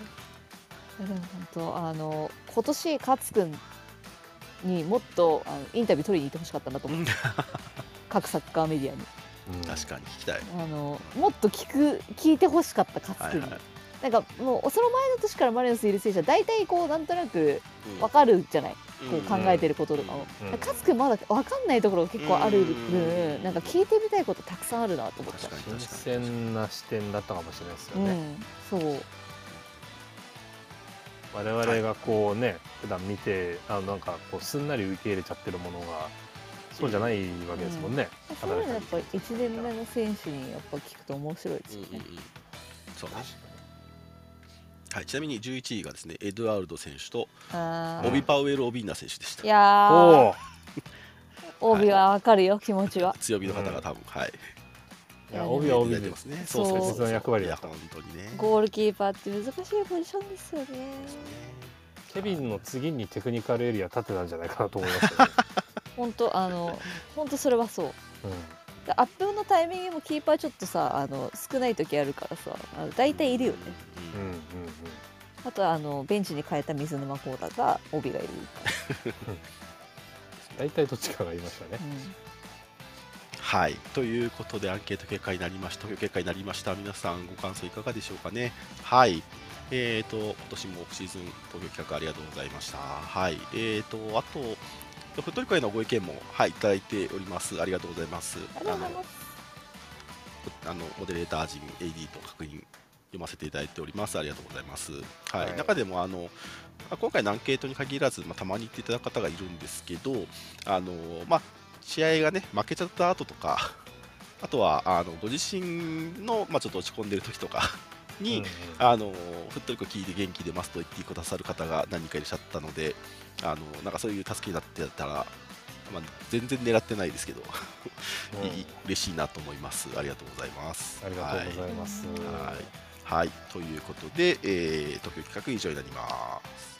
[SPEAKER 4] やでも本当あの今年勝くんにもっとあのインタビュー取りに行ってほしかったなと思う
[SPEAKER 2] うん
[SPEAKER 4] 各サッカーメディアに
[SPEAKER 2] 確かに聞きたい
[SPEAKER 4] あのもっと聞く聞いてほしかった勝
[SPEAKER 2] は
[SPEAKER 4] く
[SPEAKER 2] い
[SPEAKER 4] んに、
[SPEAKER 2] はい、
[SPEAKER 4] なんかもうその前の年からマリノスいる選手は大体こうなんとなくわかるじゃない、こう考えてることとかも、
[SPEAKER 1] うん
[SPEAKER 4] だから勝くんまだわかんないところが結構ある分、
[SPEAKER 2] うん
[SPEAKER 4] なんか聞いてみたいことたくさんあるなと思っ
[SPEAKER 2] 確
[SPEAKER 4] た
[SPEAKER 2] かに
[SPEAKER 1] 新
[SPEAKER 2] 確かに
[SPEAKER 1] 鮮な視点だったかもしれないですよ
[SPEAKER 4] う
[SPEAKER 1] ね、
[SPEAKER 4] ん、そう
[SPEAKER 1] 我々がこうね普段見てあのなんかこうすんなり受け入れちゃってるものがそうじゃないわけですもんね、
[SPEAKER 4] そういうのやっぱ
[SPEAKER 1] 働
[SPEAKER 4] り
[SPEAKER 1] きかけ
[SPEAKER 4] 1
[SPEAKER 1] てる
[SPEAKER 4] 年目の選手にやっぱ聞くと面白いです
[SPEAKER 2] うん
[SPEAKER 4] よ
[SPEAKER 2] うんう
[SPEAKER 4] ね
[SPEAKER 2] ん、そうねはい、ちなみに11位がですねエドゥアルド選手と
[SPEAKER 4] あー
[SPEAKER 2] ボビパウエル・オビーナ選手でし
[SPEAKER 4] い
[SPEAKER 2] た。
[SPEAKER 4] や
[SPEAKER 1] お
[SPEAKER 4] ー
[SPEAKER 1] お
[SPEAKER 4] 帯はわかるよ気持ちは
[SPEAKER 2] 強火の方が多分、はい。
[SPEAKER 1] いや帯は帯
[SPEAKER 2] 出て
[SPEAKER 1] で
[SPEAKER 2] ますね。
[SPEAKER 4] そう
[SPEAKER 1] 切な役割
[SPEAKER 2] い
[SPEAKER 1] だ
[SPEAKER 2] や、
[SPEAKER 1] った
[SPEAKER 2] 本当にね。
[SPEAKER 4] ゴールキーパーって難しいポジションですよね
[SPEAKER 1] ケビンの次にテクニカルエリア立てたんじゃないかなと思いますよね、
[SPEAKER 4] 本当あの本当それはそう
[SPEAKER 1] うん
[SPEAKER 4] でアップのタイミングもキーパーちょっとさあの少ない時あるからさあの大体いるよね
[SPEAKER 1] う
[SPEAKER 2] うんん。
[SPEAKER 1] うん
[SPEAKER 4] あとはあのベンチに変えた水沼宏太が帯がいる、
[SPEAKER 1] うん大体どっちかが言いましたね
[SPEAKER 4] う
[SPEAKER 2] はい、ということでアンケート結果になりました。投票結果になりました。皆さんご感想いかがでしょうかね。はい。えーと今年もオフシーズン投票企画ありがとうございました。はい。えーとあと。フットリコへのご意見も、はい、いただいております。ありがとうございます。
[SPEAKER 4] ん、ありがとうございます
[SPEAKER 2] あのモデレーター陣 AD と確認読ませていただいております。ありがとうございます。はい。
[SPEAKER 1] はい
[SPEAKER 2] 中でもあのまあ今回のアンケートに限らず、まあ、たまに言っていただく方がいるんですけど、あのまあ試合がね負けちゃった後とか、 あとはあのご自身のまあちょっと落ち込んでる時とか に、
[SPEAKER 1] うんうん
[SPEAKER 2] あのふっとりこ聞いて元気出ますと言ってくださる方が何人かいらっしゃったので、あのなんかそういう助けになってたら。まあ、全然狙ってないですけど、
[SPEAKER 1] うん
[SPEAKER 2] いい嬉しいなと思います。ありがとうございます。
[SPEAKER 1] ありがとうございます、
[SPEAKER 2] はいはい、ということで、えー、特許企画以上になります。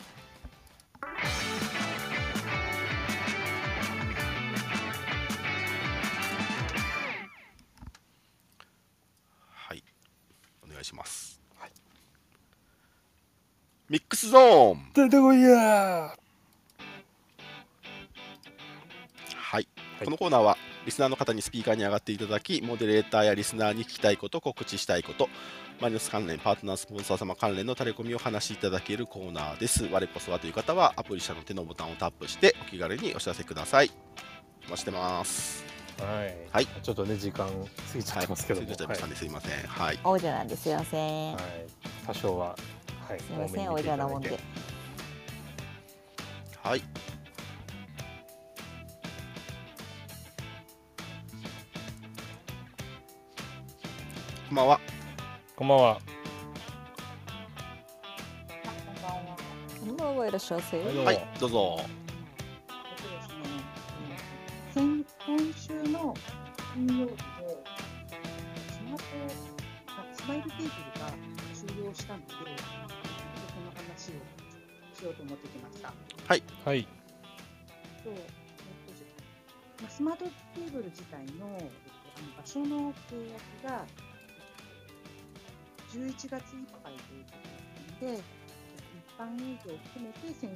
[SPEAKER 2] はい、お願いします。ミックスゾーン
[SPEAKER 1] 出てこいや
[SPEAKER 2] はい、このコーナーはリスナーの方にスピーカーに上がっていただきモデレーターやリスナーに聞きたいこと告知したいことマイナス関連パートナースポンサー様関連のタレコミをお話しいただけるコーナーです我こそはという方はアプリ社の手のボタンをタップしてお気軽にお知らせくださいお待ちしてます
[SPEAKER 1] ーはい、
[SPEAKER 2] はい
[SPEAKER 1] ちょっとね時間過ぎちゃってますけども、
[SPEAKER 2] はい、失礼いたしましたねすいませんはい
[SPEAKER 4] 王者なんですいません
[SPEAKER 1] はい。多少は、はい、
[SPEAKER 4] すいま
[SPEAKER 1] 多め
[SPEAKER 4] せ
[SPEAKER 1] に
[SPEAKER 4] ん王
[SPEAKER 1] 見てい
[SPEAKER 4] 者
[SPEAKER 1] ただ
[SPEAKER 4] ない
[SPEAKER 1] て
[SPEAKER 4] もんで
[SPEAKER 2] はいこんばんは
[SPEAKER 1] こんばんは。
[SPEAKER 4] こんばんはいらっしゃいませ
[SPEAKER 1] はいどうぞ
[SPEAKER 2] はいどうぞ
[SPEAKER 5] 先今週の金曜日で、スマホ、あスマイルケーブルが終了したので、ちょっとこの話をしようと思ってきました。
[SPEAKER 1] はい。
[SPEAKER 5] とえっとじまあスマートケーブル自体のえっとあの場所の契約が11月いっぱいということなので、一般営業を含めて先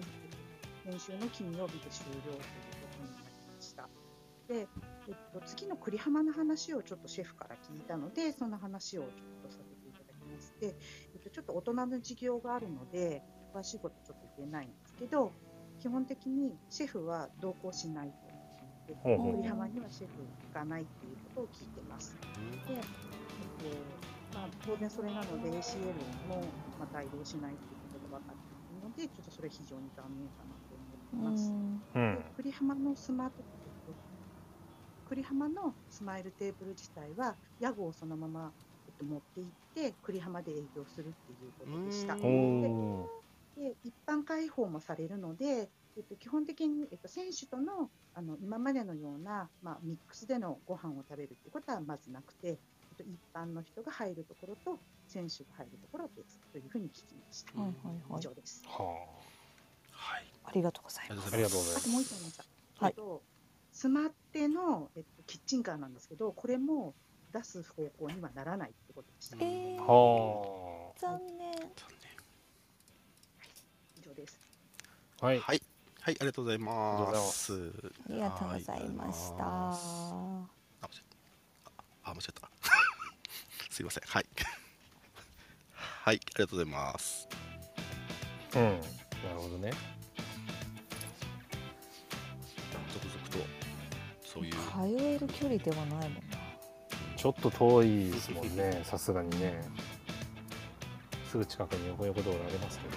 [SPEAKER 5] 先週の金曜日で終了ということになりました。で、えっと、次の栗浜の話をちょっとシェフから聞いたので、その話をちょっとさせていただきます。で、えっと、ちょっと大人の事業があるので、詳しいことちょっと言えないんですけど、基本的にシェフは同行しないと
[SPEAKER 1] ほう
[SPEAKER 4] ほう
[SPEAKER 5] 栗浜にはシェフ行かないっていうことを聞いてます。で、えっとまあ、当然それなので ACL もまた移動しないっていうことが分かっているので、ちょっとそれ非常に残念かなと思ってます。
[SPEAKER 1] うん。
[SPEAKER 5] 栗浜のスマート栗浜のスマイルテーブル自体は屋号をそのまま、えっと、持って行って栗浜で営業するっていうことでした。
[SPEAKER 2] う
[SPEAKER 5] で
[SPEAKER 2] ー
[SPEAKER 1] おお
[SPEAKER 5] で一般開放もされるので、えっと、基本的に、えっと、選手とのあの今までのような、まあ、ミックスでのご飯を食べるってことはまずなくて、えっと、一般の人が入るところと選手が入るところですというふうに聞きました。
[SPEAKER 4] はいは
[SPEAKER 5] 以
[SPEAKER 4] いはい
[SPEAKER 5] 上です。
[SPEAKER 1] ー。は
[SPEAKER 2] はい
[SPEAKER 4] ありがとうござい
[SPEAKER 2] ありがとう
[SPEAKER 4] ま
[SPEAKER 2] ご
[SPEAKER 4] す
[SPEAKER 1] あ。あ
[SPEAKER 2] ざい
[SPEAKER 1] り
[SPEAKER 2] ま
[SPEAKER 1] が
[SPEAKER 2] す
[SPEAKER 1] とうござい
[SPEAKER 5] あ
[SPEAKER 1] ます。
[SPEAKER 4] は
[SPEAKER 5] ともう一個ありました。
[SPEAKER 4] い
[SPEAKER 5] えっと、スマテの、えっと、キッチンカーなんですけど、これも出す方向にはならないってことでした。
[SPEAKER 4] え
[SPEAKER 2] うん
[SPEAKER 4] ー
[SPEAKER 1] は
[SPEAKER 4] 残念
[SPEAKER 5] 以上です。
[SPEAKER 1] あ。はい。
[SPEAKER 2] はい、はい、ありがとうございます。
[SPEAKER 4] ありがとうございました。
[SPEAKER 2] はあ、間違った。あ、間違った。 すいません。はい。はい、ありがとうございます。
[SPEAKER 1] うん。なるほどね。
[SPEAKER 2] 続々と。そういう。
[SPEAKER 4] 通える距離ではないもんな。
[SPEAKER 1] ちょっと遠いですもんね。さすがにね。すぐ近くに横横道路ありますけど。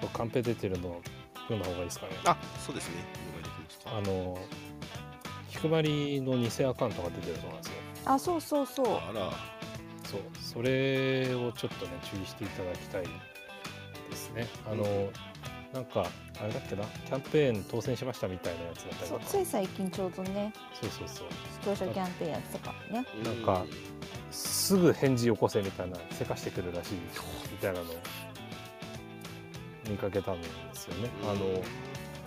[SPEAKER 1] これカンペ出てるの読んだ方がいいですかね。
[SPEAKER 2] あ、そうですね。お願いできます
[SPEAKER 1] あ
[SPEAKER 2] か。
[SPEAKER 1] の。ひくまりの偽アカウントが出てるそうなんですよ。
[SPEAKER 4] あ、そうそうそう。
[SPEAKER 2] あら。
[SPEAKER 1] そうそれをちょっとね注意していただきたいですねあの、
[SPEAKER 2] うん
[SPEAKER 1] なんかあれだっけなキャンペーン当選しましたみたいなやつだったり
[SPEAKER 4] そ
[SPEAKER 1] と
[SPEAKER 4] う
[SPEAKER 1] か
[SPEAKER 4] つい最近ちょうどね、
[SPEAKER 1] そうそうそう
[SPEAKER 4] 視聴者キャンペーンやってたからね。
[SPEAKER 1] なんかすぐ返事よこせみたいなせかしてくるらしいみたいなのを見かけたんですよねあの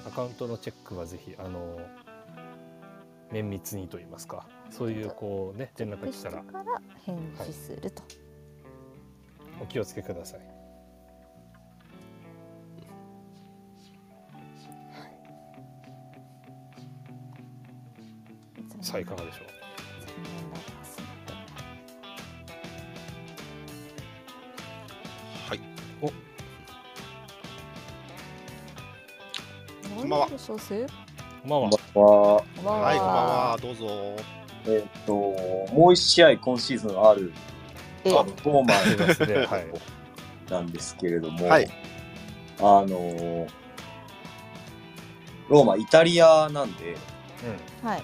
[SPEAKER 1] アカウントのチェックはぜひあの綿密にと言いますかそういうこうね連絡が来
[SPEAKER 4] したて
[SPEAKER 1] ら
[SPEAKER 4] から返事すると。
[SPEAKER 1] お気をつけくださいさあいかがでしょう
[SPEAKER 4] 残念だったですね
[SPEAKER 2] はい。
[SPEAKER 4] こ
[SPEAKER 2] んばんは
[SPEAKER 4] でしょうせ。
[SPEAKER 1] こんばんは
[SPEAKER 6] こんばんは。
[SPEAKER 4] こんばん
[SPEAKER 2] はい、こんばん
[SPEAKER 4] は。
[SPEAKER 2] は。どうぞ。
[SPEAKER 6] えっ、と、もう1試合今シーズンある、
[SPEAKER 4] え
[SPEAKER 6] あのボーマ
[SPEAKER 1] そうです ね
[SPEAKER 6] ー
[SPEAKER 1] はい
[SPEAKER 6] なんですけれども、
[SPEAKER 2] はい
[SPEAKER 6] あのーローマ、イタリアなんで、
[SPEAKER 4] はい。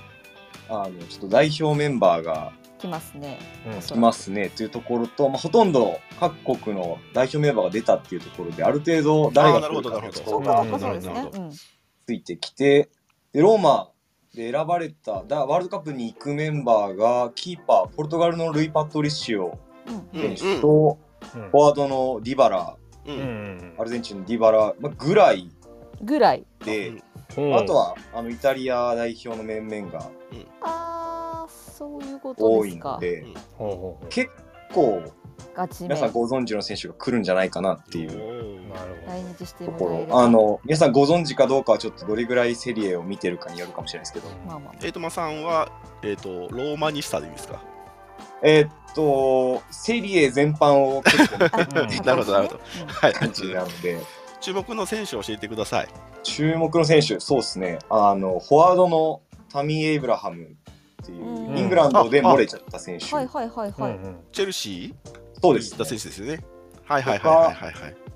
[SPEAKER 6] あの、ちょっと代表メンバーが
[SPEAKER 4] 来ますね。
[SPEAKER 1] うん、うん
[SPEAKER 6] いますねというところと、まあ、ほとんど各国の代表メンバーが出たっていうところで、ある程度誰
[SPEAKER 2] あーな
[SPEAKER 6] が
[SPEAKER 2] る
[SPEAKER 6] 来
[SPEAKER 2] ほ
[SPEAKER 6] る
[SPEAKER 2] どなる
[SPEAKER 6] か
[SPEAKER 2] ほど
[SPEAKER 6] というとこ
[SPEAKER 4] そ
[SPEAKER 6] ろ
[SPEAKER 4] う
[SPEAKER 6] が
[SPEAKER 4] か、
[SPEAKER 2] うん
[SPEAKER 4] そうかそうです
[SPEAKER 2] なる
[SPEAKER 4] ね
[SPEAKER 2] ほ。ど
[SPEAKER 4] うん。
[SPEAKER 6] ついてきて、で、ローマで選ばれた、だワールドカップに行くメンバーが、キーパー、ポルトガルのルイ・パトリッシオ
[SPEAKER 4] うん
[SPEAKER 2] うん
[SPEAKER 6] 選手と、
[SPEAKER 1] うん
[SPEAKER 6] フォワードのディバラ、
[SPEAKER 2] う。
[SPEAKER 1] うんん
[SPEAKER 6] アルゼンチンのディバラまあぐらい
[SPEAKER 4] ぐらい。
[SPEAKER 6] で、
[SPEAKER 1] うん
[SPEAKER 6] あとはあのイタリア代表の面々が
[SPEAKER 4] ああ、そういうこと
[SPEAKER 6] 多
[SPEAKER 4] で
[SPEAKER 6] い
[SPEAKER 4] す
[SPEAKER 6] の
[SPEAKER 4] か。
[SPEAKER 6] で
[SPEAKER 1] ほうほうほう
[SPEAKER 6] 結構
[SPEAKER 4] ガチめ
[SPEAKER 6] 皆さんご存知の選手が来るんじゃないかなっていう
[SPEAKER 1] なるほ
[SPEAKER 4] 来日して
[SPEAKER 6] と
[SPEAKER 4] も
[SPEAKER 6] こ
[SPEAKER 4] らえ
[SPEAKER 6] ろ
[SPEAKER 4] れば
[SPEAKER 6] あの皆さんご存知かどうかはちょっとどれぐらいセリエを見てるかによるかもしれないですけど
[SPEAKER 4] まあまあまあ
[SPEAKER 2] えーとまさんは、えー、とローマニスタでいいんですか
[SPEAKER 6] えーっとセリエ全般を結構見てる
[SPEAKER 1] ど。うん
[SPEAKER 4] あ
[SPEAKER 2] なるほどなる ほど
[SPEAKER 4] 私ねうん
[SPEAKER 2] はい
[SPEAKER 6] 感じなので
[SPEAKER 2] 注目の選手を教えてください
[SPEAKER 6] 注目の選手そうですねあのフォワードのタミー・エイブラハムっていう
[SPEAKER 4] うん
[SPEAKER 6] イングランドで漏れちゃった選手
[SPEAKER 4] はいはいはいはい。
[SPEAKER 1] うんうん
[SPEAKER 2] チェルシ
[SPEAKER 6] そ
[SPEAKER 2] ー
[SPEAKER 6] う
[SPEAKER 2] に
[SPEAKER 6] で
[SPEAKER 2] 行
[SPEAKER 6] す
[SPEAKER 2] った選
[SPEAKER 6] ね
[SPEAKER 2] 手ですよねはいはいはいはいはいはい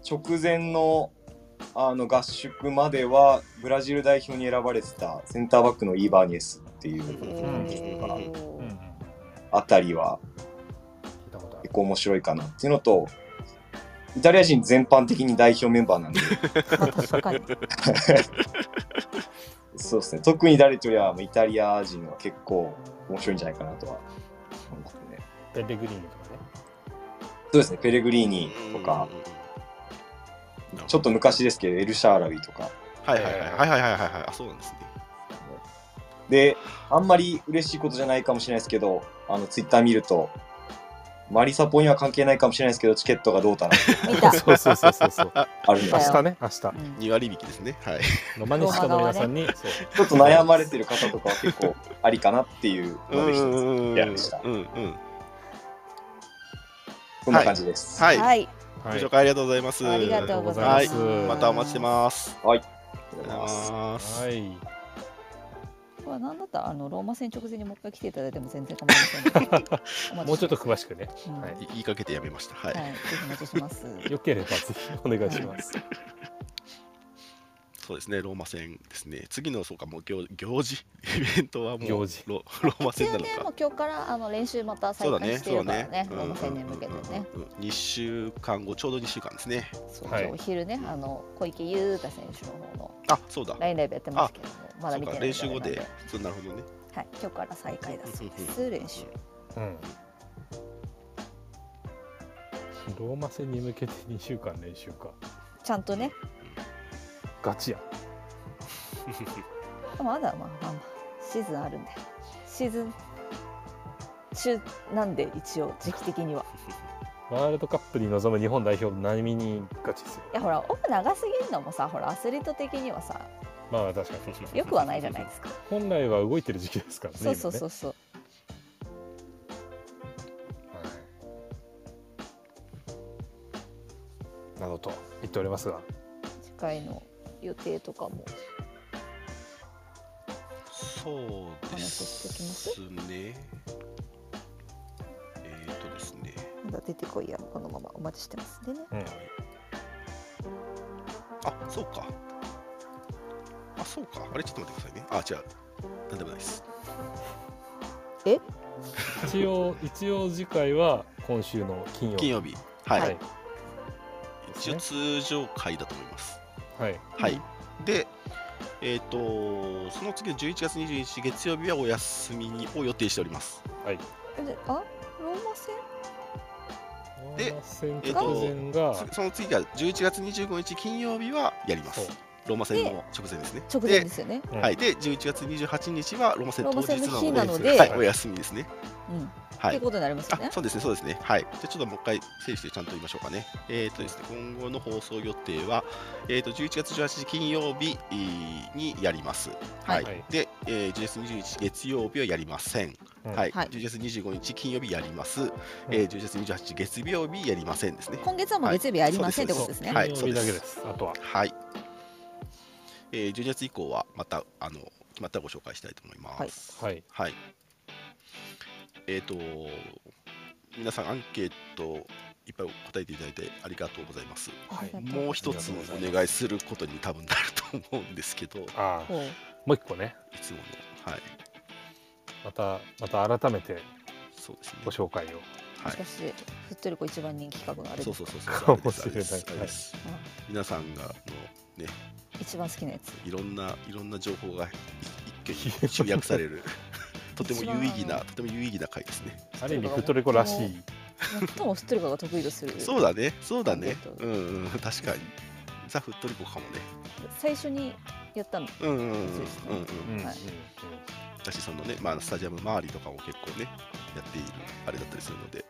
[SPEAKER 6] 直前のあの合宿まではブラジル代表に選ばれてたセンターバックのイーバーニエスってい
[SPEAKER 2] うん
[SPEAKER 6] う
[SPEAKER 4] お
[SPEAKER 2] う
[SPEAKER 1] うん
[SPEAKER 2] ん
[SPEAKER 1] うん
[SPEAKER 4] ー
[SPEAKER 1] 聞い
[SPEAKER 6] あたりは
[SPEAKER 1] たことある
[SPEAKER 6] 結構面白いかなっていうのとイタリア人全般的に代表メンバーなんで
[SPEAKER 4] まあ確かに。
[SPEAKER 6] そうですね特に誰とりゃイタリア人は結構面白いんじゃないかなとは思いますね
[SPEAKER 1] ペレグリーニとかね。
[SPEAKER 6] そうですねペレグリーニとかちょっと昔ですけどエルシャーラビとか
[SPEAKER 2] はいはいはいはいはいはいはいはいあそうなんですね
[SPEAKER 6] であんまり嬉しいことじゃないかもしれないですけどあのツイッター見るとマリサポには関係ないかもしれないですけどチケットがどうたら
[SPEAKER 4] 見た。
[SPEAKER 1] そうそうそう そうそう。
[SPEAKER 6] あるんで
[SPEAKER 1] 明
[SPEAKER 6] す
[SPEAKER 1] 日ね、明日。
[SPEAKER 4] うん
[SPEAKER 2] 2割引きですねはい
[SPEAKER 1] ロマネスカの皆さんに、そう
[SPEAKER 6] ちょっと悩まれてる方とかは結構ありかなっていうので一つ
[SPEAKER 2] うん
[SPEAKER 6] やりました
[SPEAKER 2] うんうん
[SPEAKER 6] こんな感じです。
[SPEAKER 2] はい、
[SPEAKER 3] はい。
[SPEAKER 1] は
[SPEAKER 2] ご
[SPEAKER 1] い
[SPEAKER 2] 紹介ありがとうございます
[SPEAKER 4] ありがとうござい
[SPEAKER 2] は
[SPEAKER 4] ま
[SPEAKER 2] い
[SPEAKER 4] す。
[SPEAKER 2] またお待ちしてます
[SPEAKER 6] あ
[SPEAKER 2] あり
[SPEAKER 6] りがとう
[SPEAKER 2] がとう
[SPEAKER 6] ご
[SPEAKER 2] ご
[SPEAKER 6] ざいます
[SPEAKER 2] ざいます
[SPEAKER 1] はい。
[SPEAKER 4] これは何だったらあのローマ戦直前にもう一回来ていただいても全然構い ませんのでお待
[SPEAKER 1] もうちょっと
[SPEAKER 4] し
[SPEAKER 1] 詳しくね。
[SPEAKER 4] てますうん
[SPEAKER 1] は
[SPEAKER 4] はいい、
[SPEAKER 2] い言いかけてやめましたはい、
[SPEAKER 4] ぜひお待ちしてます。
[SPEAKER 1] よければぜひお願いします。
[SPEAKER 2] そうですねローマ戦ですね次のそうかもう行行事イベントはもう
[SPEAKER 1] 行事
[SPEAKER 2] ロローマ
[SPEAKER 4] 一
[SPEAKER 2] 戦
[SPEAKER 4] 応
[SPEAKER 2] なの
[SPEAKER 4] ね、も
[SPEAKER 2] か
[SPEAKER 4] う今日からあの練習また再
[SPEAKER 2] そうだ
[SPEAKER 4] 開
[SPEAKER 2] ね
[SPEAKER 4] して
[SPEAKER 2] そ
[SPEAKER 4] る
[SPEAKER 2] う
[SPEAKER 4] か
[SPEAKER 2] だ
[SPEAKER 4] らね
[SPEAKER 2] ね、
[SPEAKER 4] ローマ戦に向けてね。
[SPEAKER 2] うんうんうんうんうん2週間後ちょうど2週間ですね
[SPEAKER 4] そう
[SPEAKER 1] はい
[SPEAKER 4] 今日お昼ね、あの小池優太選手の方の
[SPEAKER 2] あそうだ
[SPEAKER 4] ラインライブやってますけども、まだ
[SPEAKER 2] そう
[SPEAKER 4] 見て
[SPEAKER 2] か
[SPEAKER 4] ない
[SPEAKER 2] 練習後
[SPEAKER 4] の
[SPEAKER 2] でそうなるほどね
[SPEAKER 4] はい、今日から再開だそうで
[SPEAKER 2] うん
[SPEAKER 4] す。練習。
[SPEAKER 1] うん。ローマ戦に向けて2週間練習か。
[SPEAKER 4] ちゃんとね、
[SPEAKER 1] ガチや。
[SPEAKER 4] まだまあまあまあシーズンあるんでシーズン中なんで一応時期的には
[SPEAKER 1] ワールドカップに臨む日本代表並みにガチですよ
[SPEAKER 4] い。やほらオフ長すぎるのもさほらアスリート的にはさ
[SPEAKER 1] まあ確かに。
[SPEAKER 4] よくはないじゃないですか
[SPEAKER 1] 本来は動いてる時期ですからね。
[SPEAKER 4] そうそうそううそう
[SPEAKER 1] などと言っておりますが。
[SPEAKER 4] 次回の予定とかも
[SPEAKER 2] そうですねえっ、とですね
[SPEAKER 4] まだ出てこいやこのままお待ちしてますんでね
[SPEAKER 1] うん。
[SPEAKER 2] あそうかあそうかあれちょっと待ってくださいねあ違うなんでもないです
[SPEAKER 1] 一応一応次回は今週の金曜日
[SPEAKER 2] 金曜日はい、
[SPEAKER 1] はい
[SPEAKER 2] 一応通常回だと思います
[SPEAKER 1] はい
[SPEAKER 2] はい、で、えー、とその次の11月21日月曜日はお休みにを予定しております。
[SPEAKER 4] えであローマ戦
[SPEAKER 2] で
[SPEAKER 1] ローマ戦
[SPEAKER 2] えっ
[SPEAKER 1] 直
[SPEAKER 2] と
[SPEAKER 1] 前が
[SPEAKER 2] そその次が11月25日金曜日はやりま
[SPEAKER 1] そう
[SPEAKER 2] す。ローマ戦の直前ですね。
[SPEAKER 4] 直前ですよね
[SPEAKER 1] うん
[SPEAKER 2] はい、で11月28日はローマ戦
[SPEAKER 4] ロ
[SPEAKER 2] 当
[SPEAKER 4] ーマ戦の
[SPEAKER 2] 日
[SPEAKER 4] 日
[SPEAKER 2] な
[SPEAKER 4] な
[SPEAKER 2] の
[SPEAKER 4] の
[SPEAKER 2] で
[SPEAKER 4] で
[SPEAKER 2] はい、お休みですね。
[SPEAKER 4] うん、
[SPEAKER 2] は
[SPEAKER 4] って
[SPEAKER 2] い
[SPEAKER 4] ことになりますよ
[SPEAKER 2] あ
[SPEAKER 4] ね
[SPEAKER 2] そうですね、そうですね。はい。じゃあちょっともう一回整理してちゃんと言いましょうかね。えっ、とですね、今後の放送予定は、えっ、と、11月18日金曜日えーにやります。はい。
[SPEAKER 1] はい
[SPEAKER 2] で、えー、11月21日月曜日はやりません。
[SPEAKER 1] うん
[SPEAKER 2] はい。
[SPEAKER 4] はい
[SPEAKER 2] 11月25日金曜日やります。えー、11月28日月曜日やりませんですね。
[SPEAKER 4] 今月はもう月曜日ありませんってことですね、
[SPEAKER 2] はい
[SPEAKER 1] 金曜日だけですあとは
[SPEAKER 2] はい。えー、12月以降はまた、あの、決まったらご紹介したいと思います。
[SPEAKER 4] はい
[SPEAKER 1] はい
[SPEAKER 2] はい。えっ、と、皆さんアンケートいっぱい答えていただいてありがとうございます。
[SPEAKER 1] はい
[SPEAKER 4] ありがとう
[SPEAKER 2] もう一つお願いすることに多分なると思うんですけど、い
[SPEAKER 1] ああ
[SPEAKER 4] ほう
[SPEAKER 1] もう一個ね
[SPEAKER 2] つもの。はい。
[SPEAKER 1] またまた改めて
[SPEAKER 2] そうですね。
[SPEAKER 1] ご紹介を
[SPEAKER 2] は
[SPEAKER 4] も
[SPEAKER 2] い
[SPEAKER 4] しかしてふっとりこ一番人気企画のあれ
[SPEAKER 2] そう
[SPEAKER 4] です
[SPEAKER 2] そう
[SPEAKER 4] か
[SPEAKER 2] そう
[SPEAKER 1] かも
[SPEAKER 2] そう。
[SPEAKER 1] しれない
[SPEAKER 2] あれですあれです皆さんがのね、
[SPEAKER 4] 一番好きなやつ
[SPEAKER 2] いろんないろんな情報がい一挙に集約され る。とても有意義な、とても有意義な回ですね。
[SPEAKER 1] ある意味フトレコらしい
[SPEAKER 4] 最もふっとりこが得意とする
[SPEAKER 2] そうだね、そうだね
[SPEAKER 4] ありが。と
[SPEAKER 2] うんうん、確かに。ザ・フットリコかもね。
[SPEAKER 4] 最初にやったの
[SPEAKER 2] うんうんうんうんうん
[SPEAKER 4] そうですね
[SPEAKER 1] うんうん
[SPEAKER 4] はい
[SPEAKER 2] だし、そのね、まあ、スタジアム周りとかも結構ね、やっているあれだったりするので、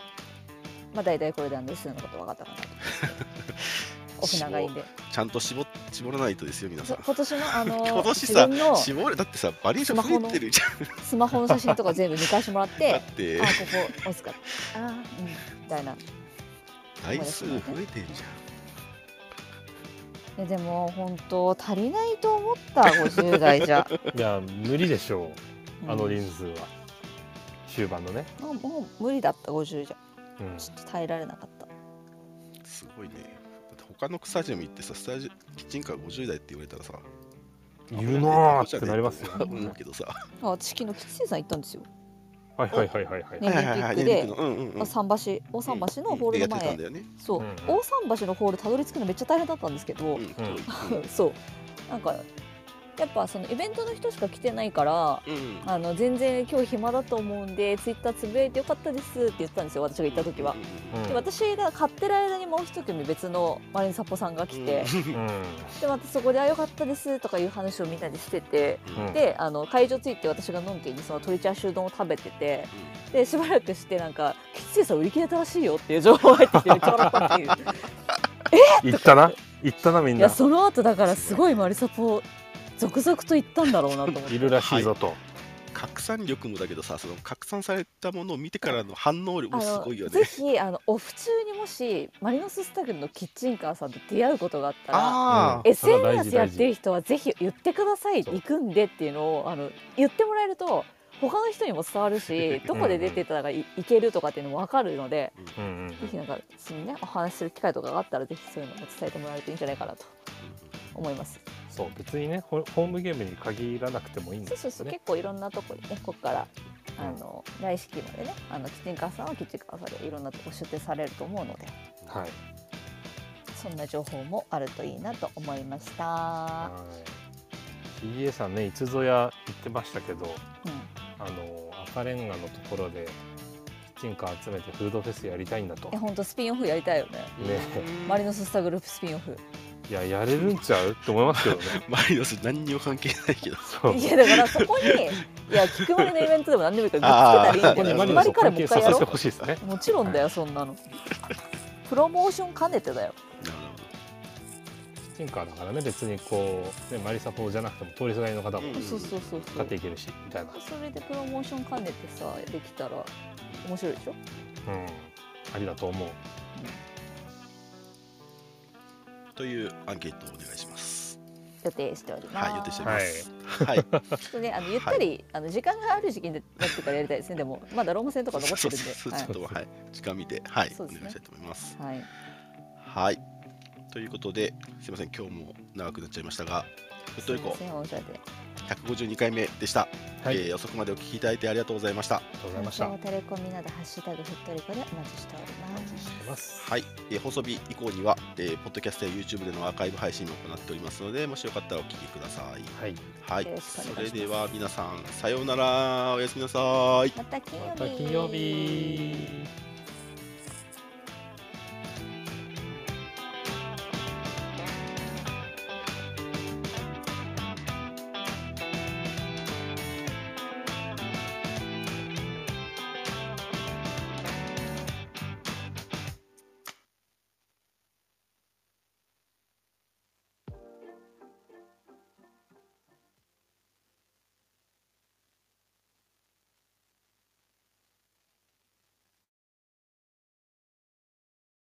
[SPEAKER 4] まあ大体これなんですのこと分かったかなと 思うんですけどお船がいいんで
[SPEAKER 2] ちゃんと絞絞らないとですよ、皆さ
[SPEAKER 4] そ
[SPEAKER 2] ん。
[SPEAKER 4] 今年のあ の
[SPEAKER 2] 今年
[SPEAKER 4] 自
[SPEAKER 2] さ
[SPEAKER 4] 分の、
[SPEAKER 2] 絞れ、だってさ、バリエーション増えてるじゃん。
[SPEAKER 4] スマホの写真とか全部見返してもらっ
[SPEAKER 2] だ
[SPEAKER 4] て
[SPEAKER 2] って
[SPEAKER 4] あ、ここ惜しかったあー、うん、みたいない
[SPEAKER 2] 台数増えてるじ
[SPEAKER 4] やでも本当足りないと思った50代 じゃ、
[SPEAKER 1] いや無理でしょう
[SPEAKER 4] う
[SPEAKER 1] んあの人数は、終盤のね、
[SPEAKER 4] もうもう無理だった50じゃ
[SPEAKER 1] うん、
[SPEAKER 4] ちょっと耐えられなかった
[SPEAKER 2] ゃん。すごいね。だって他のスタジアム行ってさ、スタジキッチンカー50台って言われたらさ、
[SPEAKER 1] いるなーってなりますよ。
[SPEAKER 2] と思うけどさ。
[SPEAKER 4] あ私昨日吉瀬さん行ったんですよ
[SPEAKER 1] はいはいはいはいはい。
[SPEAKER 4] ねオリンピックで
[SPEAKER 2] はいはいはいオリンピックのうんうんうん
[SPEAKER 4] あ桟橋大桟橋のホールの
[SPEAKER 2] でやってたん
[SPEAKER 4] 前
[SPEAKER 2] だよね。
[SPEAKER 4] そう
[SPEAKER 1] うんうん
[SPEAKER 4] 大桟橋のホールたどり着くのめっちゃ大変だったんですけど
[SPEAKER 2] うん
[SPEAKER 4] そうなんかやっぱそのイベントの人しか来てないから
[SPEAKER 2] うんうん
[SPEAKER 4] あの全然今日暇だと思うんでツイッターつぶやいてよかったですって言ってたんですよ私が行った時は
[SPEAKER 2] うん。
[SPEAKER 1] うん
[SPEAKER 4] で私が買ってる間にもう一組別のマリンサポさんが来
[SPEAKER 2] うんうん
[SPEAKER 4] て、
[SPEAKER 1] う
[SPEAKER 4] でまたそこで「あよかったです」とかいう話をみんなでしてて
[SPEAKER 2] うん
[SPEAKER 1] ん、
[SPEAKER 4] であの会場着いて私がのんきにその鶏チャーシュー丼を食べててでしばらくしてなんか「吉瀬さん売り切れたらしいよ」っていう情報が入ってきてめっちゃ笑ったっていう
[SPEAKER 1] 行ったな行ったなみん
[SPEAKER 4] い
[SPEAKER 1] な
[SPEAKER 4] やその後だからすごいマリサポ続々と行ったんだろうなと思っ
[SPEAKER 1] い
[SPEAKER 4] て
[SPEAKER 1] るらしいぞと、
[SPEAKER 2] 拡散力もだけどさ、その拡散されたものを見てからの反応力
[SPEAKER 4] あ
[SPEAKER 2] もす
[SPEAKER 4] の
[SPEAKER 2] ごいよ
[SPEAKER 4] ぜ
[SPEAKER 2] ね。
[SPEAKER 4] ひあのオフ中にもしマリノススタグルのキッチンカーさんと出会うことがあったら
[SPEAKER 2] ああ、
[SPEAKER 1] それは大事
[SPEAKER 4] SNS やってる人はぜひ言ってください
[SPEAKER 1] そう
[SPEAKER 4] 行くんでっていうのをあの言ってもらえると他の人にも伝わ るしどこで出てたらいいけるとかっていうのも分かるので
[SPEAKER 1] うんうんうん
[SPEAKER 4] ぜひなんかそのねお話しする機会とかがあったらぜひそういうのも伝えてもらえるといいんじゃないかなと思います
[SPEAKER 1] そう別にねホホームゲームに限らなくてもいいん
[SPEAKER 4] そう
[SPEAKER 1] で
[SPEAKER 4] そう
[SPEAKER 1] す
[SPEAKER 4] そ
[SPEAKER 1] よ
[SPEAKER 4] う
[SPEAKER 1] ね
[SPEAKER 4] 結構いろんなとこにねここから
[SPEAKER 1] うん
[SPEAKER 4] あの来式までねあのキッチンカーさんはキッチンカーさんでいろんなとこ出店されると思うので
[SPEAKER 1] はい
[SPEAKER 4] そんな情報もあるといいなと思いました。
[SPEAKER 1] はい CA さんねいつぞや言ってましたけど
[SPEAKER 4] うん
[SPEAKER 1] あの赤レンガのところでキッチンカー集めてフードフェスやりたいんだと
[SPEAKER 4] え本当スピンオフやりたいよね。
[SPEAKER 1] ね
[SPEAKER 4] マリノススタグループスピンオフ。
[SPEAKER 1] いややれるんちゃうって思いますけどね
[SPEAKER 2] マリノス何にも関係ないけど。
[SPEAKER 1] そう
[SPEAKER 4] いやだからそこにいや菊丸のイベントでも何でもいいからグッつけた
[SPEAKER 1] こ
[SPEAKER 4] らいいんだ
[SPEAKER 1] れマ
[SPEAKER 4] よね
[SPEAKER 1] リ
[SPEAKER 4] 菊
[SPEAKER 1] ノス
[SPEAKER 4] 丸
[SPEAKER 1] を
[SPEAKER 4] から
[SPEAKER 1] 関
[SPEAKER 4] も
[SPEAKER 1] 係
[SPEAKER 4] う一
[SPEAKER 1] さ
[SPEAKER 4] 回や
[SPEAKER 1] せ
[SPEAKER 4] ろ
[SPEAKER 1] てほしいですね
[SPEAKER 4] うもちろんだよそんなのプロモーション兼ねてだよ
[SPEAKER 2] なるほど
[SPEAKER 1] キッチンカーだからね別にこう、ね、マリサポじゃなくても通りすがりの方も
[SPEAKER 2] うん
[SPEAKER 4] そうそうそう
[SPEAKER 1] 使
[SPEAKER 4] そ
[SPEAKER 1] っ
[SPEAKER 4] う
[SPEAKER 1] ていけるしみたいな、
[SPEAKER 4] それでプロモーション兼ねてさできたら面白いでしょ
[SPEAKER 1] うん、ありだと思う
[SPEAKER 2] というアンケートをお願いします。
[SPEAKER 4] 予定しております
[SPEAKER 2] はい、予定しております。はい、
[SPEAKER 4] ちょっとねあのゆったり、あの時間がある時期になってからやりたいですねでもまだローマ戦とか残って
[SPEAKER 2] そう
[SPEAKER 4] るんで
[SPEAKER 2] そう
[SPEAKER 4] は
[SPEAKER 2] ちょっ
[SPEAKER 4] い
[SPEAKER 2] とはい、時間見て、はい、
[SPEAKER 4] そ
[SPEAKER 2] お
[SPEAKER 4] うですね
[SPEAKER 2] 願いしたいと思います。
[SPEAKER 4] はい、
[SPEAKER 2] はい、ということで、すみません、今日も長くなっちゃいましたが、フット
[SPEAKER 4] す
[SPEAKER 2] エ
[SPEAKER 4] いま
[SPEAKER 2] コ
[SPEAKER 4] せんおしゃれで
[SPEAKER 2] 152回目でした。
[SPEAKER 1] はい、
[SPEAKER 2] えー遅くまでお聞きいただいてありがとうございました。
[SPEAKER 1] ありがとうございました。
[SPEAKER 4] 今日もテレコみんなでハッシュタグふっとりこでお待ちしており
[SPEAKER 1] お
[SPEAKER 4] ま
[SPEAKER 1] 待
[SPEAKER 4] す
[SPEAKER 1] ちしてます。
[SPEAKER 2] はい、えー放送日以降には、えーポッドキャストや YouTube でのアーカイブ配信も行っておりますので、もしよかったらお聞きください。
[SPEAKER 1] はい。
[SPEAKER 2] はい
[SPEAKER 4] よろ、しくお願いし
[SPEAKER 2] そ
[SPEAKER 4] ま
[SPEAKER 2] れ
[SPEAKER 4] す
[SPEAKER 2] では皆さん、さようなら、おやすみなさい。
[SPEAKER 4] また金曜日
[SPEAKER 1] また金曜日。